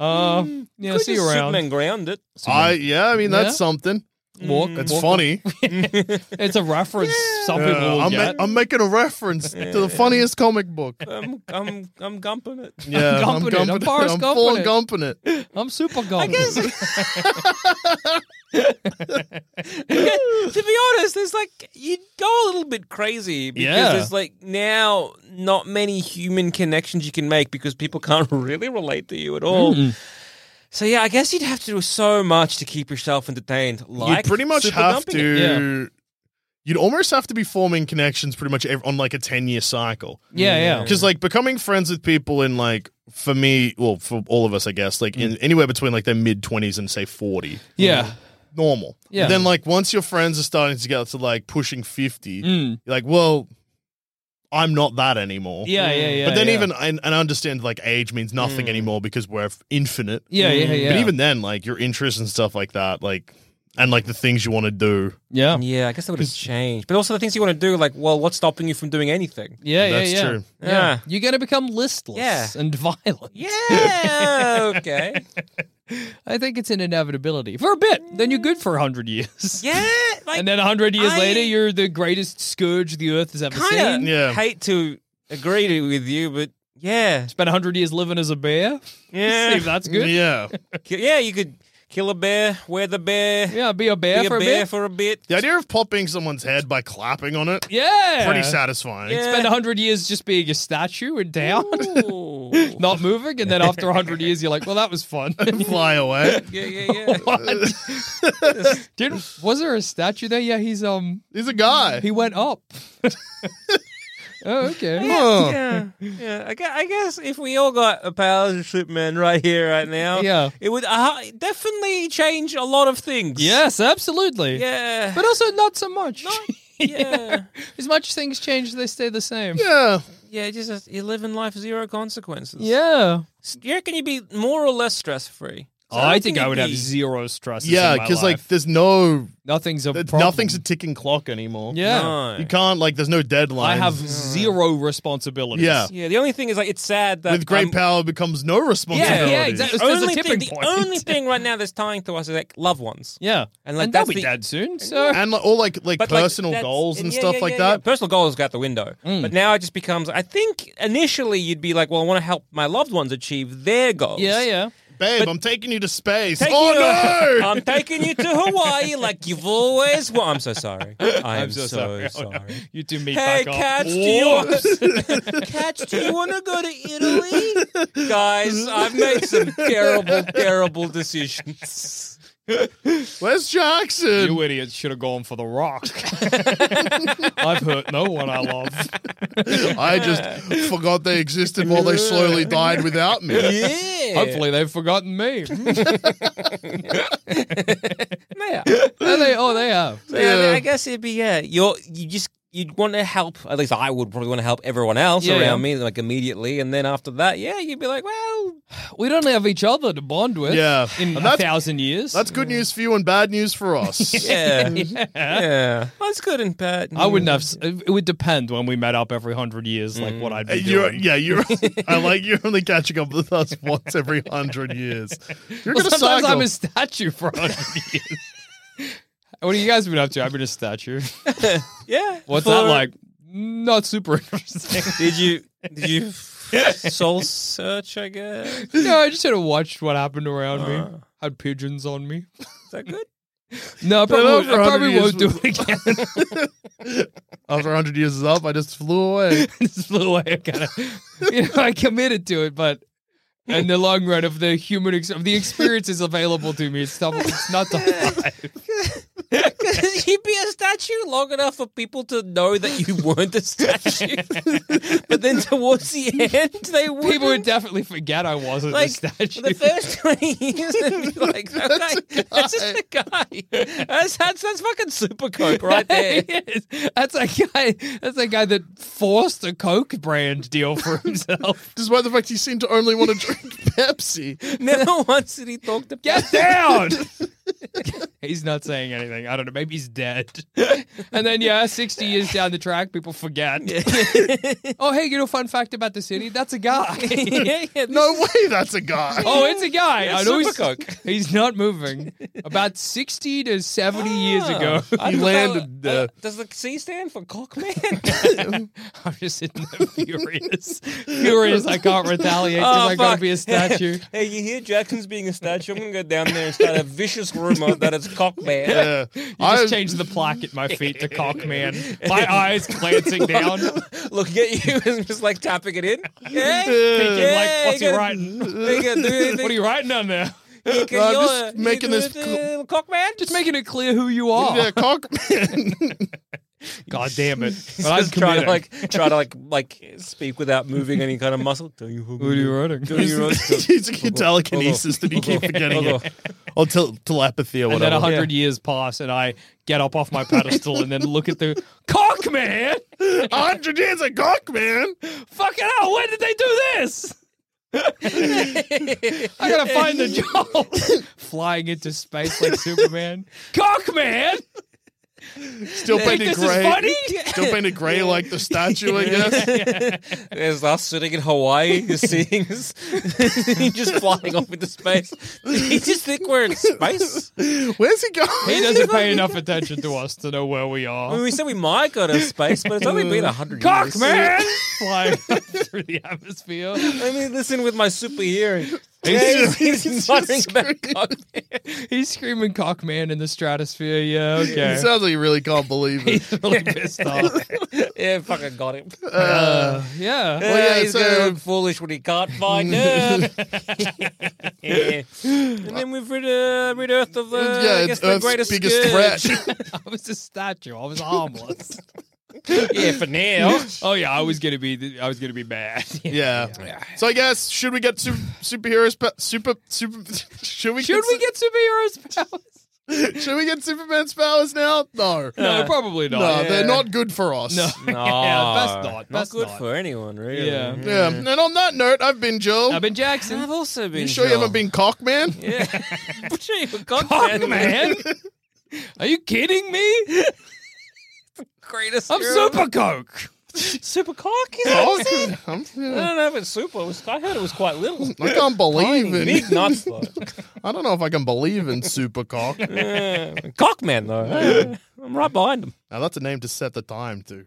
Speaker 4: Mm-hmm. Could
Speaker 3: see you
Speaker 4: just
Speaker 3: around.
Speaker 4: Superman ground it.
Speaker 2: I yeah. I mean, that's
Speaker 3: Yeah.
Speaker 2: something.
Speaker 3: Walk.
Speaker 2: It's
Speaker 3: walk-
Speaker 2: funny.
Speaker 3: It's a reference. Some people
Speaker 2: Yeah,
Speaker 3: will
Speaker 2: Uh, I'm,
Speaker 3: get.
Speaker 2: ma- I'm making a reference to the funniest comic book.
Speaker 4: I'm, I'm, I'm gumping it.
Speaker 2: Yeah,
Speaker 3: gumping it. I'm Forrest
Speaker 2: I'm full
Speaker 3: gumping it.
Speaker 2: gumping it.
Speaker 3: I'm, super gone.
Speaker 4: to be honest, there's like you go a little bit crazy because
Speaker 3: Yeah.
Speaker 4: there's like now not many human connections you can make because people can't really relate to you at all. So yeah, I guess you'd have to do so much to keep yourself entertained. Like
Speaker 2: you pretty much
Speaker 4: super
Speaker 2: have
Speaker 4: gumping it.
Speaker 2: to. You'd almost have to be forming connections pretty much ev on like a ten year cycle.
Speaker 3: Yeah, yeah.
Speaker 2: Because like becoming friends with people in like for me, well for all of us, I guess, like
Speaker 3: Mm.
Speaker 2: in anywhere between like their mid twenties and say forty,
Speaker 3: yeah.
Speaker 2: normal.
Speaker 3: Yeah.
Speaker 2: Then like once your friends are starting to get to like pushing fifty,
Speaker 3: Mm.
Speaker 2: you're like, well, I'm not that anymore.
Speaker 3: Yeah, yeah, yeah.
Speaker 2: but then
Speaker 3: yeah. Mm.
Speaker 2: even and, and I understand like age means nothing anymore because we're f- infinite.
Speaker 3: Yeah, yeah, yeah.
Speaker 2: But even then, like your interests and stuff like that, like and like the things you want to do.
Speaker 3: Yeah.
Speaker 4: Yeah, I guess that would have changed. But also the things you want to do, like, well, what's stopping you from doing anything?
Speaker 3: Yeah, yeah,
Speaker 2: That's
Speaker 3: yeah.
Speaker 2: true.
Speaker 3: Yeah.
Speaker 4: Yeah.
Speaker 3: You're going to become listless
Speaker 4: Yeah.
Speaker 3: and violent.
Speaker 4: Yeah, okay.
Speaker 3: I think it's an inevitability. For a bit, then you're good for 100 years.
Speaker 4: Yeah, like,
Speaker 3: and then 100 years
Speaker 4: I-
Speaker 3: later, you're the greatest scourge the earth has ever
Speaker 4: kind
Speaker 3: seen.
Speaker 4: of
Speaker 2: Yeah.
Speaker 4: hate to agree to- with you, but yeah,
Speaker 3: Spent 100 years living as a bear. See
Speaker 4: yeah,
Speaker 3: if that's good.
Speaker 2: Yeah.
Speaker 4: Ki- yeah. You could kill a bear, wear the bear,
Speaker 3: Yeah, be a bear
Speaker 4: be
Speaker 3: for
Speaker 4: a
Speaker 3: a,
Speaker 4: bear
Speaker 3: bit.
Speaker 4: for a bit.
Speaker 2: The idea of popping someone's head by clapping on it,
Speaker 3: yeah.
Speaker 2: pretty satisfying.
Speaker 4: Yeah.
Speaker 3: Spend 100 years just being a statue and down.
Speaker 4: Eh. Ooh.
Speaker 3: not moving, and then after 100 years, you're like, well, that was fun.
Speaker 2: Fly away.
Speaker 4: yeah, yeah, yeah.
Speaker 3: Did was there a statue there? Yeah, he's um
Speaker 2: He's a guy.
Speaker 3: he went up. oh, okay.
Speaker 2: Huh.
Speaker 4: yeah, yeah. I gue- I guess if we all got a powers of Superman right here, right now,
Speaker 3: Yeah.
Speaker 4: it would uh, definitely change a lot of things.
Speaker 3: Yes, absolutely.
Speaker 4: yeah,
Speaker 3: But also not so much.
Speaker 4: yeah,
Speaker 3: As much as things change, they stay the same.
Speaker 2: Yeah.
Speaker 4: yeah. Just you live in life zero consequences.
Speaker 3: Yeah.
Speaker 4: S- do you reckon you'd be more or less stress free?
Speaker 3: I, think I would have zero stress.
Speaker 2: Yeah, because
Speaker 3: because
Speaker 2: like there's no
Speaker 3: nothing's a
Speaker 2: there's
Speaker 3: problem.
Speaker 2: nothing's a ticking clock anymore.
Speaker 3: yeah.
Speaker 2: You can't like there's no deadline.
Speaker 3: I have zero responsibilities.
Speaker 2: Yeah.
Speaker 4: Yeah, the only thing is like it's sad that
Speaker 2: with great
Speaker 4: I'm-
Speaker 2: power becomes no
Speaker 3: Yeah,
Speaker 2: responsibility.
Speaker 3: yeah, exactly.
Speaker 4: The
Speaker 3: There's a
Speaker 4: only, thing,
Speaker 3: tipping
Speaker 4: the
Speaker 3: point.
Speaker 4: only thing right now that's tying to us is like loved ones.
Speaker 3: Yeah.
Speaker 4: And, like,
Speaker 3: they'll
Speaker 4: that's
Speaker 3: be
Speaker 4: the-
Speaker 3: dead soon. So
Speaker 2: And like, all like like
Speaker 4: But like,
Speaker 2: personal
Speaker 4: that's-
Speaker 2: goals and
Speaker 4: yeah,
Speaker 2: stuff
Speaker 4: yeah,
Speaker 2: like
Speaker 4: yeah, yeah.
Speaker 2: that.
Speaker 4: Personal goals go out the window.
Speaker 3: Mm.
Speaker 4: But now it just becomes. I think initially you'd be like, well, I want to help my loved ones achieve their goals.
Speaker 3: Yeah, yeah.
Speaker 2: Babe,
Speaker 4: But-
Speaker 2: I'm taking you to space.
Speaker 4: Take
Speaker 2: oh
Speaker 4: you to- Um,
Speaker 2: no!
Speaker 4: I'm taking you to Hawaii like you've always. Well, I'm so sorry. I am so, sorry.
Speaker 3: You do meet
Speaker 4: Hey,
Speaker 3: back up.
Speaker 4: catch, do you, catch, do you want to go to Italy? Guys, I've made some terrible, terrible decisions.
Speaker 2: Where's Jackson?
Speaker 3: You idiots should have gone for the rock. I've hurt no one I love.
Speaker 2: I just forgot they existed while they slowly died without me.
Speaker 4: Yeah.
Speaker 3: Hopefully they've forgotten me.
Speaker 4: Yeah.
Speaker 3: Oh, they, oh, they have.
Speaker 4: So, yeah, I, mean,
Speaker 2: Yeah.
Speaker 4: I guess it'd be yeah. You're you just you'd want to help. At least I would probably want to help everyone else
Speaker 3: Yeah,
Speaker 4: around
Speaker 3: yeah.
Speaker 4: me like immediately, and then after that, yeah, you'd be like, well,
Speaker 3: We don't have each other to bond with.
Speaker 2: Yeah.
Speaker 3: in
Speaker 2: And
Speaker 3: a
Speaker 2: that's-
Speaker 3: thousand years.
Speaker 2: That's good news for you and bad news for us.
Speaker 4: yeah, yeah, that's good and bad.
Speaker 3: I wouldn't have. s- It would depend when we met up every hundred years, like what I'd
Speaker 2: Uh,
Speaker 3: be
Speaker 2: You're,
Speaker 3: doing.
Speaker 2: yeah, you're. I like you're only catching up with us once every hundred years. You're
Speaker 3: Well,
Speaker 2: gonna
Speaker 3: sometimes
Speaker 2: cycle.
Speaker 3: I'm a statue for hundred years. what have you guys been up to? I've been a statue.
Speaker 4: Yeah,
Speaker 3: What's
Speaker 4: For-
Speaker 3: that like? Not super interesting.
Speaker 4: Did you did you soul search? I guess is
Speaker 3: no, I just sort of watched what happened around me. Had pigeons on me.
Speaker 4: that good?
Speaker 3: No, I
Speaker 2: not
Speaker 3: probably,
Speaker 2: for 100
Speaker 3: I probably
Speaker 2: years
Speaker 3: won't do
Speaker 2: was-
Speaker 3: it again.
Speaker 2: After hundred years is up, I just flew away.
Speaker 3: this is the way I kind of, you know, I committed to it, but in the long run of the human, ex- of the experiences available to me, it's tough. It's not to
Speaker 4: You'd be a statue long enough for people to know that you weren't a statue, but then towards the end they would.
Speaker 3: People would definitely forget I wasn't
Speaker 4: like
Speaker 3: a statue.
Speaker 4: the first twenty years, they'd be like, "That guy, that's just a guy. That's that's, that's fucking super coke right there."
Speaker 3: Yes. That's a guy. That's a guy that forced a Coke brand deal for himself.
Speaker 2: Despite the fact he seemed to only want to drink Pepsi.
Speaker 4: Never once did he talk to
Speaker 3: Get down. he's not saying anything. I don't know. Maybe he's dead. And then yeah, sixty years down the track, people forget. oh hey, you know, fun fact about the city. That's a guy.
Speaker 4: yeah, yeah,
Speaker 2: No way, that's a guy.
Speaker 3: Oh, it's a guy. I know he's,
Speaker 4: Supercock.
Speaker 3: he's not moving. About 60 to 70 years ago,
Speaker 4: I
Speaker 2: He
Speaker 4: thought-
Speaker 2: landed, uh,
Speaker 4: does the C stand for cock man?
Speaker 3: I'm just sitting there furious. furious, I can't retaliate because
Speaker 4: Oh,
Speaker 3: I gotta
Speaker 4: fuck.
Speaker 3: be a statue.
Speaker 4: hey, you hear Jackson's being a statue? I'm gonna go down there and start a vicious rumor that it's cock man.
Speaker 2: Yeah.
Speaker 3: You just
Speaker 2: I-
Speaker 3: changed the plaque at my feet to cock man. My eyes glancing down, thinking
Speaker 4: Looking at you and just like tapping it in. Yeah,
Speaker 3: like, what's he
Speaker 4: you gotta-
Speaker 3: writing?
Speaker 4: you gotta do anything.
Speaker 3: What are you writing down there?
Speaker 4: Can
Speaker 2: I'm
Speaker 4: you,
Speaker 2: just
Speaker 4: uh,
Speaker 2: making
Speaker 4: you
Speaker 2: this
Speaker 4: do
Speaker 2: cl-
Speaker 4: the cock man?
Speaker 3: Just making it clear who you are.
Speaker 2: Yeah, Cockman.
Speaker 3: God damn it. But
Speaker 4: I
Speaker 3: I'm
Speaker 4: was trying
Speaker 3: committing.
Speaker 4: to like try to like like speak without moving any kind of muscle. Don't you
Speaker 3: who are you writing?
Speaker 4: Don't you
Speaker 2: He's a telekinesis that he keep forgetting
Speaker 4: Hold
Speaker 2: it. Or tel- telepathy or
Speaker 3: And then
Speaker 2: whatever.
Speaker 3: a hundred years pass, and I get up off my pedestal and then look at the cock man.
Speaker 2: A hundred years of Cockman.
Speaker 3: Fucking hell, when did they do this? I gotta find the job. Flying into space like Superman. Cock man!
Speaker 2: Still
Speaker 3: Think
Speaker 2: painted
Speaker 3: this
Speaker 2: grey.
Speaker 3: is funny?
Speaker 2: Still painted grey like the statue, I guess.
Speaker 4: There's us sitting in Hawaii, just seeing us, just flying off into space. You just think we're in space.
Speaker 2: Where's he going?
Speaker 3: He doesn't pay enough attention to us to know where we
Speaker 4: I mean,
Speaker 3: are.
Speaker 4: we said we might go to space, but it's only been a hundred years.
Speaker 3: Cock man! Flying up through the atmosphere.
Speaker 4: Let me listen with my super hearing.
Speaker 3: He's,
Speaker 4: He's talking about cock
Speaker 3: he's screaming cock man in the stratosphere. Yeah,
Speaker 2: It
Speaker 3: okay.
Speaker 2: sounds like you really can't believe it.
Speaker 3: He's really pissed off.
Speaker 4: man. Yeah, fucking got him.
Speaker 3: Uh, yeah.
Speaker 2: Well, yeah,
Speaker 4: yeah, he's
Speaker 2: so-
Speaker 4: going to look foolish when he can't find Earth. And then we've rid, uh, rid Earth of the,
Speaker 2: yeah,
Speaker 4: I guess,
Speaker 2: it's
Speaker 4: the
Speaker 2: Earth's
Speaker 4: greatest
Speaker 2: biggest
Speaker 4: scourge.
Speaker 2: threat.
Speaker 3: I was a statue. I was harmless.
Speaker 4: yeah, for now.
Speaker 3: oh yeah, I was gonna be. I was gonna be bad.
Speaker 2: Yeah. So I guess should we get super, superheroes? Pa- super super. Should we?
Speaker 3: Should we
Speaker 2: get,
Speaker 3: get superheroes powers?
Speaker 2: su- Should we get Superman's powers now? No. No,
Speaker 3: No, probably not.
Speaker 2: they're not good for us.
Speaker 3: No.
Speaker 4: No,
Speaker 3: Yeah, best not, best
Speaker 4: good
Speaker 3: not.
Speaker 4: for anyone, really.
Speaker 3: Yeah.
Speaker 2: Yeah. And on that note, I've been Joel.
Speaker 3: I've been Jackson.
Speaker 4: I've also been.
Speaker 2: you sure you haven't been Cockman?
Speaker 4: Yeah. I'm sure you forgot
Speaker 3: Fuck,
Speaker 4: that.
Speaker 3: man. Are you kidding me?
Speaker 4: Greatest.
Speaker 3: I'm
Speaker 4: hero.
Speaker 3: super coke.
Speaker 4: super cocky.
Speaker 2: Cock?
Speaker 4: I
Speaker 2: Oh, I'm- yeah.
Speaker 4: don't know if it's super. It was, I heard it was quite little.
Speaker 2: I can't believe in.
Speaker 4: Big nuts though.
Speaker 2: I don't know if I can believe in Super Cock. now
Speaker 4: Yeah. Cock man though. Yeah. I'm right behind him.
Speaker 2: that's a name to set the time to.